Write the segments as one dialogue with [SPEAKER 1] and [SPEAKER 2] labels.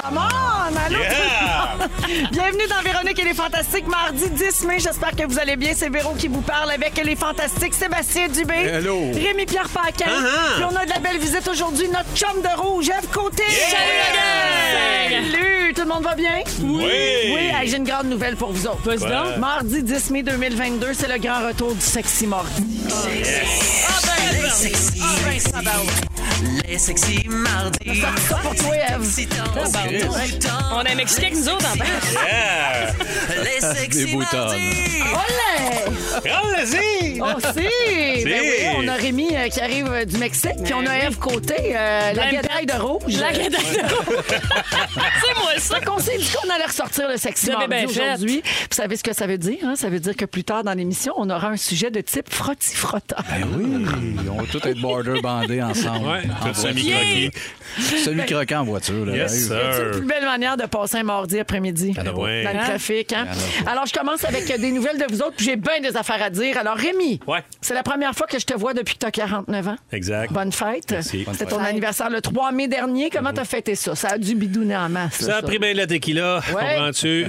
[SPEAKER 1] come on! Allô? Bienvenue dans Véronique et les Fantastiques, mardi 10 mai. J'espère que vous allez bien. C'est Véro qui vous parle avec les Fantastiques. Sébastien Dubé.
[SPEAKER 2] Hello.
[SPEAKER 1] Rémi-Pierre Paquin. Puis on a de la belle visite aujourd'hui. Notre chum de rouge, Eve Côté. Salut la gang! Salut! Tout le monde va bien? Oui! Oui, hey, j'ai une grande nouvelle pour vous autres. Mardi 10 mai 2022, c'est le grand retour du Sexy Mardi. Ah, ben,
[SPEAKER 3] Les sexy mardis.
[SPEAKER 1] Ça pour toi, Eve.
[SPEAKER 4] On est Mexicains, nous autres, en fait.
[SPEAKER 3] Les
[SPEAKER 2] Des
[SPEAKER 3] sexy
[SPEAKER 2] boutons.
[SPEAKER 3] mardis.
[SPEAKER 1] Olé!
[SPEAKER 5] Allez-y!
[SPEAKER 1] Oh, si! Ben oui, on a Rémi euh, qui arrive euh, du Mexique, puis
[SPEAKER 4] Ben
[SPEAKER 1] on a Eve Côté, euh, la
[SPEAKER 4] Même
[SPEAKER 1] guédaille de rouge.
[SPEAKER 4] La gueule de C'est moi, ça.
[SPEAKER 1] Donc, on s'est dit qu'on allait ressortir le sexy
[SPEAKER 4] Vous avez
[SPEAKER 1] mardi
[SPEAKER 4] bien fait.
[SPEAKER 1] aujourd'hui. Vous savez ce que ça veut dire? Hein? Ça veut dire que plus tard dans l'émission, on aura un sujet de type frotti-frotta.
[SPEAKER 2] Ben oui, on va tous être border bandés ensemble.
[SPEAKER 5] Ouais,
[SPEAKER 2] En
[SPEAKER 5] tout
[SPEAKER 2] voiture.
[SPEAKER 5] semi-croqué.
[SPEAKER 2] Semi croquant en voiture. Là.
[SPEAKER 5] Yes,
[SPEAKER 2] Ben oui.
[SPEAKER 1] C'est une
[SPEAKER 5] sir.
[SPEAKER 1] plus belle manière de passer un mardi après-midi.
[SPEAKER 5] Ah ouais.
[SPEAKER 1] Dans le trafic, hein? Alors, je commence avec euh, des nouvelles de vous autres, puis j'ai bien des affaires à dire. Alors, Rémi,
[SPEAKER 5] Ouais.
[SPEAKER 1] c'est la première fois que je te vois depuis que tu as 49 ans.
[SPEAKER 5] Exact.
[SPEAKER 1] Bonne fête. C'était
[SPEAKER 5] Merci. Bonne Mm-hmm.
[SPEAKER 1] ton anniversaire le 3 mai dernier. Comment t'as fêté ça? Ça a dû bidouner en masse. là,
[SPEAKER 5] Ça a pris bien de la tequila, comprends-tu?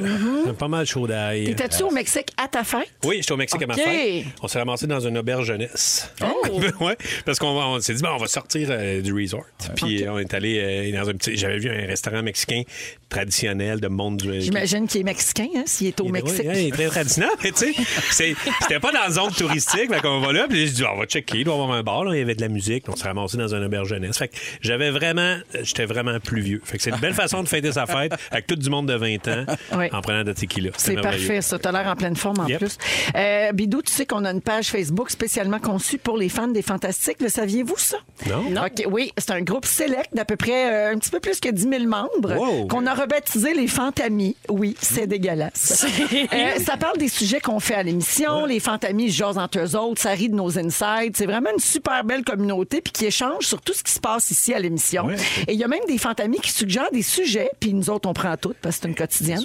[SPEAKER 5] Pas mal chaud d'ail.
[SPEAKER 1] Mm-hmm. T'étais-tu au Mexique à ta fête?
[SPEAKER 5] Oui, j'étais au Mexique à ma
[SPEAKER 1] OK.
[SPEAKER 5] fête. On s'est ramassé dans une auberge jeunesse.
[SPEAKER 1] Oh.
[SPEAKER 5] ouais, parce qu'on va- on s'est dit, bon, on va sortir euh, du resort. Puis euh, on est allé euh, dans un petit. J'avais vu un restaurant mexicain traditionnel de monde du.
[SPEAKER 1] J'imagine qu'il est mexicain, hein, s'il est au
[SPEAKER 5] Il est-
[SPEAKER 1] Mexique.
[SPEAKER 5] ouais, il est très traditionnel, mais tu sais, c'est- c'était pas dans la zone touristique. Fait qu'on va là, puis j'ai dit, on va checker, il doit y avoir un bar, là. il y avait de la musique, on s'est ramassé dans un auberge jeunesse. Fait que j'avais vraiment, euh, j'étais vraiment plus vieux. Fait que c'est une belle façon de fêter sa fête avec tout du monde de 20 ans
[SPEAKER 1] Oui.
[SPEAKER 5] en prenant de la tequila. C'était
[SPEAKER 1] C'est
[SPEAKER 5] merveilleux.
[SPEAKER 1] parfait, ça. T'as l'air en pleine forme en
[SPEAKER 5] Yep.
[SPEAKER 1] plus. Euh, Bidou, tu sais qu'on a une page Facebook spécialement conçue pour les fans des Fantastiques. Le saviez-vous, ça?
[SPEAKER 5] Non.
[SPEAKER 1] OK, oui, c'est un groupe select d'à peu près euh, un petit peu plus que 10 000 membres
[SPEAKER 5] Wow.
[SPEAKER 1] qu'on a rebaptisé les Fantamis. Oui, c'est dégueulasse. Euh, ça parle des sujets qu'on fait à l'émission. Les Fantamis jasent entre eux autres, ça rit de nos insides. C'est vraiment une super belle communauté puis qui échange sur tout ce qui se passe ici à l'émission. Et il y a même des Fantamis qui suggèrent des sujets, puis nous autres, on prend toutes parce
[SPEAKER 5] Eh,
[SPEAKER 1] que c'est une quotidienne.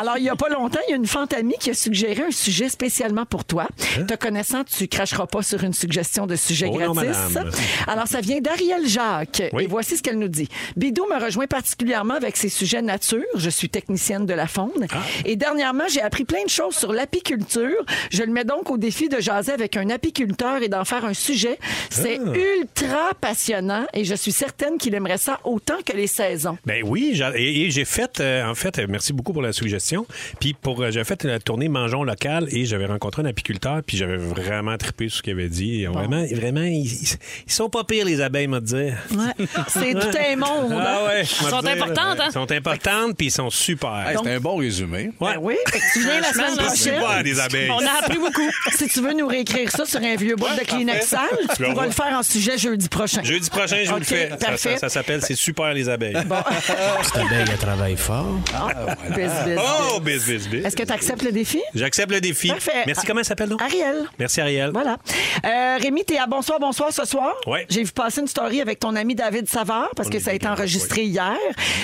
[SPEAKER 1] Alors, il y a pas longtemps, il y a une Fantamie qui a suggéré un sujet spécialement pour toi. Te connaissant, tu cracheras pas sur une suggestion de sujet
[SPEAKER 5] Hein? Oh non,
[SPEAKER 1] gratis.
[SPEAKER 5] madame.
[SPEAKER 1] Alors, ça vient d'Ariel Jacques.
[SPEAKER 5] Oui.
[SPEAKER 1] Et voici ce qu'elle nous dit. Bidou me rejoint particulièrement avec ses sujets nature. Je suis technicienne de la faune.
[SPEAKER 5] Ah.
[SPEAKER 1] Et dernièrement, j'ai appris plein de choses sur l'apiculture. Je le mets donc au défi de jaser avec un apiculteur et d'en faire un sujet. C'est
[SPEAKER 5] Ah.
[SPEAKER 1] ultra passionnant et je suis certaine qu'il aimerait ça autant que les saisons.
[SPEAKER 5] Ben oui, j'a- et, et j'ai fait, euh, en fait, euh, merci beaucoup pour la suggestion. Puis pour, euh, j'ai fait la tournée Mangeons local et j'avais rencontré un apiculteur, puis j'avais vraiment trippé sur ce qu'il avait dit. Et Vraiment, vraiment, ils, ils- ils sont pas pires les abeilles, m'a dit.
[SPEAKER 1] C'est tout un monde. hein?
[SPEAKER 5] Ah ouais, Elles
[SPEAKER 4] sont importantes, hein?
[SPEAKER 5] Elles sont importantes, puis ils sont super.
[SPEAKER 2] Hey, C'était un bon résumé.
[SPEAKER 5] Ouais.
[SPEAKER 1] Ben oui, fait que tu viens la semaine
[SPEAKER 4] Franchement, là,
[SPEAKER 1] prochaine.
[SPEAKER 5] super, des abeilles.
[SPEAKER 4] On a appris beaucoup.
[SPEAKER 1] Si tu veux nous réécrire ça sur un vieux bout de Kleenex sale, tu
[SPEAKER 5] vas
[SPEAKER 1] pourras
[SPEAKER 5] voir.
[SPEAKER 1] le faire en sujet jeudi prochain.
[SPEAKER 5] Jeudi prochain, je vous le
[SPEAKER 1] Ok,
[SPEAKER 5] fais. Ça- Ça,
[SPEAKER 1] parfait.
[SPEAKER 5] ça s'appelle C'est super les abeilles.
[SPEAKER 1] Bis, bis, bis.
[SPEAKER 5] Oh, bis, bis, bis.
[SPEAKER 1] Est-ce que tu acceptes le défi?
[SPEAKER 5] J'accepte le défi.
[SPEAKER 1] Parfait.
[SPEAKER 5] Merci, comment elle s'appelle, non?
[SPEAKER 1] Ariel.
[SPEAKER 5] Merci, Ariel.
[SPEAKER 1] Voilà. Euh, Rémi, t'es à Bonsoir, Bonsoir ce soir.
[SPEAKER 5] Ouais.
[SPEAKER 1] J'ai vu passer une story avec ton ami David Savard parce que ça a été enregistré hier.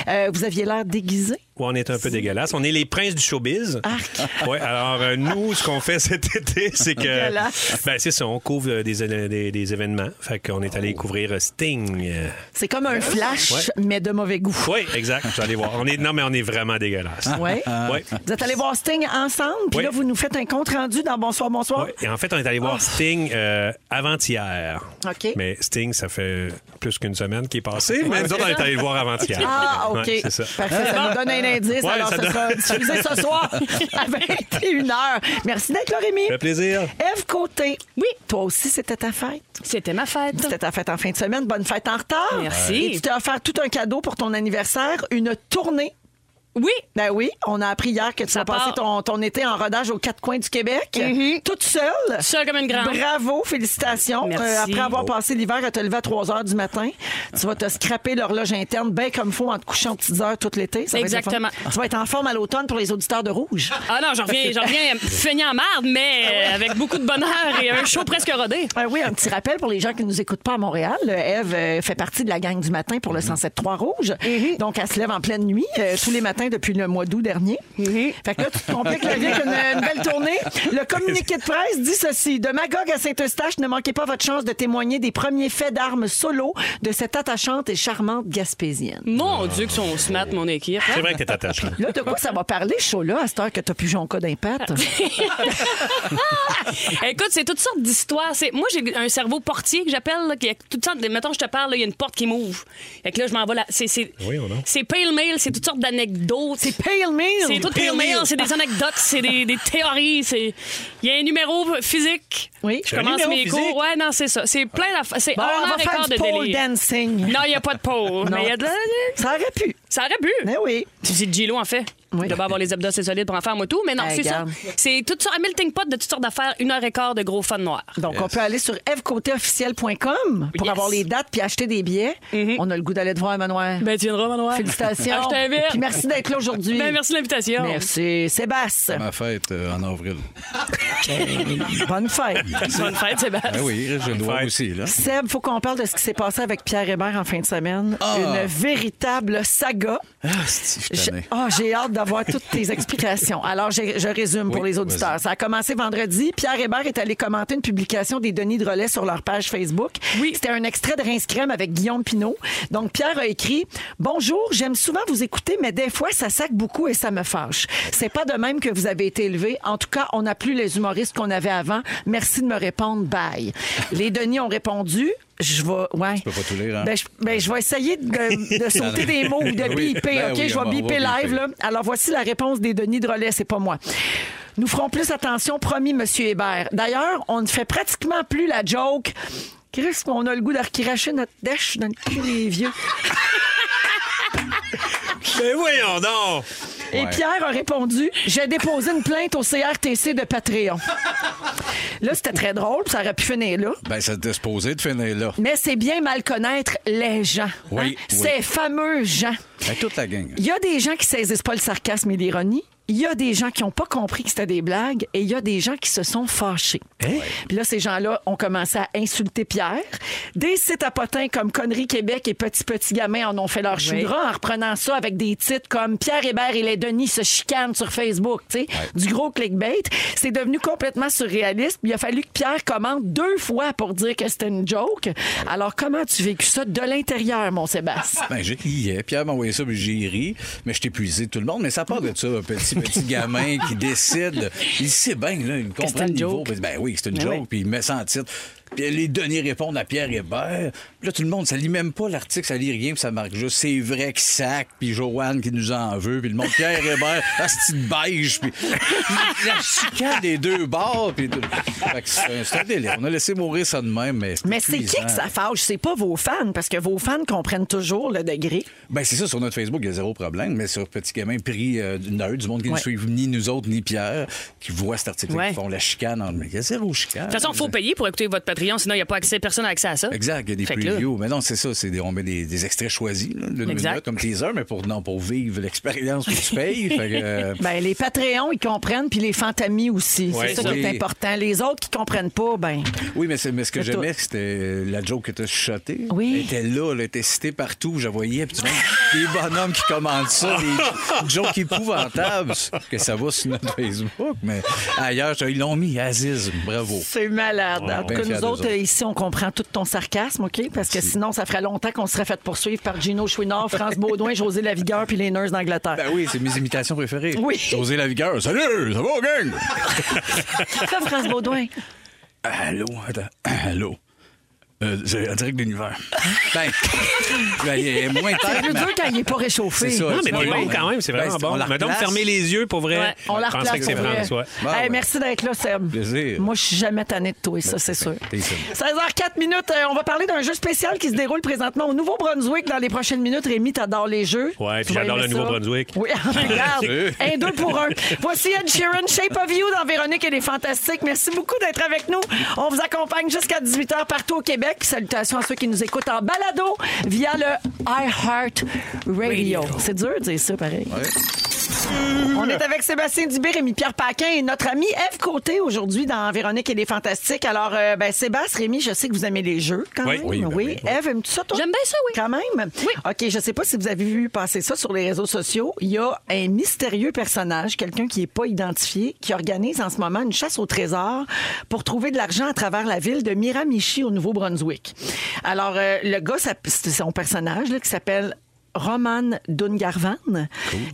[SPEAKER 1] Euh, vous aviez l'air déguisé.
[SPEAKER 5] Ouais, on est un peu dégueulasse. On est les princes du showbiz.
[SPEAKER 1] Arc.
[SPEAKER 5] Ouais, alors euh, nous, ce qu'on fait cet été, c'est que.
[SPEAKER 1] Dégueulasse.
[SPEAKER 5] Ben, c'est ça, on couvre euh, des, éle- des, des événements. Fait qu'on est
[SPEAKER 1] Oh.
[SPEAKER 5] allé couvrir euh, Sting. euh.
[SPEAKER 1] C'est comme un flash,
[SPEAKER 5] Ouais.
[SPEAKER 1] mais de mauvais goût.
[SPEAKER 5] Oui, exact. Je suis allé voir. On est... Non, mais on est vraiment dégueulasse.
[SPEAKER 1] Ouais.
[SPEAKER 5] Ouais.
[SPEAKER 1] Vous êtes allés voir Sting ensemble, puis
[SPEAKER 5] Ouais.
[SPEAKER 1] là, vous nous faites un compte-rendu dans Bonsoir, Bonsoir.
[SPEAKER 5] Ouais, et en fait, on est allé voir Sting euh, avant-hier.
[SPEAKER 1] Oh. OK.
[SPEAKER 5] Mais Sting, ça fait plus qu'une semaine qui est passée. Mais nous autres, on est allé le voir avant-hier.
[SPEAKER 1] Ah, OK.
[SPEAKER 5] Ouais, c'est ça.
[SPEAKER 1] Parfait. Ça nous donne un indice.
[SPEAKER 5] Ouais,
[SPEAKER 1] Alors,
[SPEAKER 5] ça
[SPEAKER 1] ce
[SPEAKER 5] donne-
[SPEAKER 1] sera diffusé ce soir à 21h. Merci d'être là, Rémi.
[SPEAKER 5] Ça fait plaisir.
[SPEAKER 1] Eve Côté. Oui. Toi aussi, c'était ta fête.
[SPEAKER 4] C'était ma fête.
[SPEAKER 1] C'était ta fête en fin de semaine. Bonne fête en retard.
[SPEAKER 4] Merci.
[SPEAKER 1] Et tu t'es offert tout un cadeau pour ton anniversaire, une tournée
[SPEAKER 4] Oui.
[SPEAKER 1] Ben oui, on a appris hier que tu
[SPEAKER 4] Ça
[SPEAKER 1] as passé
[SPEAKER 4] part.
[SPEAKER 1] ton, ton été en rodage aux quatre coins du Québec,
[SPEAKER 4] Mhm.
[SPEAKER 1] toute seule.
[SPEAKER 4] Seule comme une grande.
[SPEAKER 1] Bravo, félicitations. Euh,
[SPEAKER 4] Merci.
[SPEAKER 1] après avoir passé l'hiver à te lever à 3 heures du matin, tu vas te scraper l'horloge interne bien comme faut en te couchant aux petites heures tout l'été. Ça va être le fun.
[SPEAKER 4] Exactement.
[SPEAKER 1] Tu vas être en forme à l'automne pour les auditeurs de Rouge.
[SPEAKER 4] Ah non, j'en reviens, j'en reviens feignant en marde, mais euh, avec beaucoup de bonheur et un show presque rodé.
[SPEAKER 1] Ah oui, un petit rappel pour les gens qui ne nous écoutent pas à Montréal. Euh, Ève euh, fait partie de la gang du matin
[SPEAKER 4] Mhm.
[SPEAKER 1] pour le 107.3 Rouge. Donc, elle se lève en pleine nuit, euh, tous les matins depuis le mois d'août dernier.
[SPEAKER 4] Mhm.
[SPEAKER 1] Fait que là, tu te compliques la vie avec une, une belle tournée. Le communiqué de presse dit ceci. De Magog à Saint-Eustache, ne manquez pas votre chance de témoigner des premiers faits d'armes solo de cette attachante et charmante Gaspésienne.
[SPEAKER 4] Mon
[SPEAKER 5] Ah.
[SPEAKER 4] Dieu, que sont smart, mon équipe.
[SPEAKER 5] C'est vrai que t'es attachant.
[SPEAKER 1] Là, de quoi que ça va parler, chaud là, à cette heure que t'as plus Jonca d'impact?
[SPEAKER 4] Écoute, c'est toutes sortes d'histoires. C'est moi j'ai un cerveau portier que j'appelle là, qui a toutes sortes. de- Mettons, je te parle, là, il y a une porte qui m'ouvre. Fait que là, je m'en vais là. C'est c'est
[SPEAKER 5] Oui, on a.
[SPEAKER 4] c'est pale mail, c'est toutes sortes d'anecdotes. C'est
[SPEAKER 1] Pale meal!
[SPEAKER 4] c'est tout pale mail, c'est des anecdotes, c'est des, des théories, c'est il y a un numéro physique.
[SPEAKER 1] Oui.
[SPEAKER 4] Je
[SPEAKER 5] Un
[SPEAKER 4] commence
[SPEAKER 5] numéro
[SPEAKER 4] mes cours.
[SPEAKER 5] physique?
[SPEAKER 4] Ouais, non, c'est ça. C'est plein d'affaires. C'est
[SPEAKER 1] Bon,
[SPEAKER 4] un
[SPEAKER 1] on
[SPEAKER 4] an
[SPEAKER 1] va
[SPEAKER 4] et
[SPEAKER 1] faire
[SPEAKER 4] quart
[SPEAKER 1] du
[SPEAKER 4] de
[SPEAKER 1] pole
[SPEAKER 4] délire.
[SPEAKER 1] dancing.
[SPEAKER 4] Non, il n'y a pas de pole. Mais il y a de la...
[SPEAKER 1] Ça aurait pu.
[SPEAKER 4] Ça aurait pu.
[SPEAKER 1] Mais oui.
[SPEAKER 4] Tu dis Gilo en fait.
[SPEAKER 1] Oui.
[SPEAKER 4] Il doit pas avoir les abdos assez solides pour en faire moi tout, mais non,
[SPEAKER 1] Hey,
[SPEAKER 4] c'est ça.
[SPEAKER 1] regarde.
[SPEAKER 4] C'est tout ça, un melting pot de toutes sortes d'affaires, une heure et quart de gros fun noir.
[SPEAKER 1] Donc, on peut aller sur evcoteofficiel.com pour
[SPEAKER 4] Yes. Mm-hmm.
[SPEAKER 1] avoir les dates puis acheter des billets. On a le goût d'aller te voir, Manoir.
[SPEAKER 4] Ben, tu viendras, Manoir.
[SPEAKER 1] Félicitations.
[SPEAKER 4] Ah, je t'invite.
[SPEAKER 1] Puis merci d'être là aujourd'hui.
[SPEAKER 4] Ben, merci de l'invitation.
[SPEAKER 1] Merci. Sébastien.
[SPEAKER 2] Ma fête euh, en avril.
[SPEAKER 1] Bonne fête.
[SPEAKER 4] Bonne fête, Sébastien.
[SPEAKER 2] Ben oui, je le dois
[SPEAKER 5] fête.
[SPEAKER 2] aussi, là.
[SPEAKER 1] Seb, faut qu'on parle de ce qui s'est passé avec Pierre Hébert en fin de semaine. Une véritable saga.
[SPEAKER 2] Ah, c'est- je
[SPEAKER 1] Je-
[SPEAKER 2] suis tanné.
[SPEAKER 1] Ah, j'ai hâte d'avoir toutes tes explications. Alors, j'ai- je résume pour
[SPEAKER 2] Oui,
[SPEAKER 1] les auditeurs.
[SPEAKER 2] vas-y.
[SPEAKER 1] Ça a commencé vendredi. Pierre Hébert est allé commenter une publication des Denis de Relais sur leur page Facebook.
[SPEAKER 4] Oui.
[SPEAKER 1] C'était un extrait de Rince Crème avec Guillaume Pinault. Donc, Pierre a écrit Bonjour, j'aime souvent vous écouter, mais des fois, ça sac beaucoup et ça me fâche. C'est pas de même que vous avez été élevé. En tout cas, on n'a plus les humoristes qu'on avait avant. Merci de me répondre. Bye. les Denis ont répondu. Je vais. Ouais.
[SPEAKER 2] peux pas tout lire, hein?
[SPEAKER 1] Ben, je, ben, je vais essayer de, de sauter des mots ou de
[SPEAKER 2] Ben oui,
[SPEAKER 1] biper.
[SPEAKER 2] ben
[SPEAKER 1] OK,
[SPEAKER 2] oui,
[SPEAKER 1] je vais
[SPEAKER 2] on va- on va
[SPEAKER 1] biper live.
[SPEAKER 2] biper.
[SPEAKER 1] Là. Alors, voici la réponse des Denis de Relais, c'est pas moi. Nous ferons plus attention, promis, Monsieur Hébert. D'ailleurs, on ne fait pratiquement plus la joke. Chris, on a le goût de recracher notre dèche dans le cul des vieux.
[SPEAKER 5] Mais voyons donc!
[SPEAKER 1] Et
[SPEAKER 2] Ouais.
[SPEAKER 1] Pierre a répondu J'ai déposé une plainte au CRTC de Patreon. là, c'était très drôle, ça aurait pu finir là.
[SPEAKER 2] Ben, ça était supposé de finir là.
[SPEAKER 1] Mais c'est bien mal connaître les gens. hein.
[SPEAKER 2] Oui, oui.
[SPEAKER 1] Ces fameux gens.
[SPEAKER 2] Ben, toute la gang.
[SPEAKER 1] Il y a des gens qui saisissent pas le sarcasme et l'ironie. Il y a des gens qui n'ont pas compris que c'était des blagues et il y a des gens qui se sont fâchés. Puis là, ces gens-là ont commencé à insulter Pierre. Des sites à potins comme Conneries Québec et Petit Petit Gamin en ont fait leur chou gras en reprenant ça avec des titres comme Pierre Hébert et les Denis se chicanent sur Facebook, tu sais, du gros clickbait. C'est devenu complètement surréaliste. Il a fallu que Pierre commente deux fois pour dire que c'était une joke. Alors, comment as-tu vécu ça de l'intérieur, mon Sébastien?
[SPEAKER 2] Ben, j'ai riais. Pierre m'a envoyé ça, puis j'ai ri. Mais je t'ai épuisé tout le monde. Mais ça part de ça, un petit, petit gamin qui décide. Il sait bien, là, il comprend
[SPEAKER 4] c'était
[SPEAKER 2] le
[SPEAKER 4] une
[SPEAKER 2] niveau.
[SPEAKER 4] joke.
[SPEAKER 2] Puis, Ben oui, c'est une
[SPEAKER 4] Mais
[SPEAKER 2] joke.
[SPEAKER 4] oui.
[SPEAKER 2] Puis il met ça en titre. Puis les données répondent à Pierre Hébert. Puis là, tout le monde, ça lit même pas l'article, ça lit rien, puis ça marque juste c'est vrai que sac, puis Joanne qui nous en veut, puis le monde Pierre Hébert, ah, la petite beige, puis la chicane des deux bords, puis tout. Fait que c'est un- c'est un délire. On a laissé mourir ça de même, mais
[SPEAKER 1] Mais c'est qui
[SPEAKER 2] épuisant.
[SPEAKER 1] que ça fâche? C'est pas vos fans, parce que vos fans comprennent toujours le degré.
[SPEAKER 2] Ben c'est ça, sur notre Facebook, il y a zéro problème, mais sur Petit Gamin, pris euh, d'une heure, du monde qui ne
[SPEAKER 1] Ouais.
[SPEAKER 2] suit ni nous autres, ni Pierre, qui voit cet article,
[SPEAKER 4] Ouais.
[SPEAKER 2] qui font la chicane. en- Mais il y a zéro chicane.
[SPEAKER 4] De toute façon, il faut payer pour écouter votre Patreon, sinon il n'y a pas accès, personne n'a accès à ça.
[SPEAKER 2] Exact, il y a des
[SPEAKER 4] Fait que là-
[SPEAKER 2] previews. Mais non, c'est ça, c'est des- on met des, des extraits choisis, là, de deux
[SPEAKER 4] Exact.
[SPEAKER 2] minutes, comme teaser, mais pour, non, pour vivre l'expérience que tu payes. fait que, euh,
[SPEAKER 1] Ben, les Patreons, ils comprennent, puis les fantamis aussi.
[SPEAKER 5] Ouais.
[SPEAKER 1] c'est ça qui est
[SPEAKER 2] Oui.
[SPEAKER 1] important. Les autres qui comprennent pas, ben.
[SPEAKER 2] oui, mais, c'est- mais ce que
[SPEAKER 1] C'est tout.
[SPEAKER 2] j'aimais, c'était euh, la joke qui était chuchotée.
[SPEAKER 1] Oui.
[SPEAKER 2] Elle était là, elle était citée partout. Je la voyais, puis tu vois, des bonhommes qui commandent ça, des jo- jokes épouvantables, que ça va sur notre Facebook, mais ailleurs, ils l'ont mis, Aziz, bravo.
[SPEAKER 1] C'est malade.
[SPEAKER 2] Ouais,
[SPEAKER 1] en tout
[SPEAKER 2] bien
[SPEAKER 1] cas,
[SPEAKER 2] fiers
[SPEAKER 1] nous
[SPEAKER 2] d'eux
[SPEAKER 1] autres,
[SPEAKER 2] autres.
[SPEAKER 1] ici, on comprend tout ton sarcasme, OK? Parce que sinon, ça ferait longtemps qu'on serait fait poursuivre par Gino Chouinard, France Baudouin, José Lavigueur, puis les Nurses d'Angleterre.
[SPEAKER 2] Ben oui, c'est mes imitations préférées.
[SPEAKER 1] Oui.
[SPEAKER 2] José Lavigueur, salut, ça va, gang?
[SPEAKER 1] Fais France Baudouin.
[SPEAKER 2] Allô, attends, allô. Euh, c'est en direct de l'univers. ben, ben, il est moins
[SPEAKER 1] C'est
[SPEAKER 2] tard.
[SPEAKER 1] plus
[SPEAKER 2] mais-
[SPEAKER 1] dur quand il est pas réchauffé.
[SPEAKER 2] Ben, C'est ça.
[SPEAKER 5] Non, mais
[SPEAKER 2] Ouais,
[SPEAKER 5] c'est bon
[SPEAKER 2] ouais.
[SPEAKER 5] quand même, c'est
[SPEAKER 2] Ben,
[SPEAKER 5] vraiment
[SPEAKER 2] c'est- on
[SPEAKER 5] bon.
[SPEAKER 2] la
[SPEAKER 5] Mettons,
[SPEAKER 2] replace.
[SPEAKER 5] fermer les yeux pour vrai.
[SPEAKER 4] Ouais.
[SPEAKER 1] On la
[SPEAKER 5] Je penserais
[SPEAKER 1] replace
[SPEAKER 5] que c'est
[SPEAKER 1] pour vrai.
[SPEAKER 5] France, ouais.
[SPEAKER 2] Bon,
[SPEAKER 1] Hey,
[SPEAKER 2] ouais.
[SPEAKER 1] Merci d'être là, Seb.
[SPEAKER 2] Plaisir. Ben,
[SPEAKER 1] Moi, je suis jamais tannée de toi, ça, c'est sûr.
[SPEAKER 2] T'es sûr.
[SPEAKER 1] 16h04 minutes. euh, on va parler d'un jeu spécial qui se déroule présentement au Nouveau-Brunswick dans les prochaines minutes. Rémi, t'adores les jeux.
[SPEAKER 5] Ouais,
[SPEAKER 1] Tu
[SPEAKER 5] puis
[SPEAKER 1] vas
[SPEAKER 5] j'adore
[SPEAKER 1] aimer
[SPEAKER 5] le
[SPEAKER 1] ça.
[SPEAKER 5] Nouveau-Brunswick.
[SPEAKER 1] Oui, regarde. un, deux pour un. Voici Ed Sheeran, Shape of You dans Véronique et les Fantastiques. Merci beaucoup d'être avec nous. On vous accompagne jusqu'à 18h partout au Québec. Puis salutations à ceux qui nous écoutent en balado via le iHeart Radio. C'est dur de dire ça, pareil. On est avec Sébastien Dubé, Rémi Pierre Paquin et notre ami Eve Côté aujourd'hui dans Véronique et les Fantastiques. Alors, euh, ben, Sébastien, Rémi, je sais que vous aimez les jeux quand
[SPEAKER 5] Oui,
[SPEAKER 1] même.
[SPEAKER 5] oui, ben oui.
[SPEAKER 1] Eve, aimes-tu ça, toi?
[SPEAKER 4] J'aime bien ça, oui.
[SPEAKER 1] Quand même?
[SPEAKER 4] Oui.
[SPEAKER 1] OK, je sais pas si vous avez vu passer ça sur les réseaux sociaux. Il y a un mystérieux personnage, quelqu'un qui est pas identifié, qui organise en ce moment une chasse au trésor pour trouver de l'argent à travers la ville de Miramichi au Nouveau-Brunswick. Alors, euh, le gars, ça- c'est son personnage là, qui s'appelle Roman Dungarvan.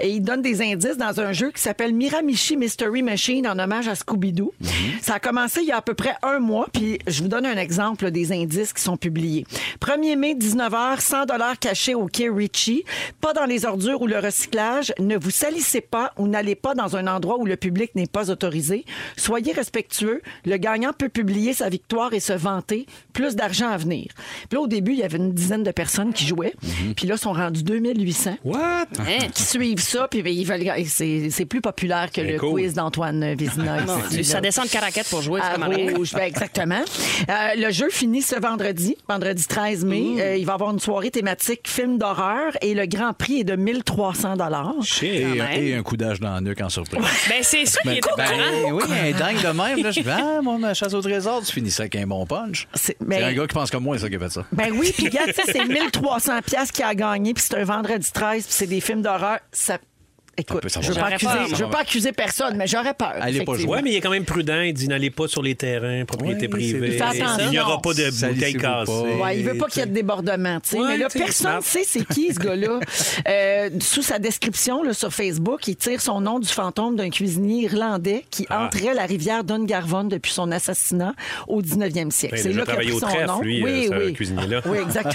[SPEAKER 1] Et il donne des indices dans un jeu qui s'appelle Miramichi Mystery Machine en hommage à Scooby-Doo. Ça a commencé il y a à peu près un mois, puis je vous donne un exemple des indices qui sont publiés. 1er mai, 19h, 100 dollars cachés au Quai Ritchie. Pas dans les ordures ou le recyclage. Ne vous salissez pas ou n'allez pas dans un endroit où le public n'est pas autorisé. Soyez respectueux. Le gagnant peut publier sa victoire et se vanter. Plus d'argent à venir. Puis là, au début, il y avait une dizaine de personnes qui jouaient.
[SPEAKER 5] Mhm.
[SPEAKER 1] Puis là, sont rendus 2800
[SPEAKER 5] What?
[SPEAKER 1] qui suivent ça. Puis ben, ils veulent... et c'est c'est plus populaire que
[SPEAKER 5] C'est
[SPEAKER 1] le
[SPEAKER 5] cool.
[SPEAKER 1] quiz d'Antoine Vézina. ici, là.
[SPEAKER 4] Ça descend de caraquette pour jouer, c'est
[SPEAKER 1] À
[SPEAKER 4] comme rien.
[SPEAKER 1] rouge. Ben, exactement. Euh, le jeu finit ce vendredi, vendredi 13 mai.
[SPEAKER 4] Mmh.
[SPEAKER 1] Euh, il va y avoir une soirée thématique film d'horreur et le grand prix est de 1300 dollars.
[SPEAKER 2] Et,
[SPEAKER 4] Quand même.
[SPEAKER 2] et un coup d'âge dans le nuque en surprise.
[SPEAKER 4] Ben, c'est ça qui
[SPEAKER 2] Ben,
[SPEAKER 4] est au courant.
[SPEAKER 2] ben, oui, un dingue de même. Là, je vais, ah, mon chasse au trésor, tu finis ça avec un bon punch.
[SPEAKER 1] C'est-
[SPEAKER 2] C'est
[SPEAKER 1] mais-
[SPEAKER 2] un gars qui pense comme moi, ça, qui a fait ça.
[SPEAKER 1] Ben oui, puis regarde, ça, c'est 1300 pièces qu'il a gagné, puis c'est un vendredi 13, puis c'est des films d'horreur. Ça... Écoute,
[SPEAKER 2] peut
[SPEAKER 1] je
[SPEAKER 2] savoir.
[SPEAKER 1] veux pas
[SPEAKER 4] J'aurais
[SPEAKER 1] accuser,
[SPEAKER 4] peur.
[SPEAKER 1] je veux pas accuser personne, mais j'aurais peur.
[SPEAKER 2] Allez pas
[SPEAKER 1] effectivement.
[SPEAKER 5] Ouais, mais il est quand même prudent. Il dit n'allez pas sur les terrains, propriété
[SPEAKER 2] Ouais,
[SPEAKER 5] privée.
[SPEAKER 2] c'est
[SPEAKER 1] vrai. Fais attention.
[SPEAKER 5] Il n'y aura pas de
[SPEAKER 2] Salissez-vous
[SPEAKER 5] bouteilles
[SPEAKER 2] pas.
[SPEAKER 5] cassées.
[SPEAKER 1] Ouais, il veut pas qu'il y ait de débordement, tu sais.
[SPEAKER 5] Ouais,
[SPEAKER 1] mais là,
[SPEAKER 5] tu sais,
[SPEAKER 1] personne ne
[SPEAKER 5] smart.
[SPEAKER 1] sait c'est qui ce gars-là. Euh, sous sa description là, sur Facebook, il tire son nom du fantôme d'un cuisinier irlandais qui
[SPEAKER 5] Ah.
[SPEAKER 1] entrait la rivière Dungarvan depuis son assassinat au 19e siècle.
[SPEAKER 5] Ben, il a déjà
[SPEAKER 1] qu'a
[SPEAKER 5] travaillé
[SPEAKER 1] pris
[SPEAKER 5] au
[SPEAKER 1] son
[SPEAKER 5] trèfle,
[SPEAKER 1] nom.
[SPEAKER 5] lui,
[SPEAKER 1] oui,
[SPEAKER 5] euh, ce
[SPEAKER 1] oui.
[SPEAKER 5] cuisinier-là.
[SPEAKER 1] Oui, exactement.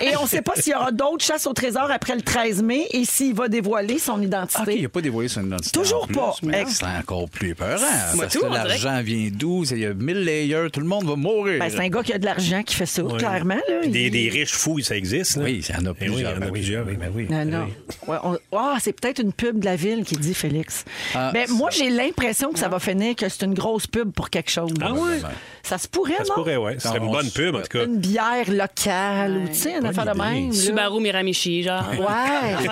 [SPEAKER 1] Et on ne sait pas s'il y aura d'autres chasses au trésor après le 13 mai et s'il va dévoiler son identité.
[SPEAKER 2] OK, il n'a pas dévoilé son identité.
[SPEAKER 1] Ah, Toujours
[SPEAKER 2] en plus,
[SPEAKER 1] pas.
[SPEAKER 2] mais
[SPEAKER 1] Ex-
[SPEAKER 2] C'est encore plus épeurant. Parce
[SPEAKER 4] tout,
[SPEAKER 2] que
[SPEAKER 4] on dirait.
[SPEAKER 2] l'argent vient d'où? C'est- Il y a mille layers, tout le monde va mourir.
[SPEAKER 1] Ben, c'est un gars qui a de l'argent qui fait ça,
[SPEAKER 5] Ouais.
[SPEAKER 1] clairement. là.
[SPEAKER 5] Puis Des,
[SPEAKER 1] Il-
[SPEAKER 5] des riches fous, ça existe. là.
[SPEAKER 2] Oui, il y en a
[SPEAKER 5] Eh oui, il y en
[SPEAKER 2] plusieurs.
[SPEAKER 5] a
[SPEAKER 2] Ben oui,
[SPEAKER 5] plusieurs, oui, ben oui.
[SPEAKER 1] Non, Ah non. Ouais, on- Ah, c'est peut-être une pub de la ville qui dit Félix.
[SPEAKER 2] Ah,
[SPEAKER 1] Ben, moi, j'ai l'impression que ça va finir que c'est une grosse pub pour quelque chose.
[SPEAKER 5] Ah ouais?
[SPEAKER 1] Ça se pourrait,
[SPEAKER 5] Ça se
[SPEAKER 1] non?
[SPEAKER 5] pourrait, ouais. Ce serait une
[SPEAKER 2] Ben, on
[SPEAKER 5] bonne
[SPEAKER 2] s-
[SPEAKER 5] pub, en tout cas.
[SPEAKER 1] Une bière locale ou, tu sais, une affaire de même. là.
[SPEAKER 4] Subaru Miramichi, genre.
[SPEAKER 1] Ouais.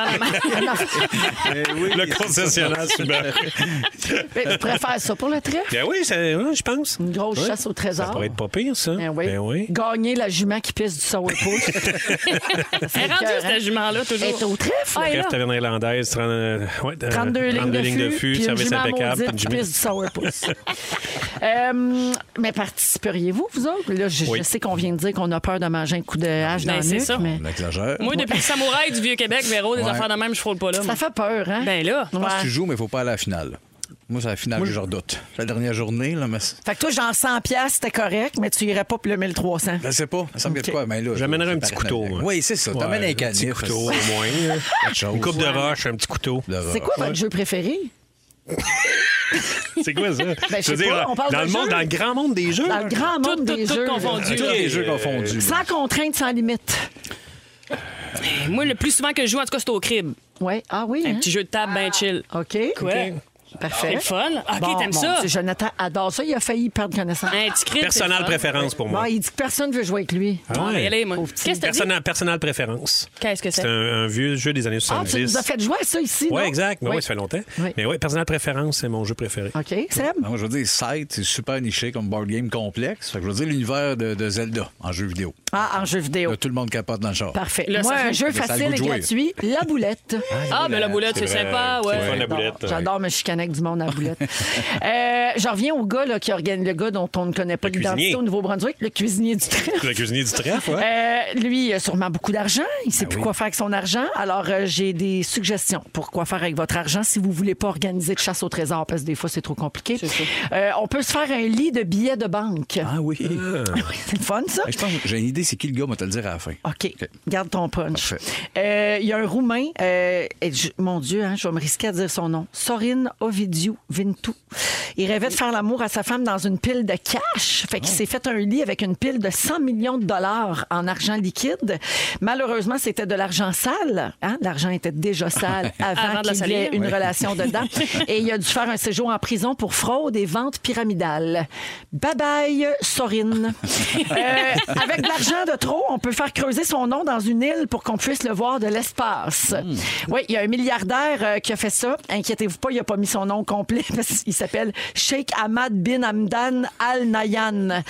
[SPEAKER 2] Eh
[SPEAKER 5] Le concessionnaire Subaru.
[SPEAKER 1] Mais Je préfère ça pour le trèfle.
[SPEAKER 5] Ben oui, ça- hein, je pense.
[SPEAKER 1] Une grosse
[SPEAKER 5] Ouais.
[SPEAKER 1] chasse au trésor.
[SPEAKER 5] Ça pourrait être pas pire, ça.
[SPEAKER 1] Ben oui.
[SPEAKER 5] Ben oui.
[SPEAKER 1] Gagner la jument qui pisse du sang au pouce.
[SPEAKER 4] C'est rendu, ce jument-là,
[SPEAKER 1] Être
[SPEAKER 4] toujours.
[SPEAKER 1] au trèfle.
[SPEAKER 4] Ah, et
[SPEAKER 5] Bref,
[SPEAKER 4] là?
[SPEAKER 5] taverne irlandaise, 30, euh, ouais, euh,
[SPEAKER 1] 32 lignes de
[SPEAKER 5] lignes
[SPEAKER 1] fût,
[SPEAKER 5] de fût,
[SPEAKER 1] puis une
[SPEAKER 5] service
[SPEAKER 1] jument
[SPEAKER 5] impeccable.
[SPEAKER 1] maudite
[SPEAKER 5] puis
[SPEAKER 1] qui
[SPEAKER 5] une jument-
[SPEAKER 1] pisse du sourpuss. Euh, mais participeriez-vous, vous autres? Là, je, je
[SPEAKER 5] Oui.
[SPEAKER 1] sais qu'on vient de dire qu'on a peur de manger un coup de hache dans
[SPEAKER 4] Ben,
[SPEAKER 1] le
[SPEAKER 4] c'est
[SPEAKER 1] nuque,
[SPEAKER 4] ça.
[SPEAKER 1] mais
[SPEAKER 2] On exagère.
[SPEAKER 4] Moi, depuis le samouraï du Vieux-Québec, Véro, des
[SPEAKER 2] Ouais.
[SPEAKER 4] affaires de même, je frôle pas là. moi.
[SPEAKER 1] ça fait peur, hein?
[SPEAKER 4] Ben là.
[SPEAKER 2] Je pense que tu
[SPEAKER 1] Ouais.
[SPEAKER 2] joues, mais il ne faut pas aller à la finale. Moi, c'est la finale que je redoute. C'est La dernière journée, là, mais c'est-
[SPEAKER 1] Fait que toi, genre 100 piastres, c'était correct, mais tu irais pas pour le 1300.
[SPEAKER 2] je sais pas. Ça me
[SPEAKER 1] Ok.
[SPEAKER 2] de quoi, mais là.
[SPEAKER 5] J'amènerais
[SPEAKER 2] ça
[SPEAKER 5] un petit
[SPEAKER 2] paraît
[SPEAKER 5] couteau, moi.
[SPEAKER 2] Oui, c'est ça.
[SPEAKER 5] Ouais,
[SPEAKER 2] T'amènes un
[SPEAKER 5] un
[SPEAKER 2] canif.
[SPEAKER 5] petit couteau, au moins. hein.
[SPEAKER 2] Quelque chose.
[SPEAKER 5] Une coupe de roche, un petit couteau.
[SPEAKER 2] De roche.
[SPEAKER 1] C'est quoi votre jeu préféré?
[SPEAKER 5] C'est quoi ça?
[SPEAKER 1] Ben, je sais pas, on parle
[SPEAKER 5] dans
[SPEAKER 1] de
[SPEAKER 5] le monde,
[SPEAKER 1] jeux.
[SPEAKER 5] dans le grand monde des jeux.
[SPEAKER 1] Dans le grand
[SPEAKER 4] Tout,
[SPEAKER 1] monde
[SPEAKER 4] tout,
[SPEAKER 1] des
[SPEAKER 4] tout
[SPEAKER 1] jeux. là.
[SPEAKER 4] confondu.
[SPEAKER 2] Tous
[SPEAKER 4] là.
[SPEAKER 2] les jeux confondus.
[SPEAKER 1] Sans contrainte, sans limite.
[SPEAKER 4] Moi, le plus souvent que je joue, en tout cas, c'est au crib.
[SPEAKER 1] Ouais. Ah oui,
[SPEAKER 4] Un
[SPEAKER 1] hein?
[SPEAKER 4] petit jeu de table, ben chill.
[SPEAKER 1] OK.
[SPEAKER 4] Ouais.
[SPEAKER 1] Parfait.
[SPEAKER 4] C'est le fun. Ah, OK,
[SPEAKER 1] Bon,
[SPEAKER 4] t'aimes
[SPEAKER 1] mon
[SPEAKER 4] ça?
[SPEAKER 1] Dieu, Jonathan adore ça. Il a failli perdre connaissance.
[SPEAKER 4] Un petit crib. c'est
[SPEAKER 5] Personnel
[SPEAKER 4] le fun.
[SPEAKER 5] préférence pour
[SPEAKER 1] Bon,
[SPEAKER 5] moi.
[SPEAKER 1] il dit que personne ne veut jouer avec lui.
[SPEAKER 5] Ah
[SPEAKER 4] Ah,
[SPEAKER 5] ouais.
[SPEAKER 4] mais allez, moi.
[SPEAKER 1] Pauvre petit.
[SPEAKER 4] Qu'est-ce que t'as dit?
[SPEAKER 5] Personnel, personnel préférence.
[SPEAKER 4] Qu'est-ce que c'est?
[SPEAKER 5] C'est un, un vieux jeu des années
[SPEAKER 1] Ah, tu nous
[SPEAKER 5] 70.
[SPEAKER 1] as fait jouer à ça ici,
[SPEAKER 5] Oui,
[SPEAKER 1] non?
[SPEAKER 5] exact. Mais
[SPEAKER 1] Oui.
[SPEAKER 5] ouais, ça fait longtemps.
[SPEAKER 1] Oui.
[SPEAKER 5] Mais oui, personnel préférence, c'est mon jeu préféré.
[SPEAKER 1] OK, Seb?
[SPEAKER 5] Ah,
[SPEAKER 2] Non, moi, je veux dire, Sight, c'est super niché comme board game complexe. Fait que je veux dire l'univers de, de Zelda en jeu vidéo.
[SPEAKER 1] Ah, en jeu vidéo.
[SPEAKER 2] Là, tout le monde capote dans le char.
[SPEAKER 1] Parfait.
[SPEAKER 4] Là,
[SPEAKER 1] Moi,
[SPEAKER 4] ça-
[SPEAKER 1] un jeu
[SPEAKER 2] ça a le
[SPEAKER 1] facile
[SPEAKER 2] goût de
[SPEAKER 1] et
[SPEAKER 2] jouer.
[SPEAKER 1] gratuit, la boulette.
[SPEAKER 4] Ah, ben la boulette, c'est
[SPEAKER 5] C'est vrai.
[SPEAKER 4] sympa,
[SPEAKER 5] C'est le fun,
[SPEAKER 4] ouais.
[SPEAKER 5] la boulette.
[SPEAKER 1] J'adore me chicaner avec du monde en boulotte. Euh, je reviens au gars là, qui organise, le gars dont on ne connaît pas
[SPEAKER 5] Le
[SPEAKER 1] l'identité
[SPEAKER 5] cuisinier.
[SPEAKER 1] au Nouveau-Brunswick, le cuisinier du train.
[SPEAKER 5] Le cuisinier du trèfle, ouais. Ah
[SPEAKER 1] Euh, lui, il a sûrement beaucoup d'argent. Il sait plus quoi faire avec son argent. Alors, euh, j'ai des suggestions pour quoi faire avec votre argent si vous voulez pas organiser de chasse au trésor, parce que des fois, c'est trop compliqué. Euh, on peut se faire un lit de billets de banque.
[SPEAKER 2] Ah oui.
[SPEAKER 1] Oui, c'est le fun, ça.
[SPEAKER 2] Hey, je pense que j'ai une idée, c'est qui le gars, on va te le dire à la fin.
[SPEAKER 1] OK. Garde ton punch.
[SPEAKER 2] Parfait.
[SPEAKER 1] Euh, Il y a un Roumain, euh, et je- mon Dieu, hein, je vais me risquer à dire son nom. Sorin Ovidiu Vintu. Il rêvait de faire l'amour à sa femme dans une pile de cash. Fait qu'il s'est fait un lit avec une pile de 100 millions de dollars en argent liquide. Malheureusement, c'était de l'argent sale. hein. L'argent était déjà sale avant,
[SPEAKER 4] Avant de la
[SPEAKER 1] qu'il y ait
[SPEAKER 4] salir.
[SPEAKER 1] une relation dedans. Et il a dû faire un séjour en prison pour fraude et vente pyramidale. Bye bye, Sorine. Euh, avec de l'argent de trop, on peut faire creuser son nom dans une île pour qu'on puisse le voir de l'espace. Oui, il y a un milliardaire euh, qui a fait ça. Inquiétez-vous pas, il n'a pas mis son nom au complet parce qu'il s'appelle Sheikh Ahmad bin Hamdan Al Nayan.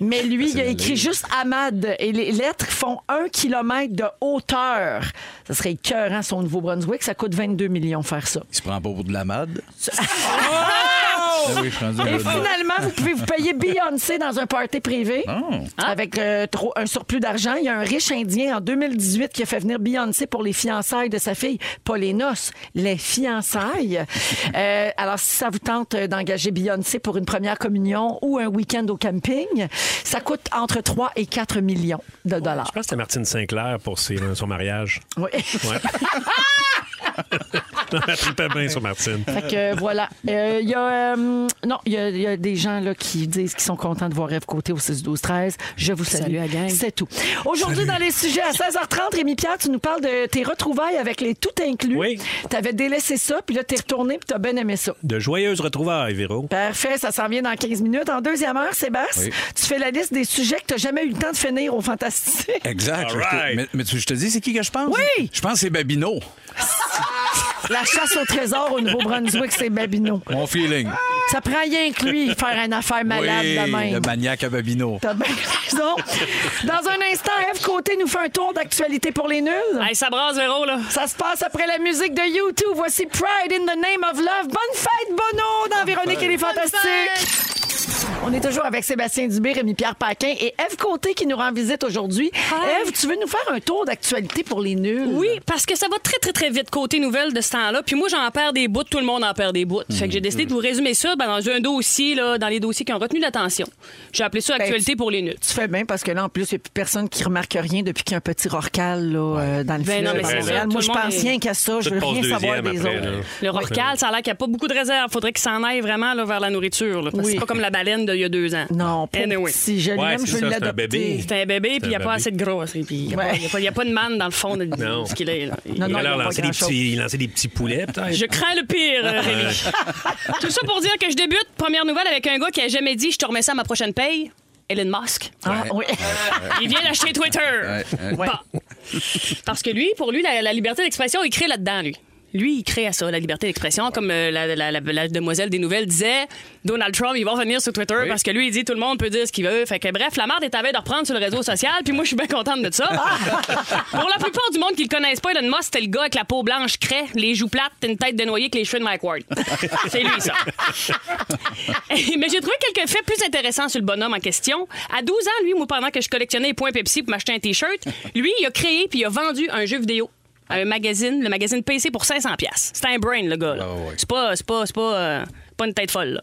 [SPEAKER 1] Mais lui, il a écrit juste Ahmad et les lettres font un kilomètre de hauteur. Ça serait écœurant, son Nouveau-Brunswick. Ça coûte 22 millions faire ça.
[SPEAKER 2] Il se prend pas pour de la mad. Ah oui, je suis rendu
[SPEAKER 1] Et
[SPEAKER 2] là-dedans.
[SPEAKER 1] finalement, vous pouvez vous payer Beyoncé dans un party privé
[SPEAKER 5] Ah.
[SPEAKER 1] avec euh, trop- un surplus d'argent. Il y a un riche Indien en 2018 qui a fait venir Beyoncé pour les fiançailles de sa fille, pas les noces, les fiançailles. Euh, alors, si ça vous tente euh, d'engager Beyoncé pour une première communion ou un week-end au camping, ça coûte entre 3 et 4 millions de
[SPEAKER 5] Je
[SPEAKER 1] dollars.
[SPEAKER 5] pense que c'était Martine Sinclair pour ses- euh, son mariage.
[SPEAKER 1] Oui.
[SPEAKER 5] Ouais. Elle tripait bien sur Martine.
[SPEAKER 1] Fait que voilà. Euh, Il y a euh, non, il y, a- il y a des gens là, qui disent qu'ils sont contents de voir Rêve Côté au 6-12-13. Je vous salue.
[SPEAKER 4] Salut à gang.
[SPEAKER 1] C'est tout. Aujourd'hui, dans les sujets, à 16h30, Rémi Pierre, tu nous parles de tes retrouvailles avec les tout inclus.
[SPEAKER 5] Oui.
[SPEAKER 1] Tu avais délaissé ça, puis là, t'es retourné, puis t'as bien aimé ça.
[SPEAKER 5] De joyeuses retrouvailles, Véro.
[SPEAKER 1] Parfait, ça s'en vient dans 15 minutes. En deuxième heure, Sébastien,
[SPEAKER 2] Oui.
[SPEAKER 1] tu fais la liste des sujets que tu jamais eu le temps de finir au Fantastique.
[SPEAKER 2] Exact.
[SPEAKER 5] All right.
[SPEAKER 2] Mais, mais tu- je te dis, c'est qui que je pense?
[SPEAKER 1] Oui!
[SPEAKER 2] Je pense que c'est Babino.
[SPEAKER 1] La chasse au trésor au Nouveau-Brunswick, c'est Babino.
[SPEAKER 2] Mon feeling.
[SPEAKER 1] Ça prend rien que lui faire une affaire malade
[SPEAKER 2] oui,
[SPEAKER 1] de même.
[SPEAKER 2] le maniaque à Babino.
[SPEAKER 1] T'as bien raison. Dans un instant, Eve Côté nous fait un tour d'actualité pour les nuls.
[SPEAKER 4] Hey, ça brasse, Véro, là.
[SPEAKER 1] Ça se passe après la musique de YouTube. Voici Pride in the Name of Love. Bonne fête, Bono, dans Véronique et les Fantastiques. On est toujours avec Sébastien Dubé, Rémi-Pierre Paquin et Eve Côté qui nous rend visite aujourd'hui. Eve, tu veux nous faire un tour d'actualité pour les nuls?
[SPEAKER 4] Oui, parce que ça va très, très, très vite côté nouvelle de ce temps-là. Puis moi, j'en perds des bouts, tout le monde en perd des bouts. Fait que
[SPEAKER 5] Mm-hmm.
[SPEAKER 4] j'ai décidé de vous résumer ça ben, dans un dossier, là, dans les dossiers qui ont retenu l'attention. J'ai appelé
[SPEAKER 1] Ben,
[SPEAKER 4] ça Actualité pour les nuls.
[SPEAKER 1] Tu fais bien parce que là, en plus, il n'y a plus personne qui remarque rien depuis qu'il y a un petit rorcal là, euh, dans le
[SPEAKER 4] Ben
[SPEAKER 1] filet
[SPEAKER 4] non, mais
[SPEAKER 1] par
[SPEAKER 4] c'est
[SPEAKER 1] Montréal.
[SPEAKER 4] ça,
[SPEAKER 1] Moi,
[SPEAKER 4] tout
[SPEAKER 1] je
[SPEAKER 4] le monde
[SPEAKER 1] pense
[SPEAKER 4] est-
[SPEAKER 1] rien qu'à ça. Je
[SPEAKER 5] Tout
[SPEAKER 1] veux
[SPEAKER 5] passe
[SPEAKER 1] rien savoir
[SPEAKER 5] deuxième
[SPEAKER 1] des
[SPEAKER 5] après.
[SPEAKER 1] autres.
[SPEAKER 5] là.
[SPEAKER 4] Le Rorcal, ça a l'air qu'il n'y a pas beaucoup de réserves. Faudrait qu'il s'en aille vraiment là, vers la nourriture. là, parce que
[SPEAKER 1] Oui.
[SPEAKER 4] c'est pas comme la baleine d'il y a deux ans.
[SPEAKER 1] Non, pas
[SPEAKER 4] Anyway.
[SPEAKER 1] si je
[SPEAKER 5] Ouais,
[SPEAKER 1] l'aime,
[SPEAKER 5] c'est
[SPEAKER 1] je veux
[SPEAKER 5] ça, c'est un
[SPEAKER 1] l'adopter.
[SPEAKER 5] bébé.
[SPEAKER 4] C'est un bébé, puis il n'y a
[SPEAKER 5] un
[SPEAKER 4] pas
[SPEAKER 5] bébé.
[SPEAKER 4] assez de grosse. Et puis il n'y a,
[SPEAKER 1] Ouais.
[SPEAKER 4] pas- il y a pas- il y a pas de manne dans le fond de, de
[SPEAKER 5] Non.
[SPEAKER 4] ce qu'il est. Là.
[SPEAKER 1] Non,
[SPEAKER 5] Il
[SPEAKER 1] non,
[SPEAKER 5] va leur
[SPEAKER 1] il y a
[SPEAKER 5] lancer
[SPEAKER 1] pas
[SPEAKER 5] des
[SPEAKER 1] grand-chose.
[SPEAKER 5] petits, lancer des petits poulets, peut-être.
[SPEAKER 4] Je crains le pire, euh, Rémi. Tout ça pour dire que je débute, première nouvelle, avec un gars qui a jamais dit « Je te remets ça à ma prochaine paye », Elon Musk.
[SPEAKER 1] Ah, oui.
[SPEAKER 4] Il vient d'acheter Twitter. Bon. Parce que lui, pour lui, la, la liberté d'expression, il crée là-dedans, lui. Lui, il crée à ça, la liberté d'expression, comme euh, la, la- la- la demoiselle des nouvelles disait, Donald Trump, il va revenir sur Twitter parce que lui, il dit tout le monde peut dire ce qu'il veut. Fait que bref, la marde est à veille de reprendre sur le réseau social, puis moi, je suis bien contente de ça. Pour la plupart du monde qui le connaissent pas, Elon Musk, c'était le gars avec la peau blanche craie, les joues plates, une tête de noyer avec les cheveux de Mike Ward. C'est lui, ça. Mais j'ai trouvé quelques faits plus intéressants sur le bonhomme en question. À 12 ans, lui, moi, pendant que je collectionnais les points Pepsi pour m'acheter un T-shirt, lui, il a créé puis il a vendu un jeu vidéo à un magazine, le magazine PC, pour 500$. piastres. C'est un brain, le gars. là.
[SPEAKER 2] Ouais, ouais, ouais.
[SPEAKER 4] C'est pas, c'est pas, c'est pas, euh, pas une tête folle. là.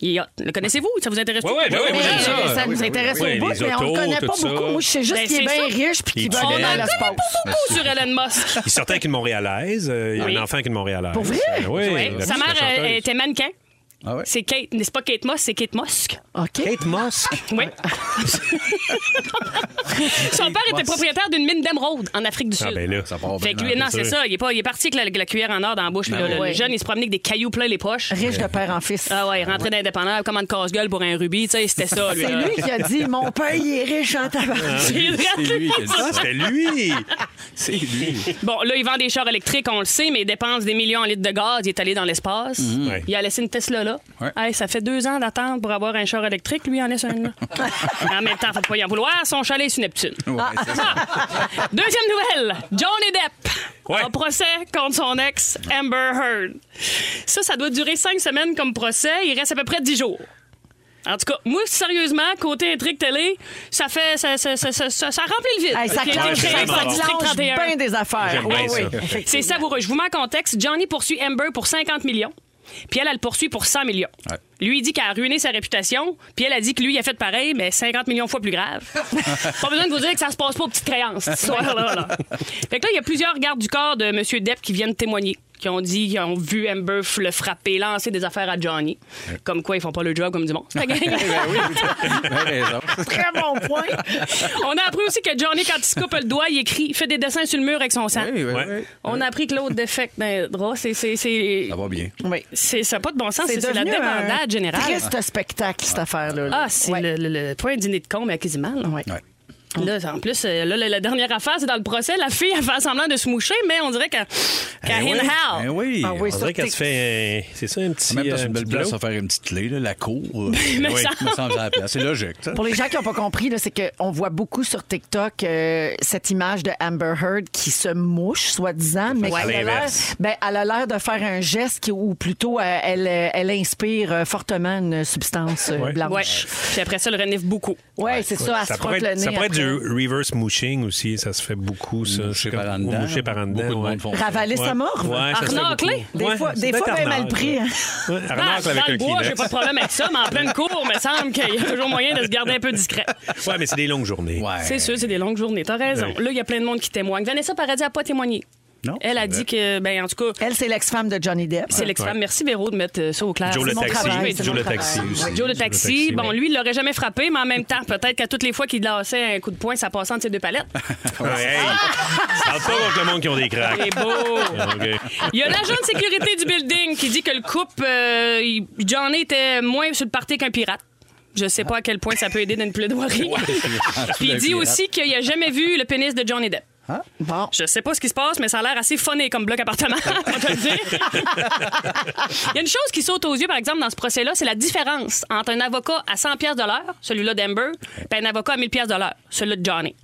[SPEAKER 4] Il est hot. Le connaissez-vous? Ça vous intéresse
[SPEAKER 5] Ouais,
[SPEAKER 4] pas?
[SPEAKER 5] ouais, ben ouais, moi,
[SPEAKER 1] Mais
[SPEAKER 5] j'aime
[SPEAKER 1] ça,
[SPEAKER 5] ça.
[SPEAKER 1] nous intéresse
[SPEAKER 5] oui,
[SPEAKER 1] au bout,
[SPEAKER 5] les
[SPEAKER 1] mais on ne
[SPEAKER 5] autos,
[SPEAKER 1] connaît pas
[SPEAKER 5] tout ça.
[SPEAKER 1] beaucoup. Moi, je sais juste
[SPEAKER 4] Ben,
[SPEAKER 1] qu'il est
[SPEAKER 4] c'est
[SPEAKER 1] bien
[SPEAKER 4] ça.
[SPEAKER 1] riche puis qu'il
[SPEAKER 5] Il
[SPEAKER 1] va
[SPEAKER 5] connaît.
[SPEAKER 1] aller dans l'espace.
[SPEAKER 4] Beaucoup sur Elon Musk.
[SPEAKER 5] Il sortait avec une Montréalaise. euh, il y a
[SPEAKER 4] Oui.
[SPEAKER 5] un enfant avec une Montréalaise.
[SPEAKER 1] Pour vrai?
[SPEAKER 5] Euh, oui,
[SPEAKER 4] Ouais.
[SPEAKER 5] la
[SPEAKER 4] Sa
[SPEAKER 5] petite
[SPEAKER 4] mère
[SPEAKER 5] chanteuse.
[SPEAKER 4] euh, était mannequin.
[SPEAKER 2] Ah ouais?
[SPEAKER 4] C'est Kate, c'est pas Kate Moss, c'est Kate Musk.
[SPEAKER 1] OK.
[SPEAKER 5] Kate Mosk.
[SPEAKER 4] Oui. Son père était propriétaire d'une mine d'émeraude en Afrique du Sud.
[SPEAKER 5] Ah ben là, ça
[SPEAKER 2] part bien.
[SPEAKER 4] Fait que lui,
[SPEAKER 2] dans
[SPEAKER 4] non,
[SPEAKER 2] la
[SPEAKER 4] c'est ça. Il est, pas, il est parti avec la, la cuillère en or dans la bouche. puis là, le-
[SPEAKER 1] ouais.
[SPEAKER 4] Le jeune, il se promenait avec des cailloux plein les poches.
[SPEAKER 1] Riche de père en fils.
[SPEAKER 4] Ah ouais, il rentrait d'indépendant comme un casse-gueule pour un rubis. Tu sais, c'était ça, lui.
[SPEAKER 1] C'est
[SPEAKER 4] là.
[SPEAKER 1] lui qui a dit Mon père, il est riche en tabac.
[SPEAKER 4] C'est
[SPEAKER 2] C'est lui qui a dit
[SPEAKER 5] Ah,
[SPEAKER 2] ça.
[SPEAKER 5] c'était lui.
[SPEAKER 2] C'est lui.
[SPEAKER 4] Bon, là, il vend des chars électriques, on le sait, mais il dépense des millions en litres de gaz. Il est allé dans l'espace.
[SPEAKER 5] Ouais.
[SPEAKER 4] Il a laissé une Tesla là. ça.
[SPEAKER 2] Ouais.
[SPEAKER 4] Hey, ça fait deux ans d'attente pour avoir un char électrique. Lui, il en est sur une. en même temps, faut pas y en vouloir. Son chalet est sur Neptune.
[SPEAKER 2] Ouais,
[SPEAKER 1] Ah.
[SPEAKER 2] c'est ça.
[SPEAKER 4] Deuxième nouvelle. Johnny Depp
[SPEAKER 5] Ouais.
[SPEAKER 4] en procès contre son ex Amber Heard. Ça, ça doit durer cinq semaines comme procès. Il reste à peu près dix jours. En tout cas, moi, sérieusement, côté intrigue télé, ça fait. ça, ça, ça, ça, ça- ça remplit le vide.
[SPEAKER 1] Hey, ça
[SPEAKER 4] Qui a été
[SPEAKER 1] clenche,
[SPEAKER 4] créé
[SPEAKER 1] ça
[SPEAKER 4] par District
[SPEAKER 1] clenche
[SPEAKER 4] 31.
[SPEAKER 1] bien des affaires.
[SPEAKER 5] J'aime
[SPEAKER 1] Oui,
[SPEAKER 5] bien ça.
[SPEAKER 1] oui.
[SPEAKER 4] C'est
[SPEAKER 1] effectivement.
[SPEAKER 4] savoureux. Je vous mets en contexte. Johnny poursuit Amber pour 50 millions. Puis elle, elle le poursuit pour 100 millions.
[SPEAKER 2] Ouais.
[SPEAKER 4] Lui, il dit qu'elle a ruiné sa réputation. Puis elle a dit que lui, il a fait pareil, mais 50 millions de fois plus grave. pas besoin de vous dire que ça se passe pas aux petites créances, cette histoire-là. là. Fait que là, il y a plusieurs gardes du corps de M. Depp qui viennent témoigner, qui ont dit qu'ils ont vu Amber f- le frapper, lancer des affaires à Johnny. Comme quoi, ils font pas le job comme du monde. Fait que-
[SPEAKER 2] Ben, raison.
[SPEAKER 1] Très bon point.
[SPEAKER 4] On a appris aussi que Johnny, quand il se coupe le doigt, il écrit, il fait des dessins sur le mur avec son sang.
[SPEAKER 2] Oui, oui,
[SPEAKER 5] Ouais.
[SPEAKER 2] oui.
[SPEAKER 4] On a appris que l'autre défect d'un drap, c'est. c'est- c'est-
[SPEAKER 2] Ça va bien.
[SPEAKER 1] Oui.
[SPEAKER 4] C'est ça, a pas de bon sens, Ah, c'est c'est la
[SPEAKER 1] devenu un
[SPEAKER 4] débandade générale.
[SPEAKER 1] Triste spectacle, cette affaire-là. là.
[SPEAKER 4] Ah, c'est le, le- le- pas un dîner de con, mais quasiment. là.
[SPEAKER 1] Ouais.
[SPEAKER 2] Ouais.
[SPEAKER 4] Là, en plus, euh, là, la, la dernière affaire, c'est dans le procès. La fille, elle fait semblant de se moucher, mais on dirait qu'elle qu'elle
[SPEAKER 5] oui.
[SPEAKER 4] in hell.
[SPEAKER 2] Ben oui.
[SPEAKER 1] Ah oui,
[SPEAKER 5] On dirait qu'elle se fait. un- C'est ça, un petit.
[SPEAKER 2] En même temps, c'est
[SPEAKER 5] euh, un
[SPEAKER 2] une belle
[SPEAKER 5] petit
[SPEAKER 2] place
[SPEAKER 5] blow.
[SPEAKER 2] à faire une petite clé, là, la cour.
[SPEAKER 4] Mais
[SPEAKER 2] Oui,
[SPEAKER 4] ça-
[SPEAKER 2] me semble à la place. C'est logique. ça.
[SPEAKER 1] Pour les gens qui n'ont pas compris, là, c'est qu'on voit beaucoup sur TikTok euh, cette image de Amber Heard qui se mouche, soi-disant, mais
[SPEAKER 5] À
[SPEAKER 1] qui a l'air-
[SPEAKER 5] l'inverse.
[SPEAKER 1] ben, elle a l'air de faire un geste qui, ou plutôt euh, elle, euh, elle inspire euh, fortement une substance euh,
[SPEAKER 5] Ouais.
[SPEAKER 4] Ouais.
[SPEAKER 1] blanche.
[SPEAKER 4] Puis après ça, le renifle beaucoup.
[SPEAKER 1] Oui, c'est ça, elle se
[SPEAKER 5] Ça
[SPEAKER 1] frotte
[SPEAKER 5] pourrait,
[SPEAKER 1] le
[SPEAKER 5] être,
[SPEAKER 1] nez.
[SPEAKER 5] ça pourrait être
[SPEAKER 1] après.
[SPEAKER 5] du reverse mouching aussi, ça se fait beaucoup, ça. C'est
[SPEAKER 2] Mouché
[SPEAKER 5] comme-
[SPEAKER 2] par en
[SPEAKER 5] ou
[SPEAKER 2] dedans.
[SPEAKER 5] Mouché par en dedans.
[SPEAKER 2] Beaucoup de
[SPEAKER 5] ouais.
[SPEAKER 2] monde font ça.
[SPEAKER 1] Ravaler
[SPEAKER 5] Ouais.
[SPEAKER 1] sa mort.
[SPEAKER 5] Ouais, ça se fait
[SPEAKER 4] Arnacle.
[SPEAKER 5] beaucoup.
[SPEAKER 1] Des fois- des
[SPEAKER 5] c'est
[SPEAKER 1] fois,
[SPEAKER 5] peut-être
[SPEAKER 1] bien mal
[SPEAKER 5] arnacle,
[SPEAKER 1] pris, hein.
[SPEAKER 5] ouais. Ouais, Arnacle
[SPEAKER 4] Ah,
[SPEAKER 5] avec
[SPEAKER 4] dans
[SPEAKER 5] un
[SPEAKER 4] le bois, j'ai
[SPEAKER 5] Kleenex.
[SPEAKER 4] pas de problème avec ça, mais en pleine cour, me semble qu'il y a toujours moyen de se garder un peu discret.
[SPEAKER 5] Ouais, mais c'est des longues journées.
[SPEAKER 2] Ouais.
[SPEAKER 4] C'est sûr, c'est des longues journées. T'as raison.
[SPEAKER 5] Eh. Oui.
[SPEAKER 4] Là, il y a plein de monde qui témoigne. Vanessa Paradis n'a pas témoigné.
[SPEAKER 2] Non,
[SPEAKER 4] Elle a
[SPEAKER 2] c'est
[SPEAKER 4] dit
[SPEAKER 2] vrai.
[SPEAKER 4] que, ben, en tout cas,
[SPEAKER 1] Elle, c'est l'ex-femme de Johnny Depp.
[SPEAKER 4] c'est l'extrême.
[SPEAKER 5] Ouais.
[SPEAKER 4] Merci, Véro, de mettre euh, ça au clair.
[SPEAKER 5] Joe le
[SPEAKER 1] mon
[SPEAKER 5] taxi.
[SPEAKER 1] travail, c'est
[SPEAKER 5] Joe
[SPEAKER 1] mon
[SPEAKER 5] le taxi
[SPEAKER 1] travail.
[SPEAKER 5] aussi.
[SPEAKER 4] Joe le taxi, bon,
[SPEAKER 5] ouais.
[SPEAKER 4] lui, il l'aurait jamais frappé, mais en même temps, peut-être qu'à toutes les fois qu'il lançait un coup de poing, ça passait entre ses deux palettes.
[SPEAKER 5] Ouais, hey.
[SPEAKER 1] Ah!
[SPEAKER 5] Parle pas contre le monde qui ont des cracks.
[SPEAKER 4] C'est beau!
[SPEAKER 5] OK.
[SPEAKER 4] Il y a l'agent de sécurité du building qui dit que le couple, euh, il- Johnny était moins sur le party qu'un pirate. Je sais pas à quel point ça peut aider dans une plaidoirie. Puis il dit aussi qu'il a jamais vu le pénis de Johnny Depp.
[SPEAKER 1] Bon.
[SPEAKER 4] Je sais pas ce qui se passe, mais ça a l'air assez funné comme bloc appartement, on va te le dire. Il y a une chose qui saute aux yeux, par exemple, dans ce procès-là, c'est la différence entre un avocat à 100 pièces de l'heure, celui-là d'Amber, puis un avocat à 1000 pièces de l'heure, celui-là de Johnny.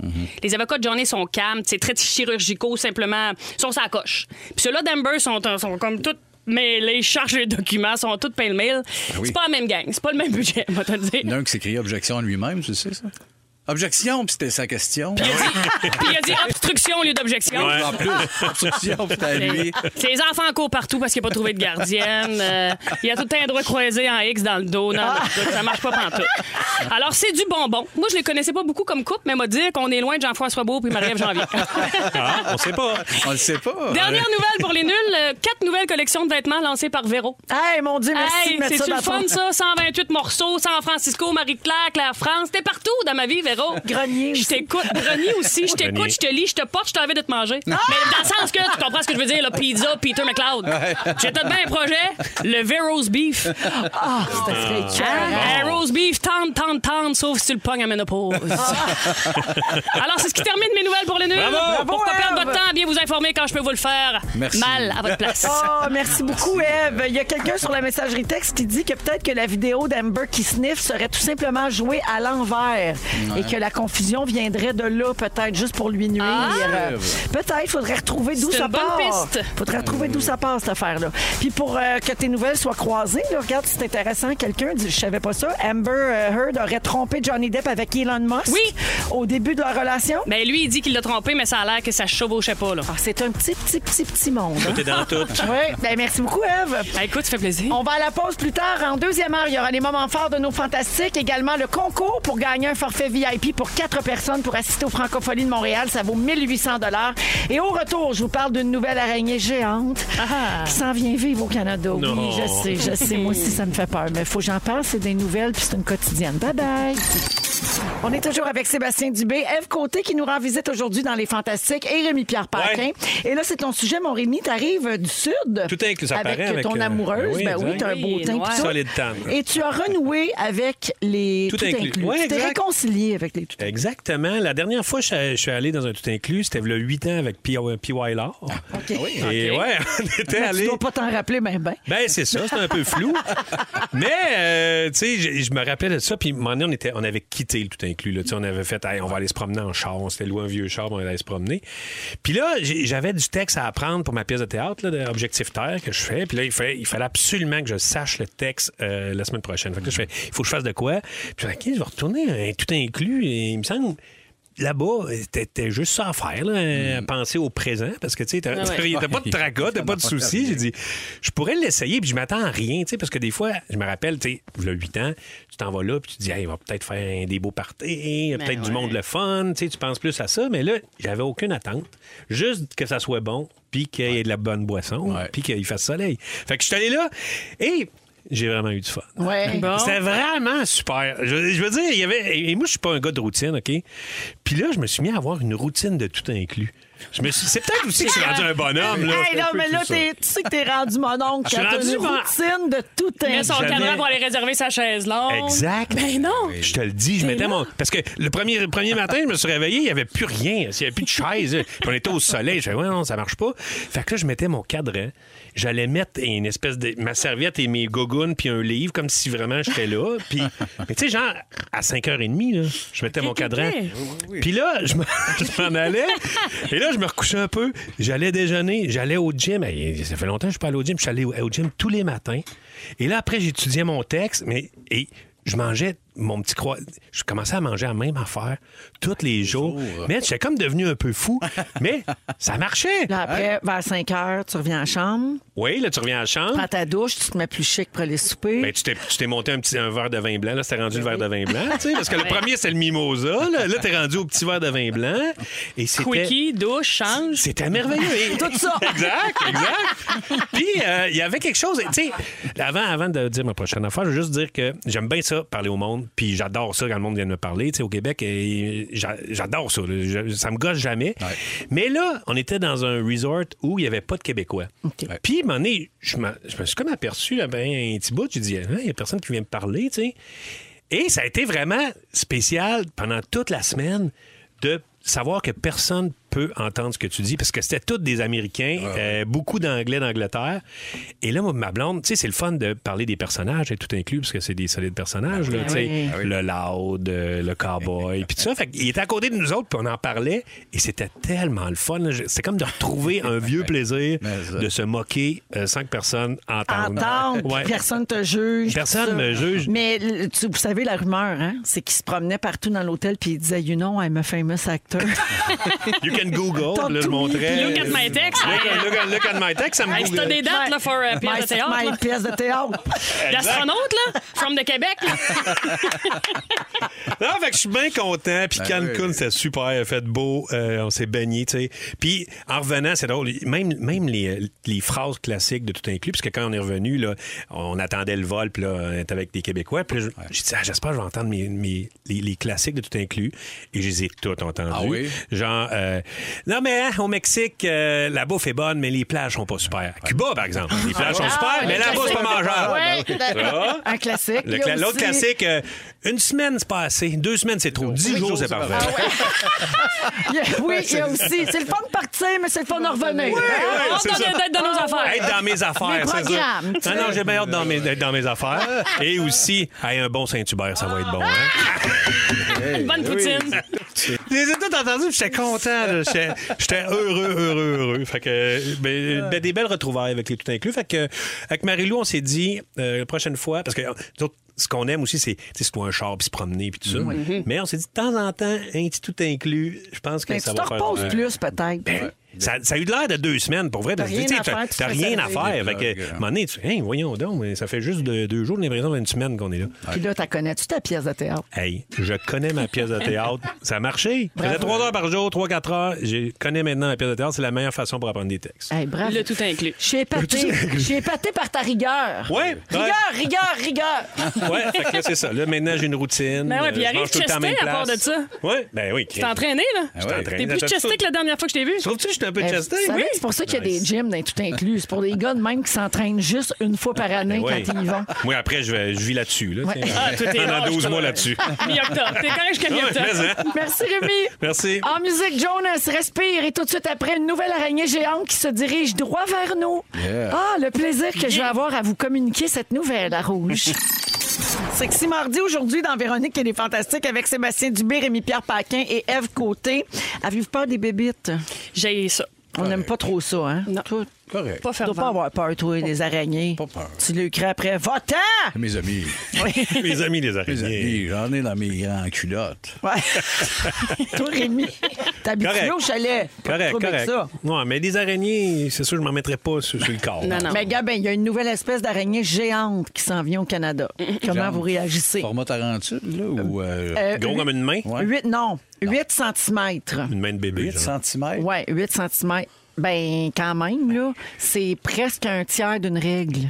[SPEAKER 4] Les avocats de Johnny sont calmes, c'est très chirurgicaux, simplement, sont sa coche. Puis ceux-là d'Amber sont, euh, sont comme tout mais les charges et les documents sont toutes pêle mail.
[SPEAKER 2] oui.
[SPEAKER 4] C'est pas la même gang, c'est pas le même budget, on va te le dire.
[SPEAKER 2] Il y en a un qui s'est crié objection à lui-même, tu sais ça? Objection, puis c'était sa question.
[SPEAKER 4] Puis il a dit obstruction au lieu d'objection.
[SPEAKER 5] Ouais.
[SPEAKER 2] En plus, objection, puis c'était à lui.
[SPEAKER 4] C'est les enfants courent partout parce qu'il n'a pas trouvé de gardienne. Euh, il y a tout le temps un doigt croisé en X dans le dos. Non, non, ça marche pas pantoute. Alors, c'est du bonbon. Moi, je les connaissais pas beaucoup comme couple, mais m'a dit qu'on est loin de Jean-François Beau puis Marie-Ève Janvier.
[SPEAKER 5] Ah, on sait pas.
[SPEAKER 2] On le sait pas. hein?
[SPEAKER 4] Dernière nouvelle pour les nuls. euh, Quatre nouvelles collections de vêtements lancées par Véro.
[SPEAKER 1] Hey, mon Dieu, merci
[SPEAKER 4] Hey,
[SPEAKER 1] de mettre ça
[SPEAKER 4] c'est-tu
[SPEAKER 1] dans
[SPEAKER 4] le fun,
[SPEAKER 1] ton
[SPEAKER 4] ça? 128 morceaux, San Francisco, Marie-Claire, Claire-France. T'es partout dans ma vie, Véro.
[SPEAKER 1] grenier.
[SPEAKER 4] Je t'écoute, grenier aussi. Je t'écoute,
[SPEAKER 5] Grenier.
[SPEAKER 4] je te lis, je te porte, je t'ai envie de te manger.
[SPEAKER 1] Ah!
[SPEAKER 4] Mais dans le sens que, tu comprends ce que je veux dire, là, pizza, Peter McLeod. J'ai tout de même un projet, le Vero's Beef.
[SPEAKER 1] Ah, c'était frais.
[SPEAKER 5] Ah.
[SPEAKER 4] Hein? Un roast beef, tente, tente, tente, sauf si tu le pognes à ménopause. Alors, c'est ce qui termine mes nouvelles pour les nuls.
[SPEAKER 5] Bravo!
[SPEAKER 4] Pour
[SPEAKER 1] Ah!
[SPEAKER 4] pas
[SPEAKER 1] Bravo,
[SPEAKER 4] perdre
[SPEAKER 1] Ève.
[SPEAKER 4] votre temps, bien vous informer quand je peux vous le faire.
[SPEAKER 2] Merci.
[SPEAKER 4] Mal à votre place.
[SPEAKER 1] Oh, merci beaucoup, Eve. Il y a quelqu'un sur la messagerie texte qui dit que peut-être que la vidéo d'Amber qui sniff serait tout simplement jouée à l'envers et que la confusion viendrait de là, peut-être, juste pour lui nuire. Euh, Peut-être, faudrait retrouver d'où
[SPEAKER 4] Ah. C'est
[SPEAKER 1] ça
[SPEAKER 4] une bonne
[SPEAKER 1] part.
[SPEAKER 4] piste.
[SPEAKER 1] faudrait retrouver d'où ça part, cette affaire-là. Puis pour euh, que tes nouvelles soient croisées, là, regarde, c'est intéressant. Quelqu'un dit, je savais pas ça, Amber euh, Heard aurait trompé Johnny Depp avec Elon Musk
[SPEAKER 4] Oui.
[SPEAKER 1] au début de leur relation.
[SPEAKER 4] Ben, lui, il dit qu'il l'a trompé, mais ça a l'air que ça chevauchait pas, là.
[SPEAKER 1] Ah, c'est un petit, petit, petit, petit monde.
[SPEAKER 5] T'es dans tout.
[SPEAKER 1] oui, ben, merci beaucoup, Eve.
[SPEAKER 4] Ah, écoute, ça fait plaisir.
[SPEAKER 1] On va à la pause plus tard. En deuxième heure, il y aura les moments forts de nos fantastiques. Également, le concours pour gagner un forfait VIP pour quatre personnes pour assister aux Francophonies de Montréal. Ça vaut 1800 Et au retour, je vous parle d'une nouvelle araignée géante qui s'en vient vivre au Canada.
[SPEAKER 5] Non.
[SPEAKER 1] Oui, je sais, je sais. Moi aussi, ça me fait peur. Mais faut que j'en parle. C'est des nouvelles, puis c'est une quotidienne. Bye-bye. On est toujours avec Sébastien Dubé, Eve Côté qui nous rend visite aujourd'hui dans Les Fantastiques et Rémi-Pierre Paquin.
[SPEAKER 5] Ouais.
[SPEAKER 1] Et là, c'est ton sujet, mon Rémi. T'arrives euh, du Sud.
[SPEAKER 5] Tout est inclus, ça
[SPEAKER 1] avec
[SPEAKER 5] paraît, avec,
[SPEAKER 1] ton
[SPEAKER 5] euh,
[SPEAKER 1] amoureuse. Ben
[SPEAKER 5] ben oui,
[SPEAKER 1] oui,
[SPEAKER 5] exact.
[SPEAKER 1] t'as un beau
[SPEAKER 4] Oui,
[SPEAKER 1] teint.
[SPEAKER 4] noir.
[SPEAKER 1] pis tout.
[SPEAKER 5] Solide tam.
[SPEAKER 1] Et tu as renoué avec les
[SPEAKER 5] Tout inclus. Ouais,
[SPEAKER 1] tu t'es
[SPEAKER 5] exact.
[SPEAKER 1] réconcilié avec les tout inclus.
[SPEAKER 5] Exactement. La dernière fois, je je suis allé dans un tout inclus, c'était le 8 ans avec P.Y. Law.
[SPEAKER 1] Ah,
[SPEAKER 5] Ah
[SPEAKER 1] OK.
[SPEAKER 5] Et ouais, on était
[SPEAKER 1] Mais Tu
[SPEAKER 5] allé.
[SPEAKER 1] dois pas t'en rappeler, ben ben.
[SPEAKER 5] Ben, c'est ça, c'est un peu flou. Mais, euh, tu sais, je- je me rappelais de ça. Puis, un moment donné, on, était, on avait quitté le tout inclus. Là, Tu sais, on avait fait, Hey, on va aller se promener en char. On s'était loué un vieux char, puis on allait se promener. Puis là, j'ai- j'avais du texte à apprendre pour ma pièce de théâtre, là, de Objectif Terre, que je fais. Puis là, il fallait, il fallait absolument que je sache le texte euh, la semaine prochaine. Fait que là, je fais, il faut que je fasse de quoi. Puis, je fais, OK, je vais retourner un tout inclus. Et il me semble. Là-bas, c'était juste ça à faire, là, penser au présent, parce que tu sais, t'as
[SPEAKER 4] Hmm. Ah ouais.
[SPEAKER 5] t'as- t'as pas de tracas, t'as pas de soucis. J'ai dit, je pourrais l'essayer, puis je m'attends à rien, tu sais, parce que des fois, je me rappelle, tu sais, il y a 8 ans, tu t'en vas là, puis tu te dis, Hey, il va peut-être faire des beaux parties, il y a
[SPEAKER 4] Ben
[SPEAKER 5] peut-être du
[SPEAKER 4] ouais.
[SPEAKER 5] monde le fun, tu sais, tu penses plus à ça, mais là, j'avais aucune attente. Juste que ça soit bon, puis qu'il y ait de la bonne boisson,
[SPEAKER 2] Ouais.
[SPEAKER 5] puis qu'il fasse soleil. Fait que je suis allé là, et j'ai vraiment eu du fun.
[SPEAKER 1] Ouais.
[SPEAKER 4] Bon.
[SPEAKER 5] C'était vraiment super. Je, je veux dire, il y avait. Et moi, je suis pas un gars de routine, OK? Puis là, je me suis mis à avoir une routine de tout inclus. Je me suis... C'est peut-être aussi que je suis rendu un bonhomme, là.
[SPEAKER 1] Hey, non, mais là,
[SPEAKER 5] tout ça.
[SPEAKER 1] t'es- tu sais que t'es rendu mon oncle.
[SPEAKER 5] Je suis
[SPEAKER 1] quand t'as
[SPEAKER 5] rendu
[SPEAKER 1] une
[SPEAKER 5] mon-
[SPEAKER 1] routine de tout
[SPEAKER 4] Mets son
[SPEAKER 1] inclus.
[SPEAKER 5] J'avais-
[SPEAKER 4] cadran pour aller réserver sa chaise longue.
[SPEAKER 5] Exact.
[SPEAKER 4] Ben non. Ben
[SPEAKER 5] Je te le dis, je mettais mon. Parce que le premier, le premier matin, je me suis réveillé, il n'y avait plus rien. Il n'y avait plus de chaise. Puis on était au soleil. Je fais, ouais, non, ça marche pas. Fait que là, je mettais mon cadran. J'allais mettre une espèce de. ma serviette et mes gogounes, puis un livre, comme si vraiment j'étais là. Puis. Mais tu sais, genre, à 5h30, là, je mettais mon
[SPEAKER 4] ok,
[SPEAKER 5] cadran.
[SPEAKER 4] ok.
[SPEAKER 5] Puis là, je me- je m'en allais. Et là, je me recouchais un peu. J'allais déjeuner. J'allais au gym. Eh, Ça fait longtemps que je ne suis pas allé au gym. Je suis allé au au gym tous les matins. Et là, après, j'étudiais mon texte. Mais et je mangeais mon petit croix. Je commençais à manger la même affaire tous les jours. Mais j'étais comme devenu un peu fou. Mais ça marchait.
[SPEAKER 1] Là, après, vers 5 heures, tu reviens en chambre,
[SPEAKER 5] Oui, là, tu reviens à la chambre.
[SPEAKER 1] prends ta douche, tu te mets plus chic pour aller souper.
[SPEAKER 5] Ben, tu t'es- tu t'es monté un petit un verre de vin blanc, là, c'était rendu le verre de vin blanc, tu sais, parce que le premier, c'est le mimosa, là, là t'es rendu au petit verre de vin blanc, et c'était...
[SPEAKER 4] Quickie, douche, change.
[SPEAKER 5] C'était merveilleux. Tout ça. Exact, exact. Puis, euh, il y avait quelque chose. Tu sais, avant, avant de dire ma prochaine affaire, je veux juste dire que j'aime bien ça, parler au monde. Puis, j'adore ça quand le monde vient de me parler. Tu sais, au Québec, et j'a- j'adore ça. là. Je- Ça me gosse jamais. Mais là, on était dans un resort où il n'y avait pas de Québécois. Puis, à un moment donné, je, m'en- je me suis comme aperçu, là, ben, un petit bout, j'ai dit, Hein, il n'y a personne qui vient me parler, tu sais. Et ça a été vraiment spécial pendant toute la semaine de savoir que personne peut entendre ce que tu dis parce que c'était tous des Américains,
[SPEAKER 2] Ah
[SPEAKER 5] euh, beaucoup d'Anglais d'Angleterre. Et là, moi, ma blonde, tu sais, c'est le fun de parler des personnages et tout inclus parce que c'est des solides personnages,
[SPEAKER 2] Ah
[SPEAKER 5] là, tu sais, le loud, euh, le cowboy, puis tout ça. Fait qu'il était à côté de nous autres, puis on en parlait et c'était tellement le fun. là. Je- C'est comme de retrouver un vieux plaisir
[SPEAKER 2] Mais ça.
[SPEAKER 5] de se moquer euh, sans que personne entende.
[SPEAKER 1] Entendre, puis
[SPEAKER 5] Ouais.
[SPEAKER 1] personne te juge.
[SPEAKER 5] Personne
[SPEAKER 1] tout ça.
[SPEAKER 5] me juge.
[SPEAKER 1] Mais l- tu, vous savez, la rumeur, hein, c'est qu'il se promenait partout dans l'hôtel puis il disait, you know, I'm a famous actor.
[SPEAKER 5] You can Google,
[SPEAKER 1] T'as
[SPEAKER 5] là, je
[SPEAKER 1] tout mis,
[SPEAKER 5] montrais.
[SPEAKER 4] Look at my text.
[SPEAKER 5] Look, at- look at- look at my text, ça me
[SPEAKER 4] Hey, si t'as
[SPEAKER 5] Google.
[SPEAKER 4] des dates là, for euh, pièce de théâtre,
[SPEAKER 1] my
[SPEAKER 4] là.
[SPEAKER 1] pièce de théâtre.
[SPEAKER 4] l'astronaute, là, from de Québec, là.
[SPEAKER 5] Non, fait que je suis bien content. Puis Cancun,
[SPEAKER 2] Ben oui.
[SPEAKER 5] c'était super. Il a fait beau. Euh, on s'est baigné, tu sais. Puis en revenant, c'est drôle. Même, même les, les phrases classiques de tout inclus, parce que quand on est revenu, là, on attendait le vol, puis là, on était avec des Québécois. Puis là, je- j'ai dit, Ah, j'espère que je vais entendre mes, mes- les, les classiques de tout inclus. Et je les ai toutes entendues.
[SPEAKER 2] Ah oui?
[SPEAKER 5] Genre, euh, non, mais hein, au Mexique, euh, la bouffe est bonne, mais les plages sont pas super. Cuba, par exemple. Les
[SPEAKER 2] Ah
[SPEAKER 5] plages sont super, mais la bouffe, c'est pas mangeable. Ah.
[SPEAKER 1] Un classique.
[SPEAKER 5] Le
[SPEAKER 1] Il y a
[SPEAKER 5] cla- L'autre
[SPEAKER 1] aussi-
[SPEAKER 5] classique, euh, une semaine, c'est pas assez. Deux semaines, c'est trop. Dix jours, c'est parfait.
[SPEAKER 1] Il y a- oui, il y a aussi. C'est le fun de partir, mais c'est le fun de revenir.
[SPEAKER 5] Ouais,
[SPEAKER 4] On
[SPEAKER 5] c'est
[SPEAKER 4] donne
[SPEAKER 5] ça.
[SPEAKER 4] les dates de nos affaires.
[SPEAKER 5] Être dans Ah mes affaires, c'est ça.
[SPEAKER 1] programmes, tu
[SPEAKER 5] Non, non, j'ai bien hâte dans mes- d'être dans mes affaires. Et aussi, hey, un bon Saint-Hubert, ça va être bon. hein.
[SPEAKER 4] Une bonne poutine.
[SPEAKER 5] Je les ai tous entendus, puis j'étais content. là. J'étais j'étais heureux, heureux, heureux. Fait que, ben, ben, des belles retrouvailles avec les tout inclus. Fait que, avec Marie-Lou, on s'est dit, euh, la prochaine fois, parce que euh, nous autres, ce qu'on aime aussi, c'est tu sais, se louer un char puis se promener puis tout ça. Mais on s'est dit, de temps en temps, un petit tout inclus, je pense que
[SPEAKER 1] Ben,
[SPEAKER 5] ça
[SPEAKER 1] tu
[SPEAKER 5] va
[SPEAKER 1] te
[SPEAKER 5] faire. Ben
[SPEAKER 1] reposes plus, peut-être.
[SPEAKER 5] Ça, ça a eu de l'air de deux semaines, pour vrai.
[SPEAKER 1] T'as
[SPEAKER 5] parce que,
[SPEAKER 1] rien
[SPEAKER 5] tu sais,
[SPEAKER 1] à faire, tu
[SPEAKER 5] t'as
[SPEAKER 1] te fais
[SPEAKER 5] rien à
[SPEAKER 1] servir.
[SPEAKER 5] faire. Fait que,
[SPEAKER 2] Des
[SPEAKER 5] à un
[SPEAKER 4] hein.
[SPEAKER 2] drogues.
[SPEAKER 5] moment donné, tu fais, Hey, voyons donc, mais ça fait juste de- deux jours, j'ai l'impression d'une semaine qu'on est là.
[SPEAKER 1] Puis là, t'as connais-tu ta pièce de théâtre?
[SPEAKER 5] Hey, je connais ma pièce de théâtre. Ça a marché. Je faisais trois heures par jour, trois, quatre heures. Je connais maintenant la pièce de théâtre. C'est la meilleure façon pour apprendre des textes.
[SPEAKER 1] Hey, bravo.
[SPEAKER 4] Le tout inclus.
[SPEAKER 1] Je suis épatée. Je suis épatée par ta rigueur.
[SPEAKER 5] Ouais,
[SPEAKER 1] Rigueur, rigueur, rigueur.
[SPEAKER 5] ouais, ouais, fait que là, c'est ça. Là, maintenant, j'ai une routine.
[SPEAKER 4] Ben ouais,
[SPEAKER 5] Euh,
[SPEAKER 4] puis
[SPEAKER 5] je
[SPEAKER 4] arrive
[SPEAKER 5] mange tout le temps la même
[SPEAKER 4] chesté à part
[SPEAKER 5] place.
[SPEAKER 4] de ça.
[SPEAKER 5] Ouais, ben oui.
[SPEAKER 4] T'es entraîné, là?
[SPEAKER 5] Je suis entraîné.
[SPEAKER 4] T'es plus chesté que la Eh, dernière fois que je t'ai vu.
[SPEAKER 5] Trouves-tu que je suis un peu
[SPEAKER 1] Vous
[SPEAKER 5] chesté?
[SPEAKER 1] savez, C'est pour ça qu'il y a des gyms dans les tout inclus. C'est pour des gars de même qui s'entraînent juste une fois
[SPEAKER 2] Ben
[SPEAKER 1] par année
[SPEAKER 5] Ouais.
[SPEAKER 1] quand ils y vont.
[SPEAKER 5] Moi, après, je, vais- je vis là-dessus. Là,
[SPEAKER 1] Ouais.
[SPEAKER 5] Tiens,
[SPEAKER 4] Ah, tout est
[SPEAKER 5] Pendant
[SPEAKER 4] large,
[SPEAKER 5] 12 mois
[SPEAKER 4] toi.
[SPEAKER 5] là-dessus.
[SPEAKER 4] Mi-octobre. T'es correct jusqu'à
[SPEAKER 5] Ouais, mais,
[SPEAKER 4] mi-octobre.
[SPEAKER 5] hein?
[SPEAKER 1] Merci, Rémi.
[SPEAKER 5] Merci.
[SPEAKER 1] En musique, Jonas respire et tout de suite après, une nouvelle araignée géante qui se dirige droit vers nous. Ah, le plaisir que je vais avoir à vous communiquer cette nouvelle à rouge. Sexy mardi aujourd'hui dans Véronique et les Fantastiques avec Sébastien Dubé, Rémi-Pierre Paquin et Eve Côté. Avez-vous peur des bébites?
[SPEAKER 4] J'ai ça.
[SPEAKER 1] On n'aime pas trop ça, hein?
[SPEAKER 4] Non.
[SPEAKER 1] Toi,
[SPEAKER 2] Correct.
[SPEAKER 4] Pas
[SPEAKER 1] tu dois pas
[SPEAKER 4] fervent.
[SPEAKER 1] avoir peur, toi, des araignées.
[SPEAKER 2] Pas peur.
[SPEAKER 1] Tu le crées après. Va-t'en!
[SPEAKER 2] Mes amis,
[SPEAKER 5] Mes amis, les
[SPEAKER 2] mes
[SPEAKER 5] araignées.
[SPEAKER 2] amis, j'en ai dans mes grands culottes.
[SPEAKER 1] Ouais. toi, Rémi, t'habites
[SPEAKER 5] Correct.
[SPEAKER 1] au chalet. Pas de
[SPEAKER 5] Correct,
[SPEAKER 1] trouble avec
[SPEAKER 5] correct.
[SPEAKER 1] ça.
[SPEAKER 5] Non, mais des araignées, c'est sûr, je m'en mettrais pas sur, sur le corps.
[SPEAKER 4] Non, non.
[SPEAKER 1] Mais gars, ben, il y a une nouvelle espèce d'araignée géante qui s'en vient au Canada. Comment
[SPEAKER 2] Genre,
[SPEAKER 1] vous réagissez?
[SPEAKER 2] Format Tarantule, là, ou euh,
[SPEAKER 1] Euh,
[SPEAKER 5] Gros comme une main.
[SPEAKER 2] Ouais.
[SPEAKER 1] 8, non, 8 cm.
[SPEAKER 5] Une main de bébé.
[SPEAKER 2] 8
[SPEAKER 5] genre.
[SPEAKER 2] cm?
[SPEAKER 1] Ouais, 8 cm. Ben, quand même, là, c'est presque un tiers d'une règle.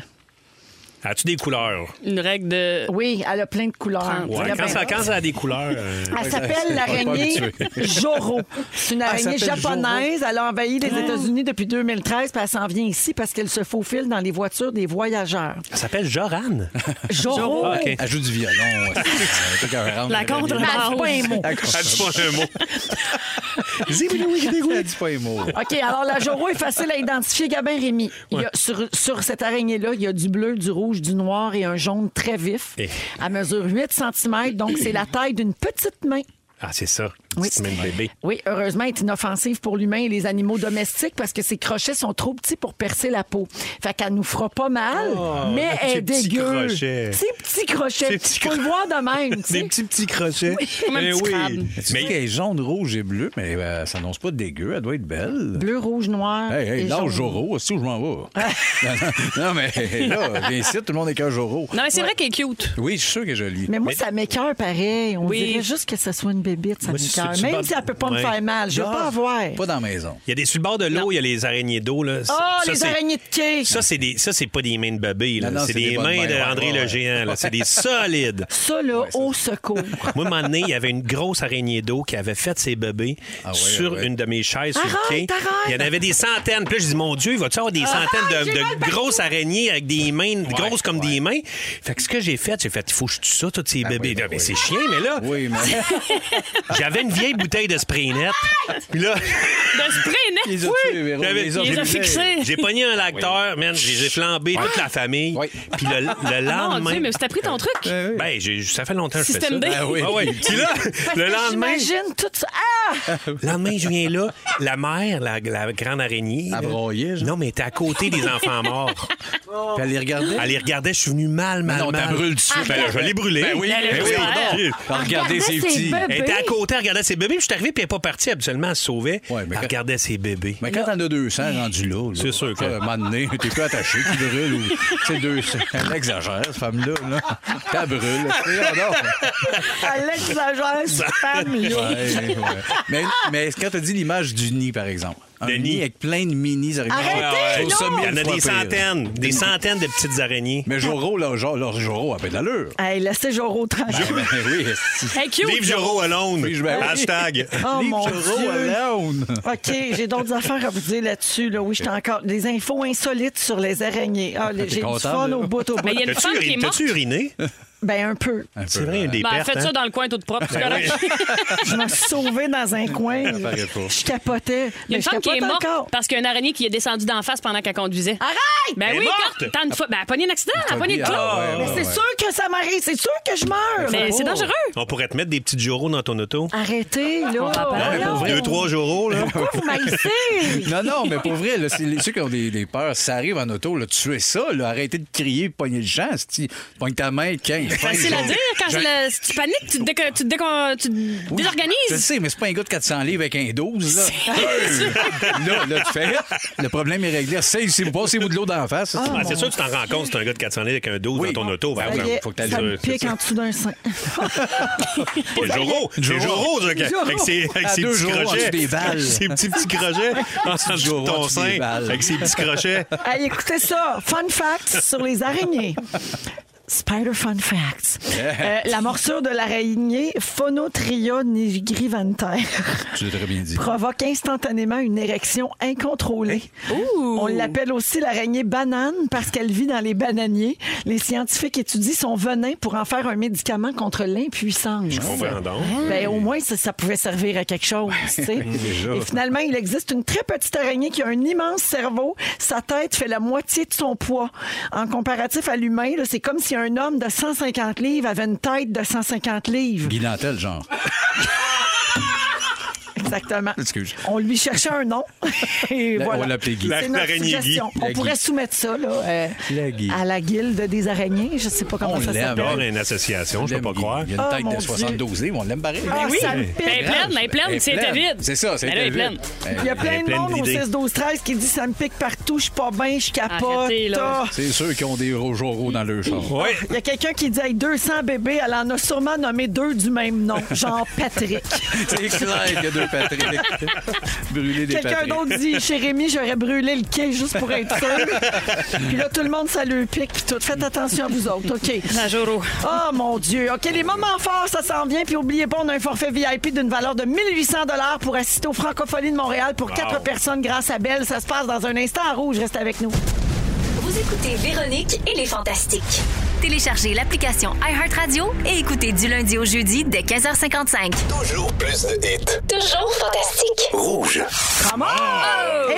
[SPEAKER 5] As-tu des couleurs?
[SPEAKER 4] Une règle de.
[SPEAKER 1] Oui, elle a plein de couleurs.
[SPEAKER 5] Ouais,
[SPEAKER 1] Regarde
[SPEAKER 5] quand,
[SPEAKER 1] bien.
[SPEAKER 5] ça, quand ça a des couleurs. euh,
[SPEAKER 1] Elle s'appelle l'araignée Joro. C'est une araignée
[SPEAKER 2] s'appelle Joro.
[SPEAKER 1] japonaise. Elle a envahi les États-Unis depuis 2013, puis elle s'en vient ici parce qu'elle se faufile dans les voitures des voyageurs.
[SPEAKER 5] Elle s'appelle Joran.
[SPEAKER 1] Joro.
[SPEAKER 5] Ah, OK.
[SPEAKER 2] Elle joue du violon. euh, un truc à rendre.
[SPEAKER 4] La contre
[SPEAKER 1] Mais elle dit Ah, pas un mot.
[SPEAKER 2] Elle dit
[SPEAKER 5] Elle dit pas un mot.
[SPEAKER 2] Elle dit pas un mot.
[SPEAKER 1] OK, alors la Joro est facile à identifier. Gabin Rémy, il y a- sur, sur cette araignée-là, il y a du bleu, du rouge, du noir et un jaune très vif.
[SPEAKER 5] Eh.
[SPEAKER 1] Elle mesure 8 cm, donc c'est la taille d'une petite main.
[SPEAKER 5] Ah, c'est ça.
[SPEAKER 1] Oui.
[SPEAKER 5] Petite main de bébé.
[SPEAKER 1] Oui, heureusement, elle est inoffensive pour l'humain et les animaux domestiques parce que ses crochets sont trop petits pour percer la peau. Fait qu'elle nous fera pas mal, mais elle est
[SPEAKER 5] ces Oh, petits
[SPEAKER 1] dégueu.
[SPEAKER 5] crochets.
[SPEAKER 1] Ces petits crochets.
[SPEAKER 5] Ces petits
[SPEAKER 1] Faut le voir de même. tu sais.
[SPEAKER 5] Des petits petits crochets.
[SPEAKER 4] Comme un
[SPEAKER 5] Mais
[SPEAKER 4] petit crabe.
[SPEAKER 5] oui.
[SPEAKER 2] Tu sais
[SPEAKER 5] Mais
[SPEAKER 2] qu'elle est jaune, rouge et bleue, mais euh, ça n'annonce pas dégueu. Elle doit être belle.
[SPEAKER 1] Bleu, rouge, noir.
[SPEAKER 2] Hey, hey,
[SPEAKER 1] et
[SPEAKER 2] lâche
[SPEAKER 1] jaune.
[SPEAKER 2] Joro, c'est où je m'en vais. non, non, non, mais là, viens ici, tout le monde est qu'un Joro.
[SPEAKER 4] Non, mais c'est vrai qu'elle est cute.
[SPEAKER 2] Oui, je suis sûr qu'elle est jolie.
[SPEAKER 1] Mais moi,
[SPEAKER 5] Mais-
[SPEAKER 1] ça m'écoeure pareil. On
[SPEAKER 4] Oui.
[SPEAKER 1] dirait juste que ça soit une bébite, ça
[SPEAKER 5] Moi,
[SPEAKER 1] m'écoeure.
[SPEAKER 5] c'est sûr que tu
[SPEAKER 1] Même
[SPEAKER 5] vas-
[SPEAKER 1] si elle peut pas me
[SPEAKER 5] Ouais.
[SPEAKER 1] faire mal, je veux
[SPEAKER 2] Genre,
[SPEAKER 1] pas avoir.
[SPEAKER 2] Pas dans la maison.
[SPEAKER 5] il y a des sur le bord de l'eau, il y a les araignées d'eau. là.
[SPEAKER 1] Oh,
[SPEAKER 5] Ça,
[SPEAKER 1] les
[SPEAKER 5] c'est-
[SPEAKER 1] araignées de quai!
[SPEAKER 5] Ça, c'est des, ça, c'est pas des mains de bébé. là.
[SPEAKER 2] Non, non,
[SPEAKER 5] C'est
[SPEAKER 2] c'est
[SPEAKER 5] des,
[SPEAKER 2] des bonnes
[SPEAKER 5] mains
[SPEAKER 2] mains, ouais,
[SPEAKER 5] d'André
[SPEAKER 2] ouais,
[SPEAKER 5] le
[SPEAKER 2] ouais.
[SPEAKER 5] géant. là. C'est des solides.
[SPEAKER 1] Ça, là, au secours.
[SPEAKER 5] Moi, à un moment donné, il y avait une grosse araignée d'eau qui avait fait ses bébés
[SPEAKER 2] Ah ouais,
[SPEAKER 5] sur
[SPEAKER 2] ah ouais.
[SPEAKER 5] une de mes chaises sur le
[SPEAKER 1] Arrête,
[SPEAKER 5] quai.
[SPEAKER 1] arrête! Ah,
[SPEAKER 5] Il y en avait des centaines. Puis là, je dis, mon Dieu, il va-tu avoir des centaines de-
[SPEAKER 1] j'ai
[SPEAKER 5] de,
[SPEAKER 1] mal partout!
[SPEAKER 5] grosses araignées avec des mains grosses comme des mains? Fait que ce que j'ai fait, j'ai fait, il faut que je tue ça, tous ces bébés.
[SPEAKER 2] oui, ben
[SPEAKER 5] Là, mais
[SPEAKER 2] oui.
[SPEAKER 5] c'est chien, mais là,
[SPEAKER 2] Oui, mais
[SPEAKER 5] j'avais une vieille bouteille de spray net. Puis là,
[SPEAKER 4] De spray, net.
[SPEAKER 2] les a tués, Véro,
[SPEAKER 5] J'avais-
[SPEAKER 2] les a
[SPEAKER 4] Il les a
[SPEAKER 2] tués.
[SPEAKER 4] fixés.
[SPEAKER 5] j'ai pogné un lacteur, man, j'ai flambé toute la famille.
[SPEAKER 2] Ouais.
[SPEAKER 5] Puis le,
[SPEAKER 1] Ah,
[SPEAKER 5] le
[SPEAKER 4] Ah, Mon
[SPEAKER 5] lendemain.
[SPEAKER 4] Dieu, mais t'as pris ton truc.
[SPEAKER 5] Ben, j'ai- ça fait longtemps que je fais ça.
[SPEAKER 4] Système D.
[SPEAKER 5] Ah oui. Ah ouais. Puis là,
[SPEAKER 1] Parce
[SPEAKER 5] le
[SPEAKER 1] que
[SPEAKER 5] lendemain,
[SPEAKER 1] J'imagine tout ça. Ah!
[SPEAKER 5] le lendemain, je viens là, la mère, la, la grande araignée.
[SPEAKER 2] Elle
[SPEAKER 5] là,
[SPEAKER 2] broyait, genre.
[SPEAKER 5] Non, mais elle était à côté des enfants morts.
[SPEAKER 2] Puis elle les regardait.
[SPEAKER 5] Elle les regardait, je suis venu mal, mal,
[SPEAKER 2] non, t'as
[SPEAKER 5] mal.
[SPEAKER 2] brûle dessus.
[SPEAKER 5] Ben, là, je vais les brûler.
[SPEAKER 2] Ah, Ben oui,
[SPEAKER 4] Elle
[SPEAKER 5] ben
[SPEAKER 4] les
[SPEAKER 5] oui,
[SPEAKER 4] brûle.
[SPEAKER 5] non.
[SPEAKER 2] Puis elle regardait ses
[SPEAKER 1] ses
[SPEAKER 2] Ah, petits.
[SPEAKER 1] bébés.
[SPEAKER 5] Elle était à côté, elle regardait ses bébés. Puis je suis arrivé, puis elle n'est pas partie. Habituellement, elle se sauvait.
[SPEAKER 2] Ouais, mais
[SPEAKER 5] elle
[SPEAKER 2] quand-
[SPEAKER 5] regardait ses bébés.
[SPEAKER 2] Mais quand t'en as 200 rendu là, là
[SPEAKER 5] C'est sûr que-
[SPEAKER 2] À un moment donné, t'es plus attaché, tu brûles. Ou... C'est 200. Elle exagère, cette femme-là. Là. T'as brûle.
[SPEAKER 1] Elle exagère, cette femme-là.
[SPEAKER 2] Mais, mais quand t'as dit l'image du nid, par exemple. Un
[SPEAKER 5] Le
[SPEAKER 2] nid.
[SPEAKER 5] nid.
[SPEAKER 2] avec plein de mini araignées.
[SPEAKER 1] Arrêtez,
[SPEAKER 2] Ah, Je trouve ça
[SPEAKER 1] non!
[SPEAKER 2] mille
[SPEAKER 5] Il y en a
[SPEAKER 2] fois
[SPEAKER 5] des
[SPEAKER 2] pire.
[SPEAKER 5] centaines, des centaines de petites araignées.
[SPEAKER 2] Mais Joro, là, genre, leur Joro a pas d'allure.
[SPEAKER 1] Hey, laissez Joro tranquille.
[SPEAKER 2] Ben oui, c'est-
[SPEAKER 4] Hey, cute.
[SPEAKER 5] Leave Joro alone.
[SPEAKER 2] Oui, Ah, je vais-
[SPEAKER 5] Hashtag.
[SPEAKER 1] Oh
[SPEAKER 2] Leave
[SPEAKER 1] mon
[SPEAKER 2] Joro
[SPEAKER 1] Dieu.
[SPEAKER 2] alone.
[SPEAKER 1] OK, j'ai d'autres affaires à vous dire là-dessus. Là. Oui, j'étais encore. Des infos insolites sur les araignées. Ah, les-
[SPEAKER 2] T'es
[SPEAKER 1] j'ai du
[SPEAKER 2] content,
[SPEAKER 1] fun
[SPEAKER 2] là?
[SPEAKER 1] au bout, au bout.
[SPEAKER 4] Mais il y a une
[SPEAKER 5] T'as-tu
[SPEAKER 4] femme qui est
[SPEAKER 5] uri-
[SPEAKER 4] morte.
[SPEAKER 5] T'as-tu uriné?
[SPEAKER 1] Ben, un peu.
[SPEAKER 5] C'est vrai, un des
[SPEAKER 4] Ben,
[SPEAKER 5] pertes.
[SPEAKER 4] faites ça
[SPEAKER 5] hein?
[SPEAKER 4] dans le coin toute propre. c'est
[SPEAKER 2] Ben
[SPEAKER 4] correct.
[SPEAKER 1] Je m'en suis sauvée dans un coin.
[SPEAKER 2] paraît pas.
[SPEAKER 1] Je capotais.
[SPEAKER 4] Il y a
[SPEAKER 1] Mais
[SPEAKER 4] une
[SPEAKER 1] je
[SPEAKER 4] femme qui est
[SPEAKER 1] capote
[SPEAKER 4] morte
[SPEAKER 1] encore.
[SPEAKER 4] parce qu'il y a une araignée qui est descendue d'en face pendant qu'elle conduisait.
[SPEAKER 1] Arrête!
[SPEAKER 4] Ben
[SPEAKER 5] Elle est
[SPEAKER 4] oui,
[SPEAKER 5] morte!
[SPEAKER 4] quand- tant une fois. Ben, elle a pogné un accident, elle a pogné le clou.
[SPEAKER 2] Ah, ouais,
[SPEAKER 1] Mais
[SPEAKER 2] ouais,
[SPEAKER 1] c'est
[SPEAKER 2] ouais.
[SPEAKER 1] sûr que ça m'arrive. C'est sûr que je meurs.
[SPEAKER 4] Mais c'est dangereux.
[SPEAKER 5] On pourrait te mettre des petites joros dans ton auto.
[SPEAKER 1] Arrêtez, là.
[SPEAKER 4] Ah,
[SPEAKER 5] Hein?
[SPEAKER 1] Voyons.
[SPEAKER 5] Deux, trois joros, là.
[SPEAKER 1] Pourquoi vous m'haïssez?
[SPEAKER 2] Non, non, mais pour vrai, là, c'est les- ceux qui ont des, des peurs, ça arrive en auto, là, tu es ça, là, arrêtez de crier, pogner le champ, si tu pognes ta main, 15.
[SPEAKER 4] Facile à dire quand
[SPEAKER 2] Je-
[SPEAKER 4] c'est le- si tu paniques, tu te, déco- tu te déco- tu te
[SPEAKER 2] Je le
[SPEAKER 4] désorganises.
[SPEAKER 2] sais, mais c'est pas un gars de 400 livres avec un 12. Là, là, là, tu fais. Le problème est réglé. C'est si vous passez-vous de l'eau d'en face. ça,
[SPEAKER 5] Ah, c'est sûr que tu t'en rends compte si t'es un gars de 400 livres avec un 12
[SPEAKER 2] Oui.
[SPEAKER 5] dans ton auto. par
[SPEAKER 1] Ça
[SPEAKER 5] exemple.
[SPEAKER 1] y est,
[SPEAKER 5] Ah Faut que t'ailles
[SPEAKER 1] ça
[SPEAKER 5] sur-
[SPEAKER 1] me pique
[SPEAKER 5] c'est ça.
[SPEAKER 1] en dessous d'un sein.
[SPEAKER 5] C'est Joro, c'est Joro, ce gars,
[SPEAKER 1] Joro.
[SPEAKER 5] avec ses, avec
[SPEAKER 2] À
[SPEAKER 5] ses
[SPEAKER 2] deux
[SPEAKER 5] petits
[SPEAKER 2] Joro en dessous
[SPEAKER 5] crochets.
[SPEAKER 2] des valves.
[SPEAKER 5] Ses petits petits crochets en dessous
[SPEAKER 2] Joro
[SPEAKER 5] de
[SPEAKER 2] en
[SPEAKER 5] ton
[SPEAKER 2] dessous des
[SPEAKER 5] sein,
[SPEAKER 2] valves.
[SPEAKER 5] avec ses petits crochets.
[SPEAKER 1] Hey, écoutez ça. Fun facts sur les araignées. Spider fun facts. Euh, la morsure de l'araignée Phonotria nigrivantère
[SPEAKER 2] Tu l'as très bien dit.
[SPEAKER 1] provoque instantanément une érection incontrôlée. On l'appelle aussi l'araignée banane parce qu'elle vit dans les bananiers. Les scientifiques étudient son venin pour en faire un médicament contre l'impuissance.
[SPEAKER 5] On va donc.
[SPEAKER 1] Ben, au moins, ça, ça pouvait servir à quelque chose. tu sais. Et finalement, il existe une très petite araignée qui a un immense cerveau. Sa tête fait la moitié de son poids. En comparatif à l'humain, là, c'est comme si un homme de 150 livres avait une tête de 150 livres.
[SPEAKER 2] Guy Nantel, genre.
[SPEAKER 1] Exactement.
[SPEAKER 2] Excuse.
[SPEAKER 1] On lui cherchait un nom. Et
[SPEAKER 2] La-
[SPEAKER 1] voilà.
[SPEAKER 2] on l'appelait Guy.
[SPEAKER 1] C'est notre
[SPEAKER 5] L'araignée Guy.
[SPEAKER 1] suggestion. On
[SPEAKER 2] La
[SPEAKER 1] pourrait
[SPEAKER 2] Guy.
[SPEAKER 1] soumettre ça là, euh,
[SPEAKER 2] La Guy.
[SPEAKER 1] à la guilde des araignées. Je ne sais pas comment
[SPEAKER 2] On
[SPEAKER 1] ça
[SPEAKER 2] l'aime.
[SPEAKER 5] Il y
[SPEAKER 1] s'appelle.
[SPEAKER 5] aura Oh, une association, je peux pas
[SPEAKER 2] Il-
[SPEAKER 5] croire.
[SPEAKER 2] Il y a
[SPEAKER 1] Ah,
[SPEAKER 2] une
[SPEAKER 1] mon
[SPEAKER 2] tête
[SPEAKER 1] Dieu.
[SPEAKER 2] de 72 livres, on l'aime barré.
[SPEAKER 1] Ah,
[SPEAKER 4] oui.
[SPEAKER 1] ça me
[SPEAKER 2] Ben
[SPEAKER 1] pique.
[SPEAKER 4] Elle est Ben, pleine, elle est pleine,
[SPEAKER 2] Elle
[SPEAKER 4] c'est
[SPEAKER 2] pleine.
[SPEAKER 4] vide.
[SPEAKER 2] C'est ça, c'est
[SPEAKER 4] Elle est
[SPEAKER 2] vide.
[SPEAKER 4] pleine.
[SPEAKER 2] Elle-
[SPEAKER 1] Il y a plein
[SPEAKER 5] est
[SPEAKER 1] de
[SPEAKER 5] pleine
[SPEAKER 1] monde au
[SPEAKER 5] d'idées.
[SPEAKER 1] 6-12-13 qui dit ça me pique partout, je suis pas bien, je capote.
[SPEAKER 4] Arrêtez, là.
[SPEAKER 1] Ah.
[SPEAKER 2] C'est ceux qui ont des rojoros dans leur char.
[SPEAKER 5] Oui.
[SPEAKER 1] Il y a quelqu'un qui dit Hey, 200 bébés, elle en a sûrement nommé deux du même nom, genre Patrick.
[SPEAKER 2] C'est clair qu'il y a deux Patrick. Brûler des
[SPEAKER 1] Quelqu'un
[SPEAKER 2] Patrick.
[SPEAKER 1] d'autre dit Chez Rémi, j'aurais brûlé le quai juste pour être sûr. puis là, tout le monde, ça le pique, puis tout. Faites attention à vous autres, OK?
[SPEAKER 4] La Joro.
[SPEAKER 1] Oh mon Dieu. OK, les moments forts, ça s'en vient. Puis oubliez pas, on a un forfait VIP d'une valeur de 1800 pour assister aux Francophonies de Montréal pour quatre personnes grâce à Belle. Ça se passe dans un instant à rouge. Reste avec nous.
[SPEAKER 6] Vous écoutez Véronique et les Fantastiques.
[SPEAKER 7] Téléchargez l'application iHeartRadio et écoutez du lundi au jeudi dès 15h55.
[SPEAKER 8] Toujours plus de hits.
[SPEAKER 6] Toujours fantastique.
[SPEAKER 8] Rouge.
[SPEAKER 1] Et Eh oui,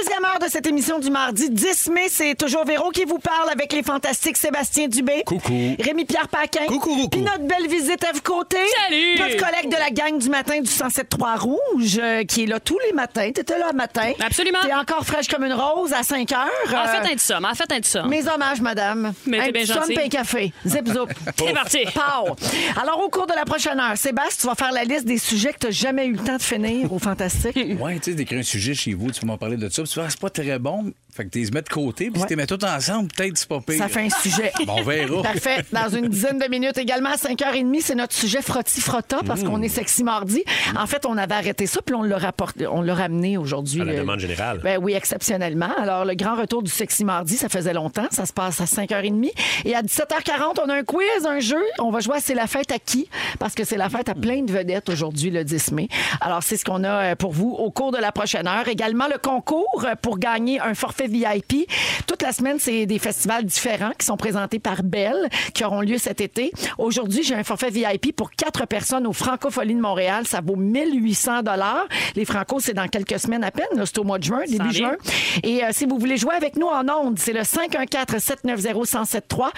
[SPEAKER 1] deuxième heure de cette émission du mardi 10 mai. C'est toujours Véro qui vous parle avec les fantastiques Sébastien Dubé.
[SPEAKER 2] Coucou.
[SPEAKER 1] Rémi-Pierre Paquin.
[SPEAKER 2] Coucou, coucou.
[SPEAKER 1] Puis notre belle visite à vos côtés.
[SPEAKER 4] Salut.
[SPEAKER 1] Notre collègue de la gang du matin du 107-3 Rouge euh, qui est là tous les matins. T'étais là le matin.
[SPEAKER 4] Absolument.
[SPEAKER 1] T'es encore fraîche comme une rose à 5 heures.
[SPEAKER 4] En
[SPEAKER 1] Euh,
[SPEAKER 4] fait, un de somme, en fait, un de somme.
[SPEAKER 1] Mes hommages, madame.
[SPEAKER 4] Mais
[SPEAKER 1] un
[SPEAKER 4] t'es bien
[SPEAKER 1] petit somme
[SPEAKER 4] gentille.
[SPEAKER 1] pain café. Zip, zoup.
[SPEAKER 4] C'est parti.
[SPEAKER 1] Pow. Alors, au cours de la prochaine heure, Sébastien, tu vas faire la liste des sujets que tu n'as jamais eu le temps de finir au Fantastique.
[SPEAKER 2] Ouais, tu sais, d'écrire un sujet chez vous, tu peux m'en parler de ça, puis tu fais, Ah, c'est pas très bon, fait que tu les mets de côté, puis
[SPEAKER 1] Ouais.
[SPEAKER 2] si tu les mets tous ensemble, peut-être c'est pas pire.
[SPEAKER 1] Ça fait un sujet.
[SPEAKER 2] Bon, on verra.
[SPEAKER 1] Parfait. Dans une dizaine de minutes également, à 5h30, c'est notre sujet frotti-frotta parce
[SPEAKER 5] Mmh.
[SPEAKER 1] qu'on est sexy mardi. En fait, on avait arrêté ça, puis on l'a rapporté- on l'a ramené aujourd'hui.
[SPEAKER 5] À la
[SPEAKER 1] Euh,
[SPEAKER 5] demande générale.
[SPEAKER 1] Ben oui, exceptionnellement. Alors, le grand retour du sexy mardi, ça faisait longtemps. Ça se passe à 5h30. Et à 17h40, on a un quiz, un jeu. On va jouer à C'est la fête à qui? Parce que c'est la fête à plein de vedettes aujourd'hui, le 10 mai. Alors, c'est ce qu'on a euh, pour vous au cours de la prochaine heure. Également, le concours euh, pour gagner un forfait VIP. Toute la semaine, c'est des festivals différents qui sont présentés par Belle, qui auront lieu cet été. Aujourd'hui, j'ai un forfait VIP pour quatre personnes au Francofolie de Montréal. Ça vaut 1800 dollars. Les Francos, c'est dans quelques semaines à peine. là. C'est au mois de juin,
[SPEAKER 4] Ça
[SPEAKER 1] début
[SPEAKER 4] en
[SPEAKER 1] juin.
[SPEAKER 4] vient.
[SPEAKER 1] Et euh, si vous voulez jouer avec nous en ondes, c'est le 514-790-1073,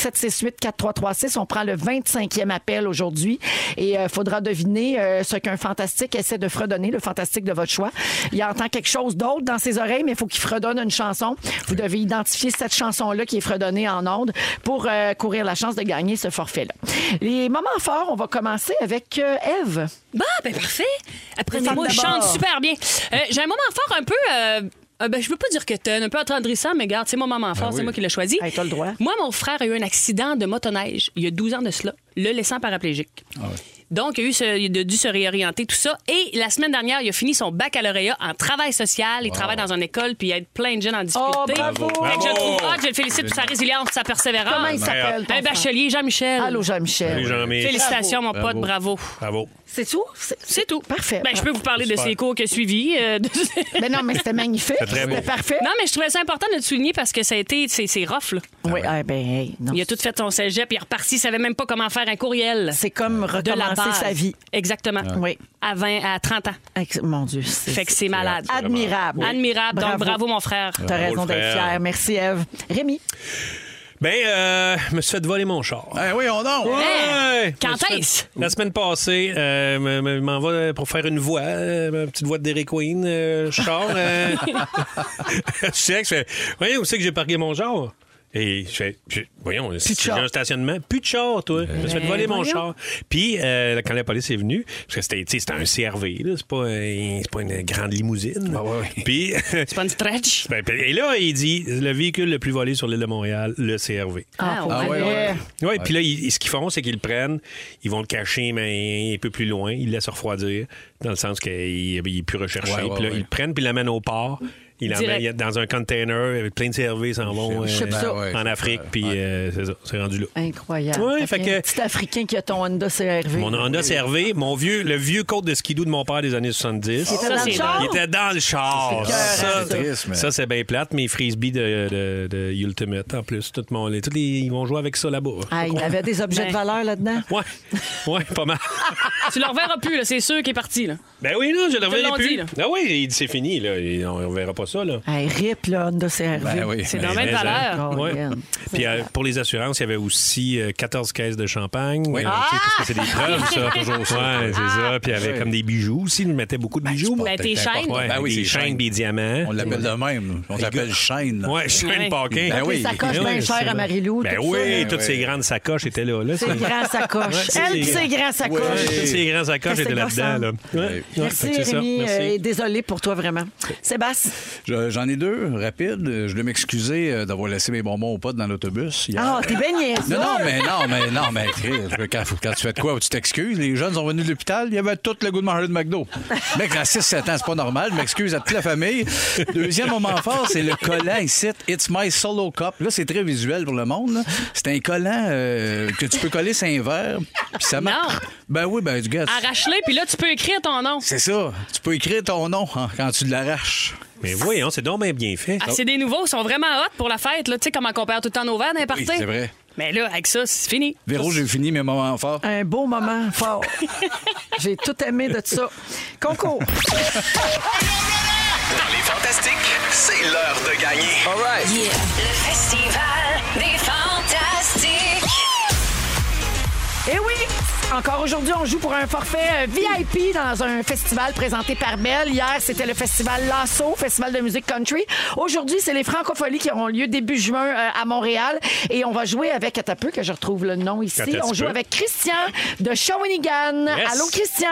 [SPEAKER 1] 1-855-768-4336. On prend le 25e appel aujourd'hui et il faudra deviner euh, ce qu'un fantastique essaie de fredonner, le fantastique de votre choix. Il entend quelque chose d'autre dans ses oreilles, mais il faut qu'il fredonne une chanson. Vous devez identifier cette chanson-là qui est fredonnée en ondes pour euh, courir la chance de gagner ce forfait-là. Les moments forts, on va commencer avec euh, Eve.
[SPEAKER 4] Bah, ben parfait. Après,
[SPEAKER 1] Femme
[SPEAKER 4] moi, je chante
[SPEAKER 1] d'abord.
[SPEAKER 4] super bien. Euh, J'ai un moment fort un peu. euh, euh, ben, je veux pas dire que t'es un peu attendrissant, mais regarde, c'est mon
[SPEAKER 2] Ah
[SPEAKER 4] moment fort, c'est moi qui l'ai choisi.
[SPEAKER 1] Hey, t'as le droit.
[SPEAKER 4] Moi, mon frère a eu un accident de motoneige il y a 12 ans de cela, le laissant paraplégique.
[SPEAKER 2] Ah
[SPEAKER 4] Donc, il a, eu ce- il a dû se réorienter, tout ça. Et la semaine dernière, il a fini son baccalauréat en travail social. Il travaille dans une école, puis il aide plein de jeunes en difficulté.
[SPEAKER 1] Oh, bravo!
[SPEAKER 4] Fait que je le trouve hot, je le félicite pour sa résilience, sa persévérance.
[SPEAKER 1] Comment il s'appelle? ton
[SPEAKER 4] Un
[SPEAKER 1] frère?
[SPEAKER 4] bachelier, Jean-Michel.
[SPEAKER 1] Allô, Jean-Michel.
[SPEAKER 5] Salut, Jean-Mi.
[SPEAKER 4] Félicitations, mon pote, bravo.
[SPEAKER 5] Bravo.
[SPEAKER 1] C'est tout? C'est
[SPEAKER 4] C'est tout.
[SPEAKER 1] Parfait.
[SPEAKER 4] Ben, je peux vous parler de
[SPEAKER 5] Super.
[SPEAKER 4] ces cours que suivis. euh, de-
[SPEAKER 1] Mais non, mais c'était magnifique.
[SPEAKER 5] C'est très beau.
[SPEAKER 1] C'était parfait.
[SPEAKER 4] non, mais je trouvais ça important de le souligner parce que ça a été. C'est c'est rough, là.
[SPEAKER 1] Oui, ah, ben, hey, non.
[SPEAKER 4] Il a tout fait son cégep, il est reparti, il savait même pas comment faire un courriel.
[SPEAKER 1] C'est comme
[SPEAKER 4] De la
[SPEAKER 1] recommencer
[SPEAKER 4] base.
[SPEAKER 1] sa vie.
[SPEAKER 4] Exactement.
[SPEAKER 1] Oui.
[SPEAKER 4] À 20, à 30 ans.
[SPEAKER 1] Ex- Mon Dieu. c'est-
[SPEAKER 4] Fait que c'est malade.
[SPEAKER 1] Admirable. Oui.
[SPEAKER 4] Admirable. Donc, bravo, mon frère.
[SPEAKER 1] T'as
[SPEAKER 5] Bravo,
[SPEAKER 1] raison
[SPEAKER 5] le
[SPEAKER 1] d'être
[SPEAKER 5] frère.
[SPEAKER 1] fier. Merci, Eve. Rémi.
[SPEAKER 5] Ben, euh, je me suis fait voler mon char.
[SPEAKER 2] Eh oui, on a.
[SPEAKER 5] Ouais!
[SPEAKER 4] Quand
[SPEAKER 5] Je me suis fait-
[SPEAKER 4] est-ce?
[SPEAKER 5] La semaine passée, euh, me- me- m'en va pour faire une voix, euh, une petite voix de Derek Queen. euh, je sors. euh, je sais que je fais, voyez, où c'est que j'ai parqué mon char? Et je fais, je- voyons, si j'ai
[SPEAKER 1] char.
[SPEAKER 5] un stationnement, plus de char, toi. Je me suis fait voler mon char. Puis, euh, quand la police est venue, parce que c'était, tu sais, c'était un CRV, là, c'est pas, un- c'est pas une grande limousine.
[SPEAKER 2] Ah ouais, ouais.
[SPEAKER 5] Puis,
[SPEAKER 4] C'est pas une stretch.
[SPEAKER 5] ben, puis- et là, il dit, le véhicule le plus volé sur l'île de Montréal, le CRV.
[SPEAKER 4] Ah,
[SPEAKER 1] pour
[SPEAKER 2] Ah ouais,
[SPEAKER 1] vrai.
[SPEAKER 2] ouais.
[SPEAKER 5] Oui, puis là, ils- ce qu'ils font, c'est qu'ils le prennent, ils vont le cacher, mais un peu plus loin, ils le laissent refroidir, dans le sens qu'il il est plus recherché.
[SPEAKER 2] Ouais, ouais,
[SPEAKER 5] puis là,
[SPEAKER 2] ouais.
[SPEAKER 5] ils le prennent, puis ils l'amènent au port. Ils
[SPEAKER 4] Direct.
[SPEAKER 5] l'emmènent dans un container, avec plein de services en vont
[SPEAKER 2] Je sais
[SPEAKER 5] euh,
[SPEAKER 2] ça. Ouais,
[SPEAKER 5] en Afrique, puis euh, c'est ça, c'est rendu là.
[SPEAKER 1] Incroyable.
[SPEAKER 5] Ouais, fait que-
[SPEAKER 1] Petit Africain qui a ton Honda CRV.
[SPEAKER 5] Mon Honda CRV, mon vieux, le vieux coat de skidoo de mon père des années
[SPEAKER 1] était
[SPEAKER 5] 70.
[SPEAKER 1] Oh, dans
[SPEAKER 4] Ça,
[SPEAKER 1] le
[SPEAKER 4] c'est
[SPEAKER 1] char?
[SPEAKER 5] Il était dans le char.
[SPEAKER 1] C'est
[SPEAKER 5] Ça,
[SPEAKER 1] écœurant,
[SPEAKER 2] ça. Triste, mais-
[SPEAKER 5] ça, c'est bien plate. Mes frisbees de, de- de Ultimate, en plus. Tout mon, les- tous les- ils vont jouer avec ça là-bas.
[SPEAKER 1] Ah, il avait des objets de
[SPEAKER 4] Ben.
[SPEAKER 1] valeur là-dedans.
[SPEAKER 5] Ouais, ouais, pas mal.
[SPEAKER 4] Tu le reverras plus, là, c'est sûr qu'il est parti. Là.
[SPEAKER 5] Ben oui, non, je ne revenais
[SPEAKER 4] l'ont dit,
[SPEAKER 5] plus.
[SPEAKER 4] là.
[SPEAKER 5] ah oui, il dit, c'est fini, là. Et On ne verra pas ça, là.
[SPEAKER 1] Hey, rip, le Honda CRV.
[SPEAKER 2] Ben oui.
[SPEAKER 4] C'est
[SPEAKER 5] Ben,
[SPEAKER 4] dans même
[SPEAKER 5] mais,
[SPEAKER 2] hein.
[SPEAKER 4] valeur.
[SPEAKER 1] Oh,
[SPEAKER 5] Ouais.
[SPEAKER 1] man.
[SPEAKER 5] Puis euh, pour les assurances, il y avait aussi euh, 14 caisses de champagne.
[SPEAKER 2] Oui.
[SPEAKER 5] Euh, tu sais, parce que c'est des preuves, ça. Toujours ça. Ouais, c'est ça. Puis il y avait
[SPEAKER 2] Oui.
[SPEAKER 5] comme des bijoux aussi. Il mettait beaucoup de bijoux.
[SPEAKER 4] Ben, tes
[SPEAKER 2] C'est important.
[SPEAKER 4] chaînes.
[SPEAKER 5] Ouais,
[SPEAKER 2] Ben oui,
[SPEAKER 5] des
[SPEAKER 2] c'est
[SPEAKER 5] chaînes,
[SPEAKER 2] chaîne.
[SPEAKER 5] des diamants.
[SPEAKER 2] On l'appelle de même. On l'appelle chaîne.
[SPEAKER 5] Ouais, chaîne
[SPEAKER 4] Ouais.
[SPEAKER 5] Paquin.
[SPEAKER 2] Ben oui.
[SPEAKER 1] Ça coche
[SPEAKER 5] Ben
[SPEAKER 1] bien
[SPEAKER 5] oui,
[SPEAKER 1] cher
[SPEAKER 5] c'est
[SPEAKER 1] à
[SPEAKER 5] vrai.
[SPEAKER 1] Marie-Lou.
[SPEAKER 5] Ben
[SPEAKER 1] tout
[SPEAKER 5] oui,
[SPEAKER 1] ça, là.
[SPEAKER 5] toutes ces grandes sacoches étaient là. là
[SPEAKER 1] Ces grands
[SPEAKER 5] Ouais,
[SPEAKER 1] sacoches.
[SPEAKER 5] c'est
[SPEAKER 1] Elle,
[SPEAKER 5] des-
[SPEAKER 1] ces grands sacoches.
[SPEAKER 5] Toutes ces grandes sacoches
[SPEAKER 1] Qu'est-ce
[SPEAKER 5] étaient
[SPEAKER 1] que c'est
[SPEAKER 5] là-dedans. Là.
[SPEAKER 2] gossant?
[SPEAKER 5] Ouais.
[SPEAKER 1] Merci,
[SPEAKER 5] Ouais, fait que c'est ça.
[SPEAKER 1] Rémi.
[SPEAKER 5] Merci.
[SPEAKER 1] euh, et désolé pour toi, vraiment. Sébastien.
[SPEAKER 2] Je- J'en ai deux, rapides. Je dois m'excuser euh, d'avoir laissé mes bonbons au pote dans l'autobus. hier.
[SPEAKER 1] Ah, t'es bien niaiseux.
[SPEAKER 2] Non, non, mais non, mais non, mais Chris, quand, quand tu fais de quoi, tu t'excuses. Les jeunes sont venus de l'hôpital, il y avait tout le goût de manger de McDo. Mec, à 6-7 ans, c'est pas normal. Je m'excuse à toute la famille. Deuxième moment fort, c'est le collant ici, It's My Solo Cup. Là, c'est très visuel pour le monde. là. C'est un collant euh, que tu peux coller sur un verre. Puis ça marche.
[SPEAKER 4] Non.
[SPEAKER 2] Ben oui, ben du gars. tu-
[SPEAKER 4] Arrache-les, puis là, tu peux écrire ton nom.
[SPEAKER 2] C'est ça. Tu peux écrire ton nom hein, quand tu l'arraches.
[SPEAKER 5] Mais voyons, c'est donc bien bien fait.
[SPEAKER 2] Oh.
[SPEAKER 4] Ah, c'est des nouveaux, ils sont vraiment hot pour la fête. Là. Tu sais comment on perd tout le temps nos verres dans les parties.
[SPEAKER 2] c'est vrai.
[SPEAKER 4] Mais là, avec ça, c'est fini.
[SPEAKER 2] Véro, j'ai fini mes moments forts.
[SPEAKER 1] Un beau moment fort. J'ai tout aimé de ça. Concours.
[SPEAKER 8] Dans les fantastiques, c'est l'heure de gagner.
[SPEAKER 6] Le Festival des Fantastiques.
[SPEAKER 1] Et Eh oui, encore aujourd'hui, on joue pour un forfait euh, VIP dans un festival présenté par Belle. Hier, c'était le festival Lasso, festival de musique country. Aujourd'hui, c'est les francopholies qui auront lieu début juin euh, à Montréal. Et on va jouer avec, attends un peu que je retrouve le nom ici.
[SPEAKER 5] Attends un
[SPEAKER 1] On
[SPEAKER 5] petit
[SPEAKER 1] joue
[SPEAKER 5] peu.
[SPEAKER 1] avec Christian de Shawinigan.
[SPEAKER 5] Yes.
[SPEAKER 1] Allô, Christian?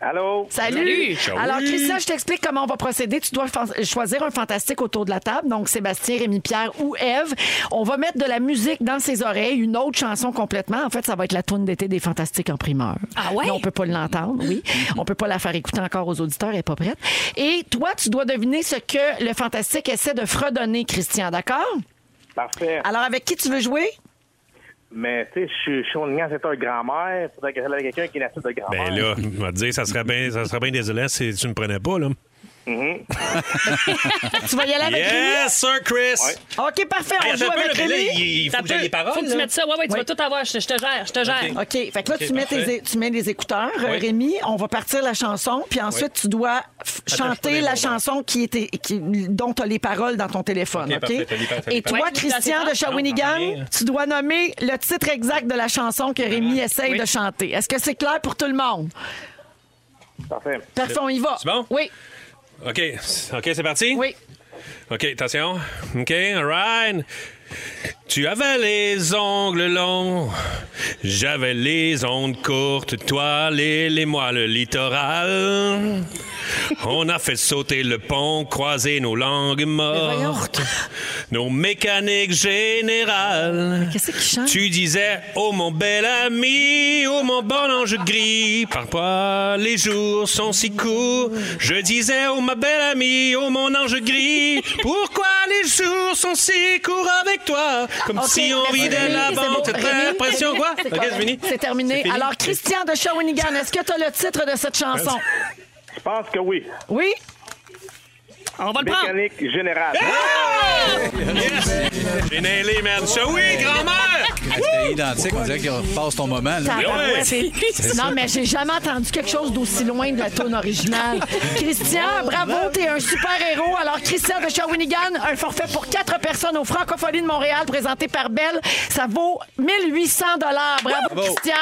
[SPEAKER 9] Allô?
[SPEAKER 1] Salut.
[SPEAKER 5] Salut.
[SPEAKER 1] Alors,
[SPEAKER 5] Salut.
[SPEAKER 1] Christian, je t'explique comment on va procéder. Tu dois fan- choisir un fantastique autour de la table. Donc, Sébastien, Rémi Pierre ou Eve. On va mettre de la musique dans ses oreilles, une autre chanson complètement. En fait, ça va être la tourne d'été des fantastiques en primeur.
[SPEAKER 4] Ah ouais?
[SPEAKER 1] Là, on peut pas l'entendre, oui. On peut pas la faire écouter encore aux auditeurs, elle est pas prête. Et toi, tu dois deviner ce que le fantastique essaie de fredonner, Christian, d'accord?
[SPEAKER 9] Parfait.
[SPEAKER 5] Ah.
[SPEAKER 1] Alors, avec qui tu veux jouer?
[SPEAKER 9] Mais tu sais, je suis Shawinigan, c'est un grand-mère. Faudrait que j'aille avec quelqu'un qui est natif de grand-mère.
[SPEAKER 5] Ben là, on va te dire, ça serait bien, ça serait bien désolant si tu me prenais pas, là.
[SPEAKER 1] Tu vas y aller avec Rémi?
[SPEAKER 5] Yes, sir, Chris!
[SPEAKER 1] OK, parfait, on
[SPEAKER 5] Hey, attends
[SPEAKER 1] joue
[SPEAKER 5] un peu,
[SPEAKER 1] avec
[SPEAKER 5] là, mais là,
[SPEAKER 1] Rémi.
[SPEAKER 5] il- il faut
[SPEAKER 4] T'as
[SPEAKER 5] que j'aille
[SPEAKER 4] peu-
[SPEAKER 5] les paroles.
[SPEAKER 4] Faut que tu
[SPEAKER 5] là.
[SPEAKER 4] mettes ça. Ouais, ouais, tu
[SPEAKER 1] Oui.
[SPEAKER 4] vas tout avoir. Je, te- je te gère, je te gère.
[SPEAKER 1] OK, fait que là, tu, mets
[SPEAKER 5] parfait.
[SPEAKER 1] tes, tu mets les écouteurs, euh, Rémi. On va partir la chanson, puis ensuite, tu dois f- chanter la chanson qui était, qui- dont tu as les paroles dans ton téléphone.
[SPEAKER 5] OK,
[SPEAKER 1] OK?
[SPEAKER 5] parfait, t'as les paroles, t'as les
[SPEAKER 1] Et toi,
[SPEAKER 4] paroles. Ouais,
[SPEAKER 1] Christian
[SPEAKER 4] c'est
[SPEAKER 1] de
[SPEAKER 4] assez
[SPEAKER 5] Non,
[SPEAKER 1] Shawinigan,
[SPEAKER 5] non,
[SPEAKER 1] tu dois nommer le titre exact de la chanson que Rémi
[SPEAKER 5] Ah,
[SPEAKER 1] essaye de chanter. Est-ce que c'est clair pour tout le monde?
[SPEAKER 9] Parfait.
[SPEAKER 1] Parfait, on y va.
[SPEAKER 5] C'est bon?
[SPEAKER 1] Oui,
[SPEAKER 5] OK, OK, c'est parti?
[SPEAKER 1] oui.
[SPEAKER 5] OK, attention. OK, all right. Tu avais les ongles longs, j'avais les ondes courtes, toi, les, les moi, le littoral. On a fait sauter le pont, croiser nos langues mortes, nos mécaniques générales.
[SPEAKER 1] Qu'est-ce qu'il chante?
[SPEAKER 5] Tu disais, oh mon bel ami, oh mon bon ange gris, parfois les jours sont si courts. Je disais, oh ma belle amie, oh mon ange gris, pourquoi les jours sont si courts avec toi? Comme
[SPEAKER 1] OK,
[SPEAKER 5] si on
[SPEAKER 1] merci,
[SPEAKER 5] vidait
[SPEAKER 1] Rémi,
[SPEAKER 5] la
[SPEAKER 1] c'est
[SPEAKER 5] banque,
[SPEAKER 1] beau.
[SPEAKER 5] t'as
[SPEAKER 1] Rémi,
[SPEAKER 5] l'impression quoi?
[SPEAKER 1] c'est
[SPEAKER 5] Ok,
[SPEAKER 1] correct.
[SPEAKER 5] c'est fini.
[SPEAKER 1] C'est terminé.
[SPEAKER 5] C'est fini.
[SPEAKER 1] Alors, Christian de Shawinigan, est-ce que tu as le titre de cette chanson?
[SPEAKER 9] Je pense que oui.
[SPEAKER 1] Oui?
[SPEAKER 4] On va le prendre.
[SPEAKER 9] Mécanique générale.
[SPEAKER 5] J'ai nailé, man. Ça oui, grand-mère!
[SPEAKER 2] C'était identique. On dirait qu'il repasse ton moment. là.
[SPEAKER 1] Tabarouette.
[SPEAKER 5] Ouais.
[SPEAKER 1] Non, mais j'ai jamais entendu quelque chose d'aussi loin de la tune originale. Christian, bravo, t'es un super héros. Alors, Christian de Shawinigan, un forfait pour quatre personnes au Francophonie de Montréal présenté par Belle. Ça vaut 1800 dollars. Bravo, Christian.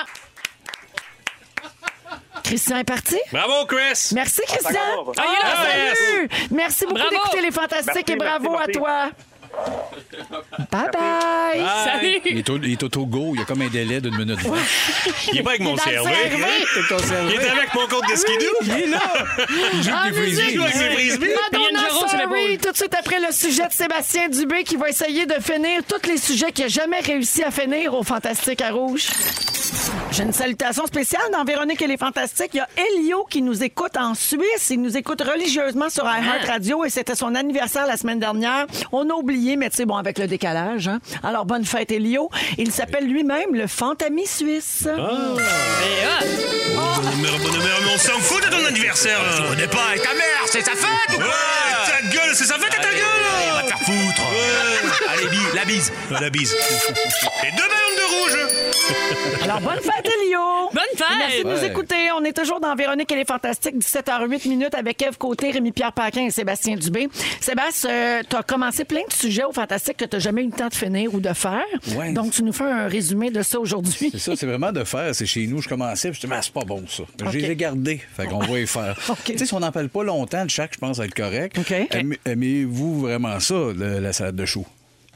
[SPEAKER 1] Christian est parti?
[SPEAKER 5] Bravo, Chris!
[SPEAKER 1] Merci, Christian.
[SPEAKER 9] Ah,
[SPEAKER 1] Ah,
[SPEAKER 4] yes.
[SPEAKER 1] salut. Merci beaucoup
[SPEAKER 4] Bravo.
[SPEAKER 1] d'écouter Les Fantastiques
[SPEAKER 9] Merci,
[SPEAKER 1] et bravo
[SPEAKER 9] merci, merci.
[SPEAKER 1] à toi. Bye bye!
[SPEAKER 4] Salut!
[SPEAKER 2] Il est, au, il est au Togo, il y a comme un délai d'une minute vingt.
[SPEAKER 5] Il est pas avec mon
[SPEAKER 1] dans le
[SPEAKER 5] cerveau.
[SPEAKER 1] cerveau.
[SPEAKER 5] Il est avec mon compte de skidoo.
[SPEAKER 2] Il est là! Il joue
[SPEAKER 1] En
[SPEAKER 2] avec des
[SPEAKER 1] musique.
[SPEAKER 2] frisbees.
[SPEAKER 5] Il joue avec ses frisbees.
[SPEAKER 1] Ah,
[SPEAKER 4] Puis il y a une
[SPEAKER 1] Madonna
[SPEAKER 4] Jérôme sur
[SPEAKER 1] Sorry,
[SPEAKER 4] l'épaule.
[SPEAKER 1] tout de suite après le sujet de Sébastien Dubé qui va essayer de finir tous les sujets qu'il n'a jamais réussi à finir au Fantastique à Rouge. J'ai une salutation spéciale dans Véronique et les Fantastiques. Il y a Elio qui nous écoute en Suisse. Il nous écoute religieusement sur iHeart Radio et c'était son anniversaire la semaine dernière. On a oublié, mais tu sais, bon, avec le décalage. hein. Alors, bonne fête, Elio. Il s'appelle lui-même le Fantami Suisse.
[SPEAKER 4] ah,
[SPEAKER 5] Bonheur, bonheur, bonheur, mais on s'en fout de ton anniversaire. Je connais pas.
[SPEAKER 3] Ta mère, c'est sa fête ou
[SPEAKER 5] Ouais,
[SPEAKER 3] quoi?
[SPEAKER 5] ta gueule, c'est ça fait ta gueule.
[SPEAKER 3] Va te faire foutre. Allez, bi- la bise.
[SPEAKER 5] Ouais, La bise. Et deux ballons de rouge.
[SPEAKER 1] Alors, Ah, bonne fête, Elio!
[SPEAKER 4] Bonne fête!
[SPEAKER 1] Merci de nous
[SPEAKER 2] Ouais.
[SPEAKER 1] écouter. On est toujours dans Véronique et les Fantastiques, 17h08 minutes avec Eve Côté, Rémi-Pierre Paquin et Sébastien Dubé. Sébastien, tu as commencé plein de sujets aux Fantastiques que tu n'as jamais eu le temps de finir ou de faire.
[SPEAKER 2] Ouais.
[SPEAKER 1] Donc, tu nous fais un résumé de ça aujourd'hui.
[SPEAKER 2] C'est ça, c'est vraiment de faire. C'est chez nous, je commençais, puis je me c'est pas bon, ça. Mais
[SPEAKER 1] OK.
[SPEAKER 2] Je les ai gardés. Fait qu'on va les faire.
[SPEAKER 1] OK.
[SPEAKER 2] Tu sais, si on n'en parle pas longtemps de chaque, je pense être correct.
[SPEAKER 1] OK.
[SPEAKER 2] Aimez- Aimez-vous vraiment ça, le- la salade de choux?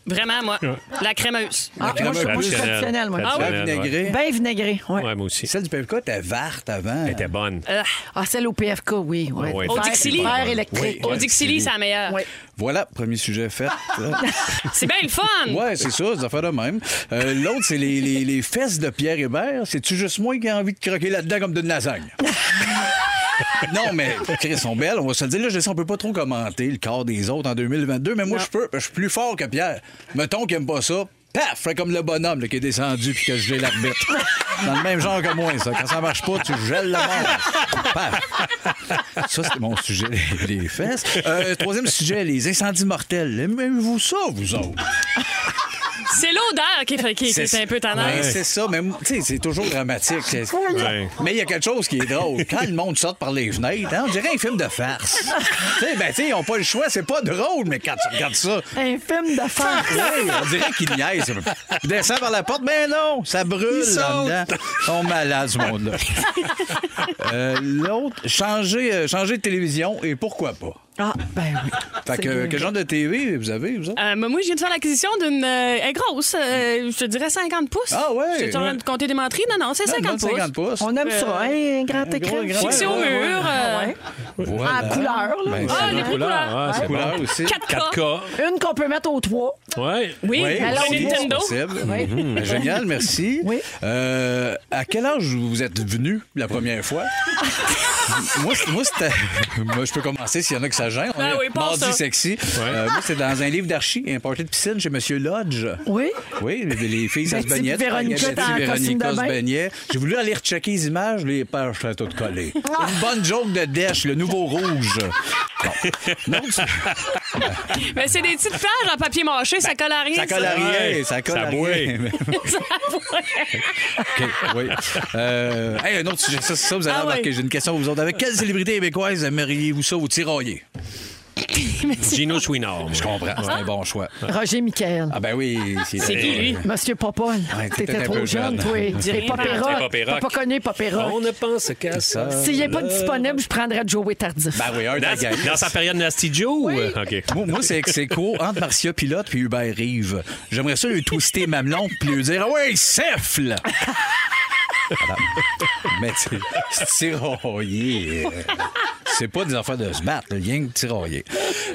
[SPEAKER 4] Vraiment, moi. La crémeuse.
[SPEAKER 1] Ah, moi, je, moi, je suis
[SPEAKER 5] Traditionnel.
[SPEAKER 1] traditionnelle, moi.
[SPEAKER 5] Ah
[SPEAKER 2] La
[SPEAKER 5] ouais?
[SPEAKER 2] vinaigrée.
[SPEAKER 1] Ben vinaigré, ouais.
[SPEAKER 5] Ouais, moi aussi.
[SPEAKER 2] Celle du PFK était verte avant.
[SPEAKER 5] Elle était bonne.
[SPEAKER 4] Euh,
[SPEAKER 1] Ah, celle au PFK, oui. Ouais.
[SPEAKER 5] Ah ouais.
[SPEAKER 1] Fer-
[SPEAKER 4] Au Dixili.
[SPEAKER 1] fer électrique.
[SPEAKER 4] on dit que Silly, c'est la meilleure.
[SPEAKER 1] Ouais.
[SPEAKER 2] Voilà, premier sujet fait.
[SPEAKER 4] C'est bien le fun!
[SPEAKER 2] ouais, c'est ça, des affaires de même. Euh, L'autre, c'est les, les- les fesses de Pierre Hébert. C'est-tu juste moi qui ai envie de croquer là-dedans comme d'une lasagne? Non, mais Chris, sont belles, on va se le dire. Là, je sais, on peut pas trop commenter le corps des autres en 2022, mais moi, je peux. parce que Je suis plus fort que Pierre. Mettons qu'il aime pas ça. Paf! Fait comme le bonhomme là, qui est descendu puis que je l'ai l'arbitre. Dans le même genre que moi, ça. Quand ça marche pas, tu gèles la mort. Paf! Ça, c'est mon sujet, les, les fesses. Euh, troisième sujet, les incendies mortels. Aimez-vous ça, vous autres?
[SPEAKER 4] C'est l'odeur qui, fait- qui, qui est un peu tannante.
[SPEAKER 2] Ouais, Ben, c'est ça, mais tu sais, c'est toujours dramatique. C'est-
[SPEAKER 5] Ouais.
[SPEAKER 2] Mais il y a quelque chose qui est drôle. Quand le monde sort par les fenêtres, hein, on dirait un film de farce. tu sais, ben, tu sais, ils n'ont pas le choix, c'est pas drôle, mais quand tu regardes ça,
[SPEAKER 1] Un film de fer.
[SPEAKER 4] Ah,
[SPEAKER 2] ouais, on dirait qu'ils niaisent. Ils descendent par la porte, mais non, ça brûle là-dedans. Ils sont malades, ce monde-là. Euh, L'autre, changer, euh, changer de télévision, et pourquoi pas?
[SPEAKER 1] Ah, ben oui.
[SPEAKER 2] Fait que, quel genre de TV vous avez, vous autres?
[SPEAKER 4] Euh, mais moi, je viens de faire l'acquisition d'une. euh, elle est grosse, euh, je te dirais 50 pouces.
[SPEAKER 2] Ah ouais,
[SPEAKER 4] Je suis en train
[SPEAKER 2] ouais.
[SPEAKER 4] de compter des menteries. Non, non, c'est 50
[SPEAKER 2] Non,
[SPEAKER 4] Ah, pouces.
[SPEAKER 2] 50 pouces.
[SPEAKER 1] On aime ça, hein, un grand écran.
[SPEAKER 2] gros,
[SPEAKER 1] fixe
[SPEAKER 2] grand-
[SPEAKER 4] Fixé au
[SPEAKER 2] Ouais,
[SPEAKER 4] mur.
[SPEAKER 2] ouais, ouais.
[SPEAKER 4] euh,
[SPEAKER 2] Voilà.
[SPEAKER 1] En couleur, là.
[SPEAKER 2] Ben,
[SPEAKER 4] Ah,
[SPEAKER 2] c'est
[SPEAKER 4] les
[SPEAKER 2] vrai.
[SPEAKER 4] prix couleurs.
[SPEAKER 5] Ah, c'est
[SPEAKER 2] La
[SPEAKER 5] couleur.
[SPEAKER 2] couleur aussi.
[SPEAKER 4] 4K.
[SPEAKER 5] 4K.
[SPEAKER 1] Une qu'on peut mettre aux trois.
[SPEAKER 5] Ouais.
[SPEAKER 4] Oui,
[SPEAKER 2] Oui,
[SPEAKER 4] la
[SPEAKER 2] aussi,
[SPEAKER 4] Nintendo.
[SPEAKER 2] c'est possible. Ben, Génial, merci.
[SPEAKER 1] Oui.
[SPEAKER 2] Euh, à quel âge vous êtes venu la première fois? moi, c'est- moi, c'était. Moi, je peux commencer s'il y en a que ça gêne. On
[SPEAKER 4] Ah
[SPEAKER 2] est
[SPEAKER 4] oui, pense
[SPEAKER 2] mardi
[SPEAKER 4] ça.
[SPEAKER 2] sexy. Euh, moi, c'est dans un livre d'archi, un party de piscine chez Monsieur Lodge.
[SPEAKER 1] Oui.
[SPEAKER 2] Oui, les, les filles, ça se
[SPEAKER 1] Betty
[SPEAKER 2] baignait.
[SPEAKER 1] puis Véronica
[SPEAKER 2] Betty,
[SPEAKER 1] dans un costume
[SPEAKER 2] Véronica
[SPEAKER 1] de
[SPEAKER 2] se
[SPEAKER 1] bain.
[SPEAKER 2] baignait. J'ai voulu aller rechecker les images, les pages sont toutes collées. Une bonne joke de Desch, le nouveau rouge. Bon. Non, tu-
[SPEAKER 4] Mais ben, c'est des petites pages en papier mâché, ça colle à rien.
[SPEAKER 2] ça colle à rien, ça colle
[SPEAKER 5] Ça
[SPEAKER 2] à
[SPEAKER 5] bouille.
[SPEAKER 2] rien. OK, oui. Euh, hey, un autre sujet, ça, ça, vous allez
[SPEAKER 4] Ah
[SPEAKER 2] remarquer.
[SPEAKER 4] oui.
[SPEAKER 2] J'ai une question pour vous autres. Avec quelle célébrité québécoise aimeriez-vous ça au tirailler?
[SPEAKER 5] Gino Chouinard.
[SPEAKER 2] Je comprends, c'est un bon choix.
[SPEAKER 1] Roger Michael.
[SPEAKER 2] Ah ben oui.
[SPEAKER 4] C'est qui, lui?
[SPEAKER 1] Monsieur Popol,
[SPEAKER 2] Ouais, t'étais
[SPEAKER 1] t'étais
[SPEAKER 2] un
[SPEAKER 1] trop
[SPEAKER 2] peu
[SPEAKER 1] jeune,
[SPEAKER 2] jeune.
[SPEAKER 1] toi. Dirais
[SPEAKER 5] T'es
[SPEAKER 1] Popera.
[SPEAKER 5] Popera.
[SPEAKER 1] T'as pas connu Popera.
[SPEAKER 5] On ne pense qu'à ça.
[SPEAKER 1] S'il n'est pas disponible, je prendrais Joey Tardif.
[SPEAKER 2] Ben oui, un de la gang.
[SPEAKER 5] Dans, dans sa période Nasty Joe? ou- OK.
[SPEAKER 2] Moi, moi, c'est que c'est court entre Marcia Pilote puis Hubert Rive. J'aimerais ça lui twister Mamelon puis lui dire Ah ouais, siffle! Voilà. Mais tu sais, tirailler. euh, C'est pas des affaires de se battre, le lien de tirailler.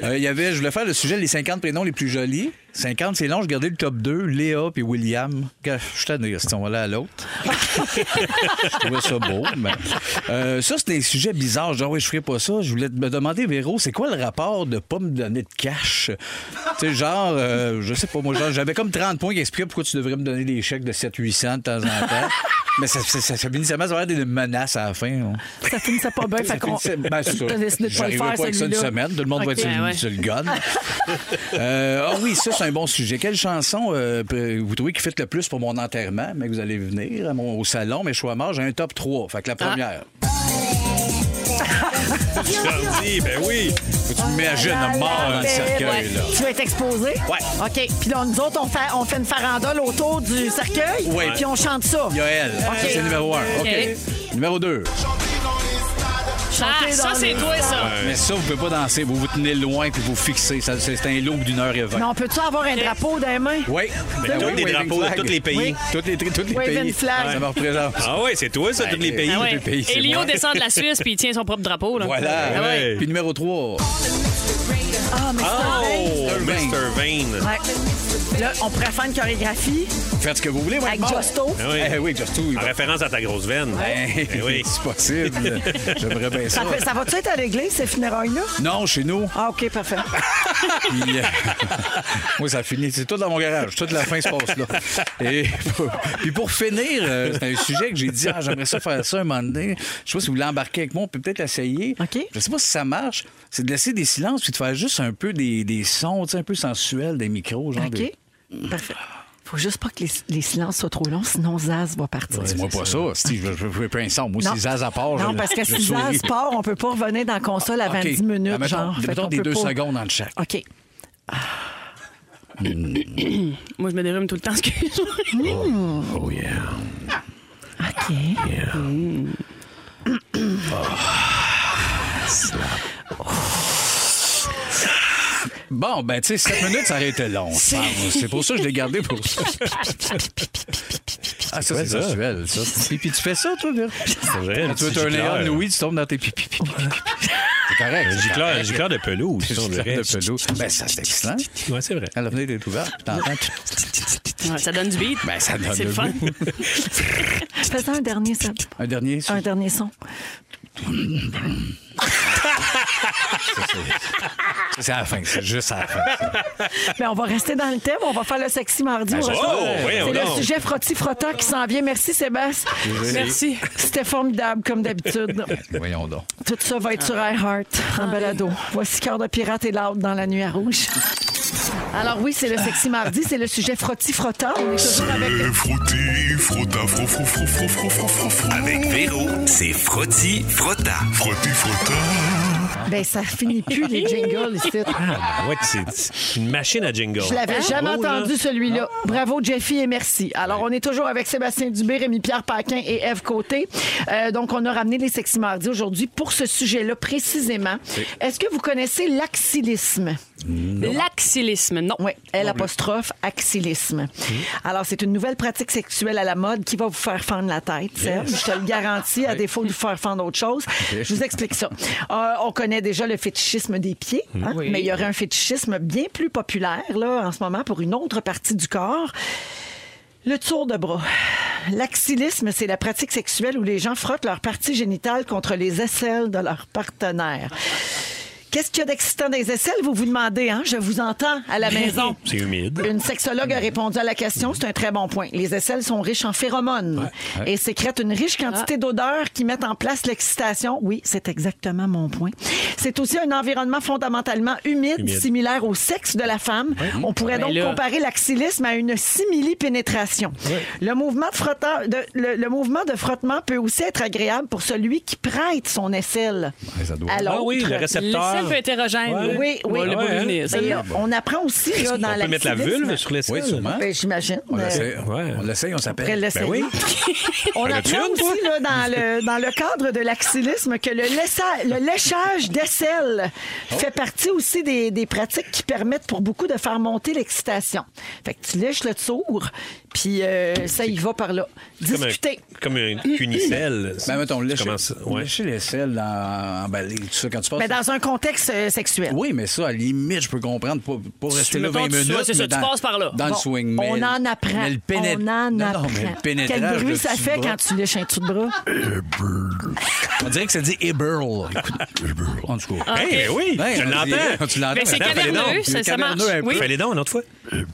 [SPEAKER 2] Euh, Il y avait, je voulais faire le sujet les 50 prénoms les plus jolis. 50, c'est long, je gardais le top 2, Léa puis William. Je suis tanné, si on va là à l'autre. je trouvais ça beau. mais- Euh, ça, c'est des sujets bizarres. Genre, oui, je ferais pas ça. Je voulais te- me demander, Véro, c'est quoi le rapport de pas me donner de cash? tu sais, genre, euh, je sais pas, moi, genre, j'avais comme 30 points qui expliquaient pourquoi tu devrais me donner des chèques de 700-800 de temps en temps. Mais ça, ça, ça, ça, initialement, ça a l'air d'être une menace à la fin. hein.
[SPEAKER 1] Ça finissait pas bien, fait
[SPEAKER 2] Ça
[SPEAKER 1] qu'on
[SPEAKER 2] finissait- ben, c'est ça.
[SPEAKER 1] t'as décidé de pas le
[SPEAKER 2] J'arrivais
[SPEAKER 1] faire,
[SPEAKER 2] pas avec ça une
[SPEAKER 1] celui-là.
[SPEAKER 2] semaine. Tout le monde
[SPEAKER 1] Ok.
[SPEAKER 2] va être sur,
[SPEAKER 4] Ah ouais.
[SPEAKER 2] sur le gun. Euh, ah oui, ça, c'est un bon sujet. Quelle chanson euh, pr- vous trouvez qui fait le plus pour mon enterrement? Mais vous allez venir à mon- au salon, mais je suis à mort, j'ai un top 3. Fait que la première.
[SPEAKER 5] Tardy, ben oui.
[SPEAKER 2] Faut que tu m'imagines à mort dans le cercueil, là.
[SPEAKER 1] Tu vas être exposé?
[SPEAKER 2] Ouais.
[SPEAKER 1] OK. Puis là, nous autres, on fait, on fait une farandole autour du cercueil.
[SPEAKER 2] Ouais.
[SPEAKER 1] Puis on chante ça.
[SPEAKER 2] Il y a elle. Ça, C'est numéro 1. OK. Numéro 2.
[SPEAKER 4] Ah,
[SPEAKER 1] chanter
[SPEAKER 4] ça,
[SPEAKER 1] dans
[SPEAKER 4] c'est
[SPEAKER 1] les
[SPEAKER 4] toi, ça.
[SPEAKER 2] Mais ça, vous pouvez pas danser. Vous vous tenez loin puis vous fixez. Ça, C'est un loop d'une heure et vingt.
[SPEAKER 1] Mais on peut-tu avoir un drapeau dans les mains?
[SPEAKER 2] Oui. Ben
[SPEAKER 5] tous
[SPEAKER 2] oui,
[SPEAKER 5] les
[SPEAKER 2] waving
[SPEAKER 5] drapeaux de
[SPEAKER 2] flag.
[SPEAKER 5] tous les pays.
[SPEAKER 2] Oui. Tous les, tous les
[SPEAKER 1] Waving
[SPEAKER 2] pays.
[SPEAKER 1] flag.
[SPEAKER 2] Ça me représente.
[SPEAKER 5] Ah ouais, c'est toi, ça, tous les pays.
[SPEAKER 4] Ah
[SPEAKER 2] Tous les
[SPEAKER 4] ouais.
[SPEAKER 2] pays, c'est
[SPEAKER 4] Elio
[SPEAKER 2] moi.
[SPEAKER 4] descend de la Suisse puis il tient son propre drapeau. Là.
[SPEAKER 2] Voilà.
[SPEAKER 4] Ah ouais.
[SPEAKER 5] Ouais.
[SPEAKER 2] Puis numéro 3.
[SPEAKER 1] Ah,
[SPEAKER 5] Oh,
[SPEAKER 2] Vane.
[SPEAKER 5] Mr. Vane.
[SPEAKER 1] Ouais. Là, on pourrait faire une chorégraphie
[SPEAKER 2] Faites ce que vous voulez, moi.
[SPEAKER 1] avec
[SPEAKER 2] bon.
[SPEAKER 1] Justo.
[SPEAKER 5] Ah oui.
[SPEAKER 2] Eh oui, Just Two, il
[SPEAKER 5] En
[SPEAKER 2] va-
[SPEAKER 5] référence à ta grosse veine.
[SPEAKER 2] Eh,
[SPEAKER 5] Eh oui.
[SPEAKER 2] C'est possible. J'aimerais bien ça.
[SPEAKER 1] Ça, fait- ça va-tu être à l'église, ces funérailles-là?
[SPEAKER 2] Non, chez nous.
[SPEAKER 1] Ah, OK, parfait.
[SPEAKER 2] Puis, euh, moi, ça finit. C'est tout dans mon garage. Toute la fin se passe là. Et pour, puis pour finir, euh, c'est un sujet que j'ai dit ah, j'aimerais ça faire ça un moment donné. Je sais pas si vous voulez embarquer avec moi, on peut peut-être essayer.
[SPEAKER 1] OK.
[SPEAKER 2] Je sais pas si ça marche. C'est de laisser des silences puis de faire juste un peu des, des sons, tu sais, un peu sensuels, des micros, genre.
[SPEAKER 1] OK?
[SPEAKER 2] des-
[SPEAKER 1] Parfait. Faut juste pas que les, les silences soient trop longs, sinon Zaz va partir.
[SPEAKER 2] Dis-moi pas ça. Si je je veux pas un son. Moi,
[SPEAKER 1] Non.
[SPEAKER 2] si Zaz à part.
[SPEAKER 1] Non,
[SPEAKER 2] je-
[SPEAKER 1] parce que
[SPEAKER 2] je
[SPEAKER 1] si
[SPEAKER 2] souris.
[SPEAKER 1] Zaz part, on peut pas revenir dans la console avant
[SPEAKER 2] OK.
[SPEAKER 1] 10 minutes,
[SPEAKER 2] Ah, mettons-
[SPEAKER 1] genre. Fait
[SPEAKER 2] mettons
[SPEAKER 1] qu'on
[SPEAKER 2] des
[SPEAKER 1] peut
[SPEAKER 2] deux
[SPEAKER 1] pas-
[SPEAKER 2] secondes entre chaque.
[SPEAKER 1] OK.
[SPEAKER 4] Moi, je me dérume tout le temps, excuse-moi.
[SPEAKER 2] Oh, yeah.
[SPEAKER 1] OK.
[SPEAKER 2] Bon, ben, tu sais, 7 minutes, ça aurait été long. je pense. C'est pour ça que je l'ai gardé pour ça. Ah, ça, c'est
[SPEAKER 5] ça?
[SPEAKER 2] sensuel, ça. Puis, puis tu fais ça, toi, là.
[SPEAKER 5] C'est vrai.
[SPEAKER 2] tu veux turner on, oui, tu tombes dans tes pipi. pipi, pipi, pipi. C'est correct.
[SPEAKER 5] Un
[SPEAKER 2] c'est correct.
[SPEAKER 5] gicleur, un gicleur de pelouse.
[SPEAKER 2] C'est
[SPEAKER 5] ça, on
[SPEAKER 2] une
[SPEAKER 5] dirait.
[SPEAKER 2] sorte de pelouse. Ben, ça, c'est excellent.
[SPEAKER 5] Ouais, c'est vrai.
[SPEAKER 2] Quand la fenêtre est ouverte, puis t'entends. tu-
[SPEAKER 4] Ouais, ça donne du beat.
[SPEAKER 2] Ben, ça donne
[SPEAKER 4] C'est
[SPEAKER 2] le
[SPEAKER 4] le fun.
[SPEAKER 2] goût.
[SPEAKER 1] Fais un dernier, ça.
[SPEAKER 2] Un dernier. ça,
[SPEAKER 1] Un dernier son.
[SPEAKER 2] C'est à la fin. C'est juste à la fin.
[SPEAKER 1] Mais on va rester dans le thème. On va faire le sexy mardi.
[SPEAKER 2] Ben,
[SPEAKER 1] au
[SPEAKER 5] c'est-
[SPEAKER 1] retour.
[SPEAKER 5] Oh, voyons
[SPEAKER 1] c'est le
[SPEAKER 5] donc.
[SPEAKER 1] sujet frotti-frottant qui s'en vient. Merci, Sébastien.
[SPEAKER 4] Merci.
[SPEAKER 1] C'était formidable, comme d'habitude.
[SPEAKER 2] Voyons donc.
[SPEAKER 1] Tout ça va être sur iHeart en balado. Voici Cœur de pirate et l'autre dans la nuit à rouge. Alors oui, c'est le sexy mardi, c'est le sujet frotti-frottant. On est toujours avec
[SPEAKER 8] Frotter, frotta, fro, fro, fro, fro, fro, fro, fro, fro.
[SPEAKER 3] Avec Véro, c'est Frotti Frotta.
[SPEAKER 8] Frotter, frotta.
[SPEAKER 1] Ben ça finit plus les jingles ici.
[SPEAKER 5] Ah, ouais, c'est- c'est une machine à jingle. Ah, hein.
[SPEAKER 1] Je l'avais jamais
[SPEAKER 5] Bravo, là.
[SPEAKER 1] entendu celui-là. Bravo Jeffy et merci. Alors on est toujours avec Sébastien Dubé, Rémi Pierre Paquin et Eve Côté. Euh, donc on a ramené les sexy mardis aujourd'hui pour ce sujet-là précisément. Est-ce que vous connaissez l'axillisme?
[SPEAKER 4] L'axillisme, non.
[SPEAKER 1] Oui, L apostrophe axilisme. Alors, c'est une nouvelle pratique sexuelle à la mode qui va vous faire fendre la tête, Seb. Je te le garantis, à défaut de vous faire fendre autre chose. Je vous explique ça. Euh, on connaît déjà le fétichisme des pieds, hein, mais il y aurait un fétichisme bien plus populaire là, en ce moment pour une autre partie du corps. Le tour de bras. L'axilisme, c'est la pratique sexuelle où les gens frottent leur partie génitale contre les aisselles de leur partenaire. Qu'est-ce qu'il y a d'excitant des aisselles, vous vous demandez, hein? Je vous entends à la maison.
[SPEAKER 5] C'est humide.
[SPEAKER 1] Une sexologue a répondu à la question. C'est un très bon point. Les aisselles sont riches en phéromones et sécrètent une riche
[SPEAKER 4] Ah.
[SPEAKER 1] quantité d'odeurs qui mettent en place l'excitation. Oui, c'est exactement mon point. C'est aussi un environnement fondamentalement humide,
[SPEAKER 5] Humide.
[SPEAKER 1] similaire au sexe de la femme. On pourrait
[SPEAKER 4] Ben
[SPEAKER 1] donc
[SPEAKER 4] là.
[SPEAKER 1] comparer l'axilisme à une simili-pénétration. Le, mouvement de frottant- de- le- le mouvement de frottement peut aussi être agréable pour celui qui prête son aisselle.
[SPEAKER 2] Ouais, ça doit.
[SPEAKER 1] à
[SPEAKER 5] Ah oui,
[SPEAKER 1] l'autre.
[SPEAKER 5] le récepteur.
[SPEAKER 4] L'aisselle peut être hétérogène.
[SPEAKER 5] Ouais.
[SPEAKER 1] Oui, oui.
[SPEAKER 4] On l'a pas
[SPEAKER 5] Ouais,
[SPEAKER 4] vu
[SPEAKER 5] hein.
[SPEAKER 4] venir, ça.
[SPEAKER 1] Mais, euh, on apprend aussi là, dans
[SPEAKER 5] On peut mettre la
[SPEAKER 1] l'axilisme-
[SPEAKER 5] vulve sur
[SPEAKER 2] Oui,
[SPEAKER 5] l'aisselle.
[SPEAKER 2] sûrement.
[SPEAKER 1] Ben, J'imagine.
[SPEAKER 2] Hein? On
[SPEAKER 1] euh,
[SPEAKER 2] l'essaye,
[SPEAKER 5] Ouais.
[SPEAKER 2] on, l'essaye, on
[SPEAKER 1] après
[SPEAKER 2] s'appelle. Ben
[SPEAKER 1] l'essayer.
[SPEAKER 5] oui.
[SPEAKER 1] On
[SPEAKER 5] Ben,
[SPEAKER 1] apprend
[SPEAKER 5] l'as-tu une,
[SPEAKER 1] aussi là, dans, le, dans le cadre de l'axilisme que le, laissa- le léchage d'aisselle
[SPEAKER 2] Oh.
[SPEAKER 1] fait partie aussi des, des pratiques qui permettent pour beaucoup de faire monter l'excitation. Fait que tu lèches le tour, puis euh, ça y va par là.
[SPEAKER 5] Comme un-
[SPEAKER 1] Discuter. Mm-hmm.
[SPEAKER 5] Comme une cunicelle.
[SPEAKER 2] Ben, mettons,
[SPEAKER 5] Tu
[SPEAKER 2] lécher,
[SPEAKER 5] commences- ouais. Eh
[SPEAKER 2] lécher les selles dans, emballées, tout ça, quand tu passes.
[SPEAKER 1] Mais dans un contexte euh, sexuel.
[SPEAKER 2] Oh, Oui, mais ça, à la limite, je peux comprendre. Pas, pas rester là
[SPEAKER 4] mettons,
[SPEAKER 2] 20
[SPEAKER 4] tu-
[SPEAKER 2] minutes.
[SPEAKER 4] ouais, c'est ça,
[SPEAKER 2] mais
[SPEAKER 4] tu passes par là.
[SPEAKER 2] Dans le
[SPEAKER 1] Bon,
[SPEAKER 2] swing. mais
[SPEAKER 1] on
[SPEAKER 2] le-
[SPEAKER 1] en apprend.
[SPEAKER 2] mais le pénét-
[SPEAKER 1] On en
[SPEAKER 2] non,
[SPEAKER 1] apprend.
[SPEAKER 2] non, mais le
[SPEAKER 1] Quel
[SPEAKER 2] pénétrage
[SPEAKER 1] bruit
[SPEAKER 2] de
[SPEAKER 1] ça
[SPEAKER 2] dessous
[SPEAKER 1] fait
[SPEAKER 2] de bras,
[SPEAKER 1] quand tu lèches un dessous de bras?
[SPEAKER 2] On dirait que ça dit Eberl. Écoute, Eberl. En tout
[SPEAKER 1] Ah.
[SPEAKER 2] cas.
[SPEAKER 5] Eh ben oui,
[SPEAKER 2] Ouais,
[SPEAKER 5] je
[SPEAKER 2] on dirait-
[SPEAKER 5] l'entends.
[SPEAKER 2] Tu l'entends.
[SPEAKER 4] Mais c'est
[SPEAKER 2] Ben, fais-les
[SPEAKER 4] caverneux,
[SPEAKER 2] donc.
[SPEAKER 4] ça-
[SPEAKER 2] C'est
[SPEAKER 4] ça marche.
[SPEAKER 2] caverneux un peu.
[SPEAKER 4] Oui.
[SPEAKER 5] Fais les dons une autre fois. Ben oui,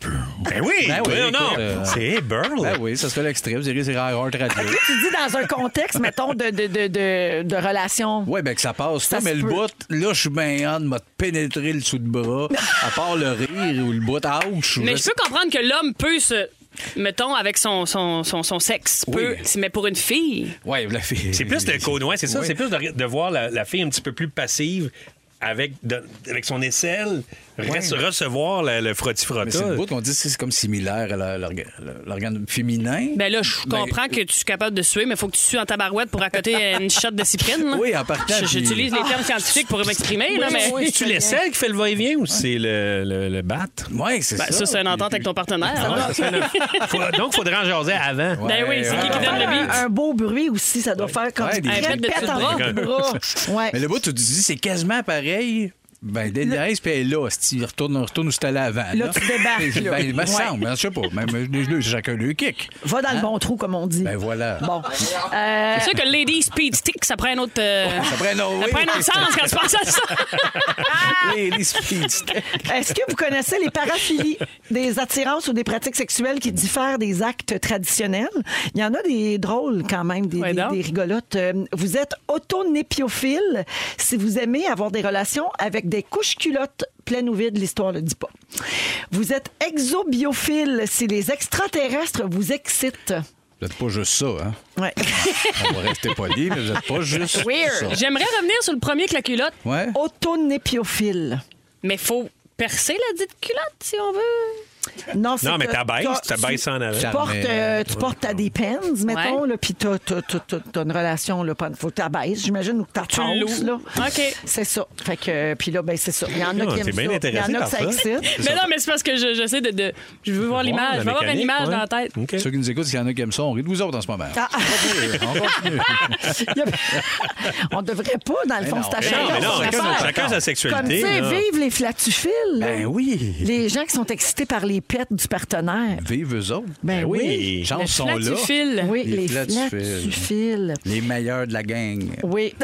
[SPEAKER 2] Ben oui,
[SPEAKER 5] voyons
[SPEAKER 2] écoute,
[SPEAKER 5] donc.
[SPEAKER 2] euh,
[SPEAKER 5] C'est Burl.
[SPEAKER 2] Ben oui, ça serait l'extrait. Vous direz, c'est Rare Heart Radio.
[SPEAKER 1] tu dis dans un contexte, mettons, de, de, de, de, de relation.
[SPEAKER 2] Ouais, ben que ça passe.
[SPEAKER 1] Ça
[SPEAKER 2] pas, mais
[SPEAKER 1] se
[SPEAKER 2] le
[SPEAKER 1] peut.
[SPEAKER 2] bout, là, je suis bien en de m'a pénétré le sous de bras. à part le rire ou le bout, ouch.
[SPEAKER 4] Mais
[SPEAKER 2] là,
[SPEAKER 4] je peux comprendre que l'homme peut se. Mettons, avec son, son, son, son sexe, peut.
[SPEAKER 2] Oui.
[SPEAKER 4] Mais pour une fille.
[SPEAKER 2] c'est- Ouais, la fille.
[SPEAKER 5] C'est plus de cônois, c'est ça.
[SPEAKER 2] Oui.
[SPEAKER 5] C'est plus de, de voir la, la fille un petit peu plus passive avec, de- avec son aisselle, rece- recevoir la- le
[SPEAKER 2] Mais
[SPEAKER 5] frotti-frotta.
[SPEAKER 2] c'est le bout qu'on dit c'est comme similaire à la- l'orga- l'organe féminin.
[SPEAKER 4] Ben là, je
[SPEAKER 2] Ben,
[SPEAKER 4] comprends que tu es capable de suer, mais faut que tu sues en tabarouette pour accoter une shot de cyprine. là.
[SPEAKER 2] Oui, en
[SPEAKER 4] Je-
[SPEAKER 2] partant, puis-
[SPEAKER 4] J'utilise les termes scientifiques pour m'exprimer, là, Ah, mais.
[SPEAKER 1] oui,
[SPEAKER 5] tu l'aisselle qui fait le va-et-vient ou c'est le, le, le bat?
[SPEAKER 2] Oui, c'est
[SPEAKER 4] Ben,
[SPEAKER 2] ça.
[SPEAKER 4] ça, c'est une entente avec ton partenaire. là.
[SPEAKER 5] Faut- donc, faudrait en jaser avant.
[SPEAKER 4] Ben oui, c'est qui qui donne le
[SPEAKER 1] Faire
[SPEAKER 4] beat?
[SPEAKER 1] un, un beau bruit aussi, ça doit faire comme
[SPEAKER 2] Ouais,
[SPEAKER 1] tu
[SPEAKER 2] des-
[SPEAKER 4] Un pet de
[SPEAKER 1] répètes
[SPEAKER 4] petits
[SPEAKER 1] en
[SPEAKER 4] bras.
[SPEAKER 1] petit bras. Ouais.
[SPEAKER 2] Mais le bout, tu te dis, c'est quasiment pareil. Ben, Denise, puis elle est là. Si retourne, retourne où c'était là avant.
[SPEAKER 1] Là, tu débarques,
[SPEAKER 2] Ben,
[SPEAKER 1] là.
[SPEAKER 2] il me
[SPEAKER 1] Ouais.
[SPEAKER 2] semble, je sais pas. Même les deux, chacun le kick.
[SPEAKER 1] Va dans le bon trou, comme on dit.
[SPEAKER 2] Ben voilà.
[SPEAKER 1] Bon. Euh,
[SPEAKER 4] C'est sûr que Lady Speed Stick, ça prend un autre. euh,
[SPEAKER 2] Ça prend un
[SPEAKER 4] ça
[SPEAKER 2] autre-
[SPEAKER 4] prend un autre sens quand tu penses à ça.
[SPEAKER 2] Les, les speed sticks.
[SPEAKER 1] Est-ce que vous connaissez les paraphilies, des attirances ou des pratiques sexuelles qui diffèrent des actes traditionnels? Il y en a des drôles quand même, des,
[SPEAKER 4] Ouais,
[SPEAKER 1] des-
[SPEAKER 4] donc.
[SPEAKER 1] des rigolotes. Euh, Vous êtes autonépiophile si vous aimez avoir des relations avec des couches culottes pleines ou vides, l'histoire le dit pas. Vous êtes exobiophile si les extraterrestres vous excitent.
[SPEAKER 2] Vous êtes pas juste ça, hein?
[SPEAKER 1] Ouais.
[SPEAKER 2] On va rester poli, mais vous êtes pas juste ça.
[SPEAKER 4] J'aimerais revenir sur le premier que la culotte,
[SPEAKER 2] Ouais.
[SPEAKER 1] Oh. Autonépiophile.
[SPEAKER 4] mais faut percer la dite culotte si on veut.
[SPEAKER 1] Non, c'est
[SPEAKER 5] Non, mais
[SPEAKER 1] que
[SPEAKER 5] t'abaisses,
[SPEAKER 1] t'as-
[SPEAKER 5] t'abaisses en avant.
[SPEAKER 1] Tu
[SPEAKER 2] Ça
[SPEAKER 1] portes,
[SPEAKER 2] met-
[SPEAKER 1] euh, tu portes ta dépends, mettons,
[SPEAKER 4] Ouais.
[SPEAKER 1] là, puis t'as, t'as- t'as- t'as- t'as une relation, là, pas- faut que t'abaisses, j'imagine, ou que t'attends,
[SPEAKER 4] loues.
[SPEAKER 1] là.
[SPEAKER 4] OK.
[SPEAKER 1] C'est ça. Fait que, euh, puis là, ben, c'est ça. Il y en a
[SPEAKER 5] Non,
[SPEAKER 1] qui aiment
[SPEAKER 5] t'es Ah, bien
[SPEAKER 1] ça. Il y
[SPEAKER 5] intéressé
[SPEAKER 1] en a
[SPEAKER 5] par
[SPEAKER 1] que ça
[SPEAKER 5] ça.
[SPEAKER 1] excite.
[SPEAKER 4] Mais non, mais c'est parce que je- j'essaie de, de- Je veux voir l'image. Je veux avoir une image dans la tête.
[SPEAKER 2] Ceux qui nous écoutent, s'il y en a qui aiment ça, on rit de vous autres en ce moment.
[SPEAKER 1] Ah, ah,
[SPEAKER 2] On continue.
[SPEAKER 1] il y a- On devrait pas, dans le
[SPEAKER 2] Mais
[SPEAKER 1] fond,
[SPEAKER 2] non.
[SPEAKER 1] c'est à
[SPEAKER 2] Mais
[SPEAKER 1] chacun
[SPEAKER 5] non, mais non,
[SPEAKER 1] son
[SPEAKER 5] chacun-
[SPEAKER 1] affaire.
[SPEAKER 5] chacun sa sexualité,
[SPEAKER 1] Comme, tu sais,
[SPEAKER 5] là.
[SPEAKER 1] vive les flatuphiles. là.
[SPEAKER 2] Ben oui.
[SPEAKER 1] Les gens qui sont excités par les pets du partenaire.
[SPEAKER 2] Vive eux autres.
[SPEAKER 1] Ben oui.
[SPEAKER 2] Les
[SPEAKER 4] Le
[SPEAKER 2] chances sont là.
[SPEAKER 4] flatufile.
[SPEAKER 1] Oui,
[SPEAKER 2] Les
[SPEAKER 1] les
[SPEAKER 2] flatuphiles.
[SPEAKER 1] flatuphiles.
[SPEAKER 2] Les meilleurs de la gang.
[SPEAKER 1] Oui.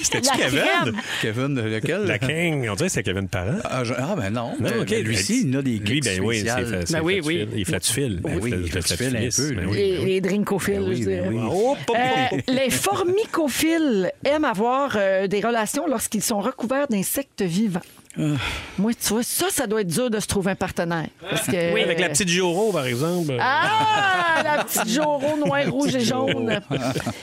[SPEAKER 5] C'était-tu
[SPEAKER 1] La
[SPEAKER 5] Kevin?
[SPEAKER 1] crème.
[SPEAKER 2] Kevin, lequel?
[SPEAKER 5] La King, on dirait que c'était Kevin Parent.
[SPEAKER 2] Ah, je- ah, ben non.
[SPEAKER 5] Non,
[SPEAKER 2] Euh,
[SPEAKER 5] ok,
[SPEAKER 2] ben, lui, si, il a des kicks
[SPEAKER 5] Lui, ben oui, c'est
[SPEAKER 2] spéciales.
[SPEAKER 5] c'est
[SPEAKER 4] Ben oui,
[SPEAKER 5] flatufile. Il est flatufile. Ben
[SPEAKER 2] oui,
[SPEAKER 5] c'est-
[SPEAKER 2] il est
[SPEAKER 5] c'est
[SPEAKER 2] flatufile
[SPEAKER 5] flatufiliste.
[SPEAKER 2] un peu,
[SPEAKER 5] Ben
[SPEAKER 2] lui.
[SPEAKER 5] oui.
[SPEAKER 1] les, les drinkophiles,
[SPEAKER 2] Ben oui,
[SPEAKER 1] je
[SPEAKER 2] ben
[SPEAKER 1] dirais.
[SPEAKER 2] oui.
[SPEAKER 5] Oh, pop, pop.
[SPEAKER 1] Euh, les formicophiles aiment avoir euh, des relations lorsqu'ils sont recouverts d'insectes vivants.
[SPEAKER 5] Ah.
[SPEAKER 1] Moi, tu vois, ça, ça doit être dur de se trouver un partenaire. Parce que,
[SPEAKER 5] Oui, avec la petite Joro, par exemple.
[SPEAKER 1] Ah, la petite Joro noir, rouge et jaune.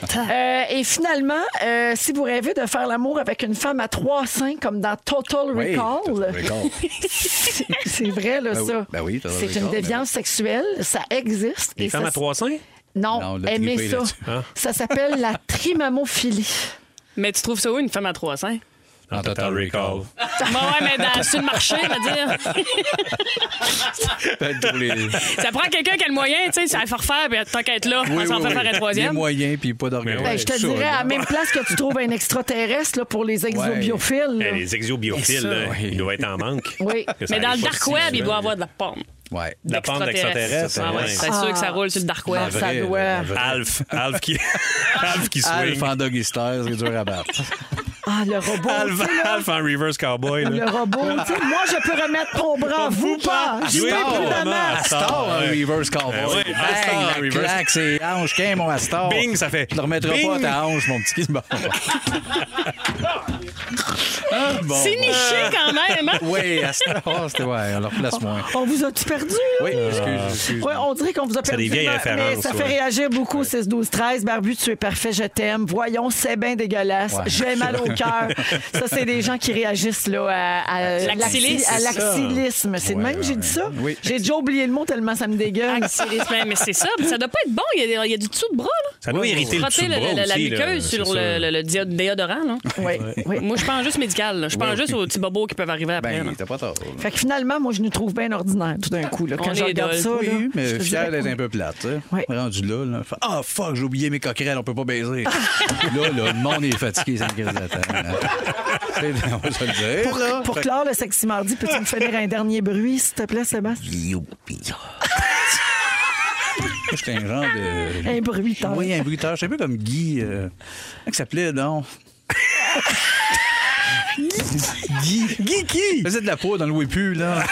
[SPEAKER 1] Euh, et finalement, euh, si vous rêvez de faire l'amour avec une femme à trois seins, comme dans Total
[SPEAKER 2] Oui,
[SPEAKER 1] Ben, Recall,
[SPEAKER 2] Recall.
[SPEAKER 1] c'est- c'est vrai, là,
[SPEAKER 2] Ben oui,
[SPEAKER 1] ça.
[SPEAKER 2] ben oui, Total
[SPEAKER 1] c'est une
[SPEAKER 2] Recall, ben
[SPEAKER 1] déviance sexuelle, ça existe.
[SPEAKER 5] Les
[SPEAKER 1] et
[SPEAKER 5] femmes
[SPEAKER 1] ça
[SPEAKER 5] à trois seins?
[SPEAKER 1] Non,
[SPEAKER 2] Non, le
[SPEAKER 1] aimez
[SPEAKER 2] triper
[SPEAKER 1] ça.
[SPEAKER 2] là-dessus.
[SPEAKER 5] Hein?
[SPEAKER 1] Ça s'appelle la trimamophilie.
[SPEAKER 4] Mais tu trouves ça où, une femme à trois seins?
[SPEAKER 2] En Total Recall.
[SPEAKER 4] Bon, ouais, mais dans, sur le marché, on va dire.
[SPEAKER 2] Peut-être pour les-
[SPEAKER 1] Ah,
[SPEAKER 4] Ça prend quelqu'un qui a le moyen, tu sais, ça va faire faire, puis tant qu'à être là, on
[SPEAKER 2] Oui,
[SPEAKER 4] s'en
[SPEAKER 2] oui,
[SPEAKER 4] fait
[SPEAKER 2] oui.
[SPEAKER 4] faire un
[SPEAKER 2] Les
[SPEAKER 4] troisième.
[SPEAKER 2] moyens, puis pas d'organisme.
[SPEAKER 5] Ben,
[SPEAKER 1] Ben, je te
[SPEAKER 2] Ça,
[SPEAKER 1] dirais,
[SPEAKER 2] là.
[SPEAKER 1] à la même place que tu trouves un extraterrestre là, pour les exobiophiles. là.
[SPEAKER 5] Eh, Les exobiophiles,
[SPEAKER 1] Ça,
[SPEAKER 5] là,
[SPEAKER 2] oui.
[SPEAKER 5] ils doivent être en manque.
[SPEAKER 1] Oui.
[SPEAKER 5] Que ça
[SPEAKER 4] Mais dans
[SPEAKER 5] arrive
[SPEAKER 4] le
[SPEAKER 5] pas
[SPEAKER 4] dark
[SPEAKER 5] si
[SPEAKER 4] web,
[SPEAKER 5] souvent.
[SPEAKER 4] il doit avoir de la pomme.
[SPEAKER 2] Ouais.
[SPEAKER 5] De la pomme d'extraterrestre.
[SPEAKER 4] Ah ouais, c'est
[SPEAKER 5] ouais.
[SPEAKER 4] sûr que ça roule sur le dark web.
[SPEAKER 1] Ah, ça
[SPEAKER 2] Vrai,
[SPEAKER 1] doit.
[SPEAKER 2] la vraie.
[SPEAKER 5] Alf, Alf qui, Alf qui
[SPEAKER 2] Alf
[SPEAKER 5] swing.
[SPEAKER 2] en doggister, c'est dur à battre.
[SPEAKER 1] Ah, le robot.
[SPEAKER 5] Alf,
[SPEAKER 1] tu sais, là,
[SPEAKER 5] Alf en reverse cowboy.
[SPEAKER 1] le
[SPEAKER 5] là.
[SPEAKER 1] robot. tu sais, moi, je peux remettre mon bras, vous pas. Je suis
[SPEAKER 5] Oui,
[SPEAKER 1] prudemment.
[SPEAKER 2] Astor en reverse cowboy.
[SPEAKER 5] Ben oui,
[SPEAKER 2] Bang,
[SPEAKER 5] Astor en
[SPEAKER 2] la
[SPEAKER 5] reverse.
[SPEAKER 2] claque, c'est hanche. Qu'est-ce mon Astor?
[SPEAKER 5] Bing, ça fait
[SPEAKER 2] Tu ne remettras
[SPEAKER 5] bing.
[SPEAKER 2] pas à ta hanche, mon petit. Bon. Ah, bon. Euh,
[SPEAKER 4] C'est niché quand même. hein?
[SPEAKER 2] Oui, Astor, c'était... Ouais, alors place moins.
[SPEAKER 1] On vous a-tu perdu? là?
[SPEAKER 2] Oui,
[SPEAKER 5] Euh,
[SPEAKER 2] excuse, excuse.
[SPEAKER 1] Ouais, on dirait qu'on vous a perdu.
[SPEAKER 5] des vieilles
[SPEAKER 1] mais-
[SPEAKER 5] références,
[SPEAKER 2] hein,
[SPEAKER 1] Mais ça
[SPEAKER 5] ouais.
[SPEAKER 1] fait réagir beaucoup, 6, 12, 13. Barbu, tu es parfait, je t'aime. Voyons, c'est bien dégueulasse.
[SPEAKER 2] Ouais.
[SPEAKER 1] J'ai mal au cœur. Ça, c'est des gens qui réagissent là, à, à
[SPEAKER 4] Laxilisme.
[SPEAKER 1] à
[SPEAKER 4] C'est
[SPEAKER 5] ça.
[SPEAKER 1] laxilisme. C'est de
[SPEAKER 2] Ouais,
[SPEAKER 1] même, j'ai
[SPEAKER 2] ouais.
[SPEAKER 1] dit ça.
[SPEAKER 2] Oui.
[SPEAKER 1] J'ai déjà oublié le mot tellement ça me dégueule.
[SPEAKER 4] Ah, C'est des- mais- Mais c'est ça, mais ça doit pas être bon. Il y a, il y a du dessous de bras, là.
[SPEAKER 5] Ça doit irriter le
[SPEAKER 4] Frotter
[SPEAKER 5] dessous de
[SPEAKER 4] le-
[SPEAKER 5] bras
[SPEAKER 4] le- la
[SPEAKER 5] aussi, là,
[SPEAKER 4] muqueuse
[SPEAKER 5] c'est
[SPEAKER 4] sur
[SPEAKER 5] ça.
[SPEAKER 4] le, le- le dia- déodorant, là.
[SPEAKER 1] Oui, oui.
[SPEAKER 4] Moi, je pense juste médical. là. Je pense juste aux petits bobos qui peuvent arriver après. là.
[SPEAKER 2] Ben, t'as pas tort.
[SPEAKER 1] Fait que finalement, moi, je nous trouve bien ordinaire tout d'un coup. là.
[SPEAKER 4] On
[SPEAKER 1] Quand je
[SPEAKER 4] est
[SPEAKER 1] regarde
[SPEAKER 4] dole.
[SPEAKER 1] ça, là,
[SPEAKER 2] Oui,
[SPEAKER 1] je
[SPEAKER 2] mais
[SPEAKER 1] te
[SPEAKER 2] fier
[SPEAKER 1] dirais-
[SPEAKER 2] d'être un peu plate. tu sais.
[SPEAKER 1] Oui.
[SPEAKER 2] Rendu là, là, fait, ah fuck, j'ai oublié mes coquerelles, on peut pas baiser. là, là, le monde est fatigué, ça me crise la tête. hein. C'est- On va se le dire.
[SPEAKER 1] Pour,
[SPEAKER 2] là.
[SPEAKER 1] pour
[SPEAKER 2] Fait-
[SPEAKER 1] clore le sexy mardi, peux-tu me finir un dernier bruit, s'il te plaît, Sébastien?
[SPEAKER 2] Youpi. Je suis un genre de.
[SPEAKER 1] Un bruiteur.
[SPEAKER 2] Oui, un bruiteur. Je suis un peu comme Guy. Euh... Comment il s'appelait, donc? Guy. Guy qui? Il faisait de la peau dans le Wépu, là.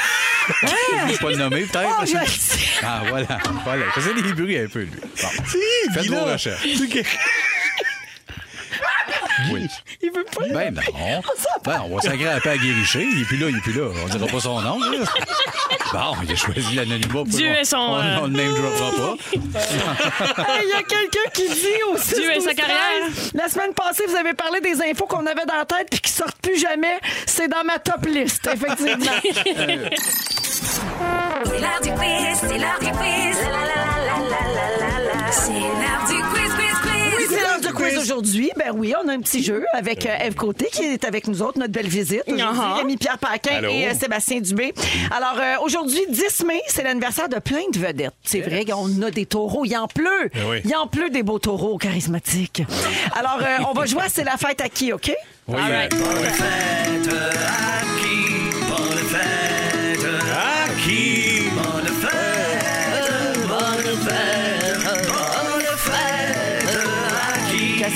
[SPEAKER 2] Je ne pas le nommer, peut-être.
[SPEAKER 1] Ah! Oh, je le sais.
[SPEAKER 2] Ah, voilà. voilà. Il faisait des bruits un peu, lui. Bon. Faites vos recherches. Guy.
[SPEAKER 1] Il veut pas.
[SPEAKER 2] Ben non. Ben, on va s'agrapper à Guériché. Il est plus là, il est plus là. On dira pas son nom. là. Bon, il a choisi l'anonymat. pour-
[SPEAKER 4] Dieu
[SPEAKER 2] on-
[SPEAKER 4] et son,
[SPEAKER 2] On
[SPEAKER 4] euh,
[SPEAKER 2] on le name droppera pas.
[SPEAKER 1] Hey, Il y a quelqu'un qui dit aussi.
[SPEAKER 4] Dieu et sa carrière.
[SPEAKER 1] La semaine passée, vous avez parlé des infos qu'on avait dans la tête puis qui sortent plus jamais. C'est dans ma top liste, effectivement.
[SPEAKER 6] C'est l'heure du quiz, c'est l'heure du quiz. La, la, la, la, la, la, la, la. C'est l'heure du quiz, quiz, quiz.
[SPEAKER 1] Oui, c'est l'heure du quiz aujourd'hui. Ben oui, on a un petit jeu avec euh, Ève Côté qui est avec nous autres, notre belle visite. Aujourd'hui,
[SPEAKER 4] Ah.
[SPEAKER 1] Rémi-Pierre Paquin
[SPEAKER 5] Allô.
[SPEAKER 1] et euh, Sébastien Dubé. Alors, euh, aujourd'hui, 10 mai, c'est l'anniversaire de plein de vedettes. C'est vrai qu'on a des taureaux. Il en pleut.
[SPEAKER 5] Eh oui.
[SPEAKER 1] Il en pleut des beaux taureaux charismatiques. Alors, euh, on va jouer à C'est la fête à qui, OK?
[SPEAKER 5] Oui,
[SPEAKER 4] All right.
[SPEAKER 1] Ah,
[SPEAKER 5] À Ah, qui?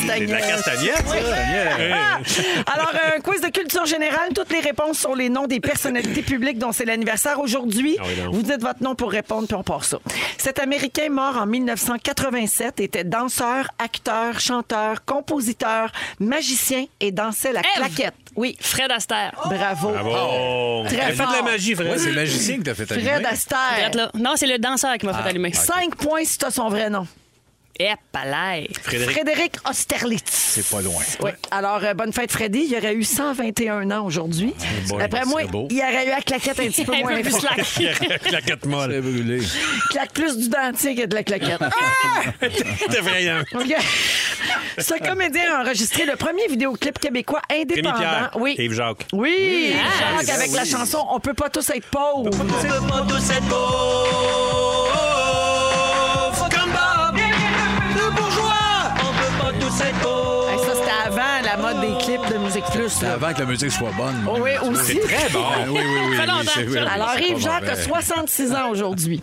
[SPEAKER 5] C'est de
[SPEAKER 1] euh,
[SPEAKER 5] la castagnette, ça.
[SPEAKER 1] Ah! Alors, un quiz de culture générale. Toutes les réponses sont les noms des personnalités publiques dont c'est l'anniversaire aujourd'hui.
[SPEAKER 5] Ah oui, donc.
[SPEAKER 1] Vous dites votre nom pour répondre, puis on part ça. Cet Américain mort en 1987 était danseur, acteur, chanteur, compositeur, magicien et dansait la
[SPEAKER 4] Ève.
[SPEAKER 1] claquette. Oui.
[SPEAKER 4] Fred Astaire.
[SPEAKER 1] Bravo.
[SPEAKER 5] Ah Bravo.
[SPEAKER 1] Très
[SPEAKER 5] Elle fait de la
[SPEAKER 1] fort.
[SPEAKER 5] magie, Fred.
[SPEAKER 2] Ouais, c'est magicien que t'as fait allumer.
[SPEAKER 1] Fred Astaire.
[SPEAKER 4] Arrête là. Non, c'est le danseur qui m'a
[SPEAKER 2] Ah,
[SPEAKER 4] fait allumer.
[SPEAKER 1] Cinq points si t'as son vrai nom.
[SPEAKER 4] Eh, palais.
[SPEAKER 5] Frédéric.
[SPEAKER 1] Frédéric Austerlitz.
[SPEAKER 2] C'est pas loin.
[SPEAKER 1] Oui. Alors, euh, bonne fête, Freddy. Il y aurait eu 121 ans aujourd'hui.
[SPEAKER 2] boy,
[SPEAKER 1] Après
[SPEAKER 2] c'est
[SPEAKER 1] moi,
[SPEAKER 2] beau.
[SPEAKER 1] il y aurait eu la claquette un petit peu
[SPEAKER 4] Un
[SPEAKER 1] moins
[SPEAKER 4] peu plus
[SPEAKER 1] forte.
[SPEAKER 4] slack.
[SPEAKER 5] Claquette molle.
[SPEAKER 2] Très brûlé.
[SPEAKER 1] claque plus du dentier que de la claquette.
[SPEAKER 2] Ah!
[SPEAKER 5] T'es effrayant.
[SPEAKER 1] OK. Ce comédien a enregistré le premier vidéoclip québécois indépendant.
[SPEAKER 5] Rémi-Pierre.
[SPEAKER 1] Oui.
[SPEAKER 5] Yves Jacques.
[SPEAKER 1] Oui,
[SPEAKER 4] Ah,
[SPEAKER 1] Jacques, avec la chanson On peut pas tous être pauvres. Hey, Ben, ça, c'était avant la mode des clips de Musique Plus.
[SPEAKER 2] C'est
[SPEAKER 1] là.
[SPEAKER 2] avant Ah, que la musique soit bonne.
[SPEAKER 1] Oh oui, aussi.
[SPEAKER 2] Très bon. Oui, oui, oui.
[SPEAKER 4] Ça fait
[SPEAKER 2] oui,
[SPEAKER 4] longtemps,
[SPEAKER 2] c'est vrai,
[SPEAKER 4] ça.
[SPEAKER 2] oui,
[SPEAKER 1] Alors,
[SPEAKER 2] Ah, c'est pas
[SPEAKER 1] Yves Jacques
[SPEAKER 2] mauvais.
[SPEAKER 1] a 66 ans aujourd'hui.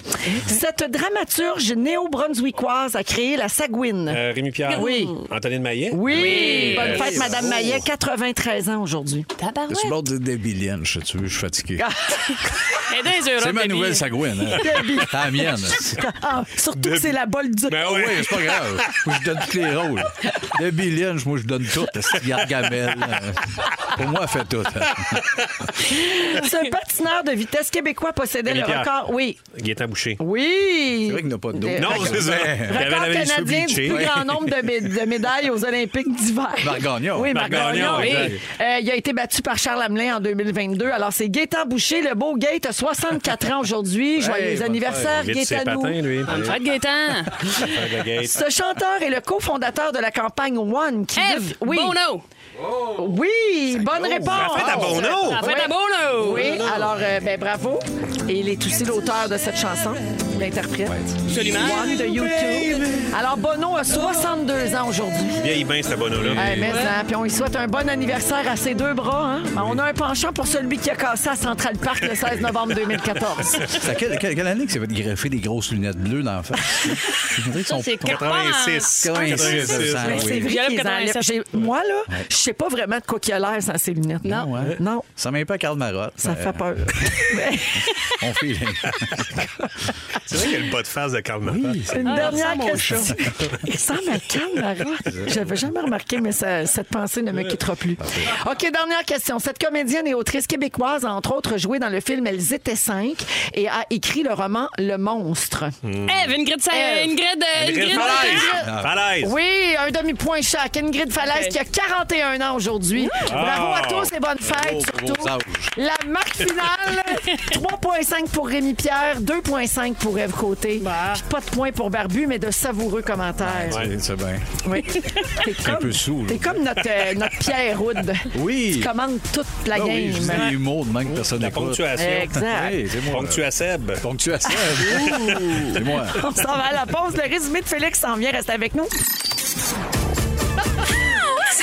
[SPEAKER 1] Cette dramaturge néo-brunswickoise a créé la Sagouine.
[SPEAKER 5] Euh, Rémi Pierre.
[SPEAKER 1] Oui.
[SPEAKER 5] Antonine Maillet.
[SPEAKER 1] oui. Bonne
[SPEAKER 5] Euh,
[SPEAKER 1] fête, Madame Maillet, 93 ans aujourd'hui.
[SPEAKER 2] Je suis mort de Debbie Lynch, tu veux, je suis fatigué.
[SPEAKER 1] Ah,
[SPEAKER 4] Aidez les Europes,
[SPEAKER 2] C'est ma
[SPEAKER 4] Debbie.
[SPEAKER 2] nouvelle sagouine. hein. Ah, La mienne. C'est-
[SPEAKER 1] Ah, surtout que c'est la bolle du.
[SPEAKER 5] Ben
[SPEAKER 2] Ah oui,
[SPEAKER 5] oui.
[SPEAKER 2] c'est pas grave. Moi, je donne tous les rôles. Debbie Lynch, moi, je donne tout. C'est Gargamel. euh, Pour moi, elle fait tout. hein.
[SPEAKER 1] Ce patineur de vitesse québécois possédait
[SPEAKER 5] Rémi
[SPEAKER 1] le
[SPEAKER 5] Pierre.
[SPEAKER 1] record. Oui.
[SPEAKER 5] Gaétan Boucher.
[SPEAKER 1] Oui.
[SPEAKER 2] C'est vrai qu'il n'a pas de dos.
[SPEAKER 1] Le-
[SPEAKER 5] Non, c'est ça. Il y avait la
[SPEAKER 1] Record
[SPEAKER 5] Vénissieux
[SPEAKER 1] canadien du
[SPEAKER 5] Bleacher.
[SPEAKER 1] plus grand nombre de, mé- de médailles aux Olympiques d'hiver.
[SPEAKER 2] Marc Gagnon.
[SPEAKER 1] Oui, Marc
[SPEAKER 5] Marc
[SPEAKER 1] Gagnon.
[SPEAKER 5] Gagnon,
[SPEAKER 1] oui.
[SPEAKER 5] exact.
[SPEAKER 1] Euh, il a été battu par Charles Hamelin en 2022. Alors, c'est Gaétan Boucher, le beau Gaët, a 64 ans aujourd'hui. Joyeux
[SPEAKER 2] Hey, bonne
[SPEAKER 1] anniversaire,
[SPEAKER 5] Vite ses
[SPEAKER 1] Gaétanou.
[SPEAKER 5] patins, lui.
[SPEAKER 4] Bonne fête, Gaétan.
[SPEAKER 5] Fred de Gaëtan.
[SPEAKER 1] Ce chanteur est le cofondateur de la campagne One qui
[SPEAKER 4] Eve,
[SPEAKER 1] oui,
[SPEAKER 4] Bono.
[SPEAKER 1] oui, bonne réponse.
[SPEAKER 5] Fête à Bono.
[SPEAKER 4] La fête à Bono.
[SPEAKER 1] Oui, alors euh, ben bravo. Et il est aussi l'auteur de cette chanson, l'interprète.
[SPEAKER 4] Absolument.
[SPEAKER 1] One de YouTube. Alors Bono a 62 ans aujourd'hui.
[SPEAKER 5] Vieille bain, ce Bono-là.
[SPEAKER 1] Eh, mais hein, puis on lui souhaite un bon anniversaire à ses deux bras. hein. On a un penchant pour celui qui a cassé à Central Park le 16 novembre 2014.
[SPEAKER 4] Ah
[SPEAKER 2] C'est à quelle, quelle- quelle année que ça va te greffer des grosses lunettes bleues dans la face? Je voudrais que
[SPEAKER 4] Ça,
[SPEAKER 2] son-
[SPEAKER 4] c'est
[SPEAKER 5] 86.
[SPEAKER 2] 86, ça,
[SPEAKER 1] Mais
[SPEAKER 2] oui.
[SPEAKER 1] c'est vrai
[SPEAKER 4] Il y a
[SPEAKER 1] qu'ils
[SPEAKER 4] 87.
[SPEAKER 1] enlèvent. J'ai- Moi, là, je sais pas vraiment de quoi qu'il a l'air sans ses lunettes.
[SPEAKER 2] Non, hein?
[SPEAKER 1] Non,
[SPEAKER 2] Ça m'aime pas Karl Marotte.
[SPEAKER 4] Ben,
[SPEAKER 1] ça fait peur.
[SPEAKER 4] euh,
[SPEAKER 2] On fait.
[SPEAKER 5] C'est vrai qu'il y a le bas de face de Karl Martin.
[SPEAKER 4] Ah,
[SPEAKER 1] Une dernière question. Ça me calme, Marotte. J'avais jamais remarqué, mais ça- cette pensée ne me quittera plus. OK, dernière question. Cette comédienne et autrice québécoise a entre autres joué dans le film Elles étaient cinq et a écrit le roman Le Monstre.
[SPEAKER 4] Eve, Ingrid, Sa-
[SPEAKER 1] Ève.
[SPEAKER 4] Ingrid, euh, Ingrid,
[SPEAKER 5] Ingrid
[SPEAKER 4] Ingrid.
[SPEAKER 5] Falaise. Falaise.
[SPEAKER 1] Oui, un demi-point chaque. Ingrid Falaise
[SPEAKER 4] Ok.
[SPEAKER 1] qui a 41 ans aujourd'hui. Bravo à
[SPEAKER 5] Ah.
[SPEAKER 1] tous et bonne fête
[SPEAKER 2] Mm. Bravo,
[SPEAKER 1] surtout.
[SPEAKER 2] bravo,
[SPEAKER 1] La marque finale, 3,5 pour Rémi Pierre, 2,5 pour Eve Côté.
[SPEAKER 2] Bah.
[SPEAKER 1] Puis pas de points pour Barbu, mais de savoureux commentaires.
[SPEAKER 2] Ouais, C'est bien.
[SPEAKER 1] Oui. T'es
[SPEAKER 2] Un
[SPEAKER 1] comme,
[SPEAKER 2] peu saoul.
[SPEAKER 1] t'es comme notre, euh, notre Pierre Hood.
[SPEAKER 2] Oui.
[SPEAKER 1] Tu commandes toute la
[SPEAKER 2] Ah
[SPEAKER 1] game.
[SPEAKER 2] oui, je dis des mots de même que personne
[SPEAKER 5] La
[SPEAKER 2] n'écoute.
[SPEAKER 5] ponctuation.
[SPEAKER 1] Exact.
[SPEAKER 2] Oui, c'est moi.
[SPEAKER 5] Ponctuaceb.
[SPEAKER 2] Ponctuation. C'est moi.
[SPEAKER 1] On s'en va à la pause. Le résumé de Félix s'en vient. Reste avec nous.
[SPEAKER 6] C'est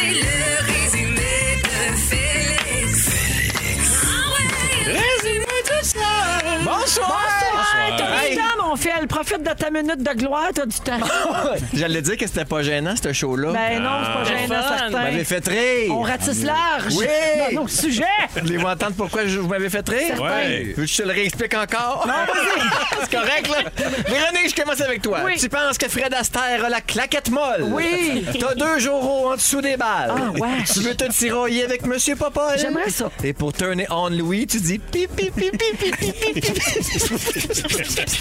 [SPEAKER 6] le résumé de Félix. Ah
[SPEAKER 2] Ah,
[SPEAKER 1] Bonsoir. T'as du temps, mon Phil. Profite de ta minute de gloire. T'as du temps.
[SPEAKER 10] J'allais dire que c'était pas gênant, ce show-là.
[SPEAKER 1] Ben non, c'est pas gênant,
[SPEAKER 4] fun.
[SPEAKER 1] certain.
[SPEAKER 10] m'avez fait rire.
[SPEAKER 1] On ratisse large
[SPEAKER 10] Oui.
[SPEAKER 1] dans nos sujets.
[SPEAKER 10] Voulez-vous entendre pourquoi je- vous m'avez fait rire?
[SPEAKER 5] Ouais.
[SPEAKER 10] Veux que je te le réexplique encore? Non, vas-y! C'est correct, là? Véronique, je commence avec toi.
[SPEAKER 1] Oui.
[SPEAKER 10] Tu penses que Fred Astaire a la claquette molle?
[SPEAKER 1] Oui.
[SPEAKER 10] T'as deux jours en dessous des balles.
[SPEAKER 1] Ah, ouais.
[SPEAKER 10] Tu veux te tirailler avec Monsieur Popol?
[SPEAKER 1] J'aimerais ça.
[SPEAKER 10] Et pour turner on Louis, tu dis pip, pip, pip, pip, pip, pip, pip,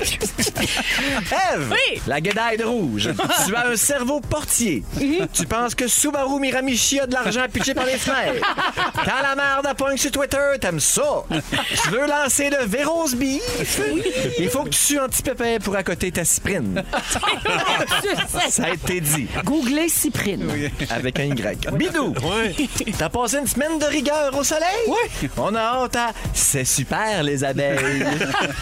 [SPEAKER 10] pip. Ève,
[SPEAKER 4] Oui.
[SPEAKER 10] la guédaille de rouge. tu as un cerveau portier.
[SPEAKER 1] Mhm.
[SPEAKER 10] tu penses que Subaru Miramichi a de l'argent pitché par les fenêtres. T'as la merde à pogne sur Twitter, t'aimes ça. tu veux lancer le Véros Beef. Il faut que tu sues anti-pépin pour accoter ta cyprine. Ça a été dit.
[SPEAKER 1] Googlez Cyprine.
[SPEAKER 10] Avec un Y. Bidou.
[SPEAKER 5] Ouais.
[SPEAKER 10] T'as passé une semaine de rigueur au soleil? Oui. On a hâte à C'est super, les abeilles.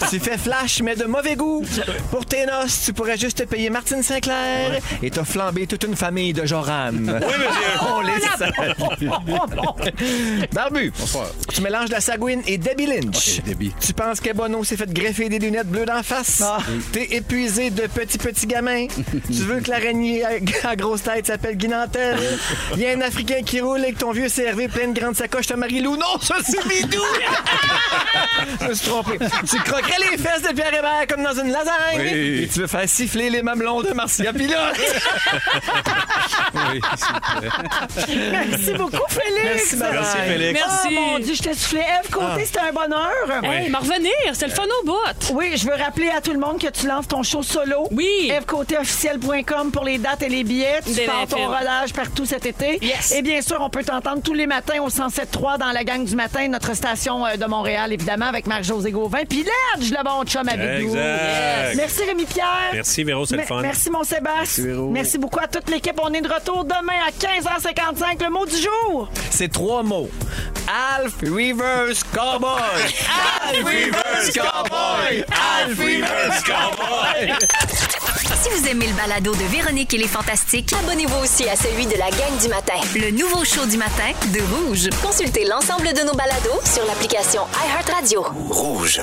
[SPEAKER 10] tu fais flash, mais de mauvais goût. Pour tes noces, tu pourrais juste te payer Martine Sinclair et t'as flambé toute une famille de Joram. Oui, monsieur. On les
[SPEAKER 1] Oh,
[SPEAKER 10] salue. Barbu, tu mélanges la sagouine et Debbie Lynch.
[SPEAKER 2] Ok, Debbie.
[SPEAKER 10] Tu penses que Bono s'est fait greffer des lunettes bleues d'en face? T'es épuisé de petits petits gamins. tu veux que l'araignée à, à grosse tête s'appelle Guinantel? Il y a un Africain qui roule avec ton vieux CRV plein de grandes sacoches, ta Marie-Lou. Non, ça c'est Bidou! Je me suis trompé. Tu croquerais les fesses de Pierre Hébert comme dans une lasagne.
[SPEAKER 2] Oui.
[SPEAKER 10] Et tu veux faire siffler les mamelons de Marcia Pilote.
[SPEAKER 1] Merci beaucoup, Félix.
[SPEAKER 10] Merci, madame.
[SPEAKER 5] Merci,
[SPEAKER 10] Bye.
[SPEAKER 5] Félix.
[SPEAKER 1] Oh
[SPEAKER 4] Merci.
[SPEAKER 1] mon Dieu, je t'ai soufflé. Ève Côté, c'était un bonheur.
[SPEAKER 4] Hey, m'en revenir, c'est le fun au bout.
[SPEAKER 1] Oui, je veux rappeler à tout le monde que tu lances ton show solo.
[SPEAKER 4] Oui.
[SPEAKER 1] Evcoteofficiel.com pour les dates et les billets. Tu
[SPEAKER 4] Dès
[SPEAKER 1] pars
[SPEAKER 4] la
[SPEAKER 1] ton
[SPEAKER 4] fin.
[SPEAKER 1] relâche partout cet été.
[SPEAKER 4] Yes.
[SPEAKER 1] Et bien sûr, on peut t'entendre tous les matins au 107.3 dans la gang du matin, notre station euh, de Montréal, évidemment, avec Marc-José Gauvin. Puis Ledge, le bon chum avec nous.
[SPEAKER 5] Exact.
[SPEAKER 1] Merci Rémi-Pierre.
[SPEAKER 5] Merci, Véro, c'est le
[SPEAKER 1] Me-
[SPEAKER 5] fun.
[SPEAKER 1] Merci mon Sébastien. Merci, beaucoup à toute l'équipe. On est de retour demain à 15h55. Le mot du jour.
[SPEAKER 10] C'est trois mots. Alf Reverse Cowboy. Alf Reverse Cowboy. Alf Reverse Cowboy.
[SPEAKER 7] Si vous aimez le balado de Véronique et les Fantastiques,
[SPEAKER 6] Abonnez-vous aussi à celui de la gang du matin.
[SPEAKER 7] le nouveau show du matin de Rouge.
[SPEAKER 6] Consultez l'ensemble de nos balados sur l'application iHeartRadio.
[SPEAKER 3] Rouge.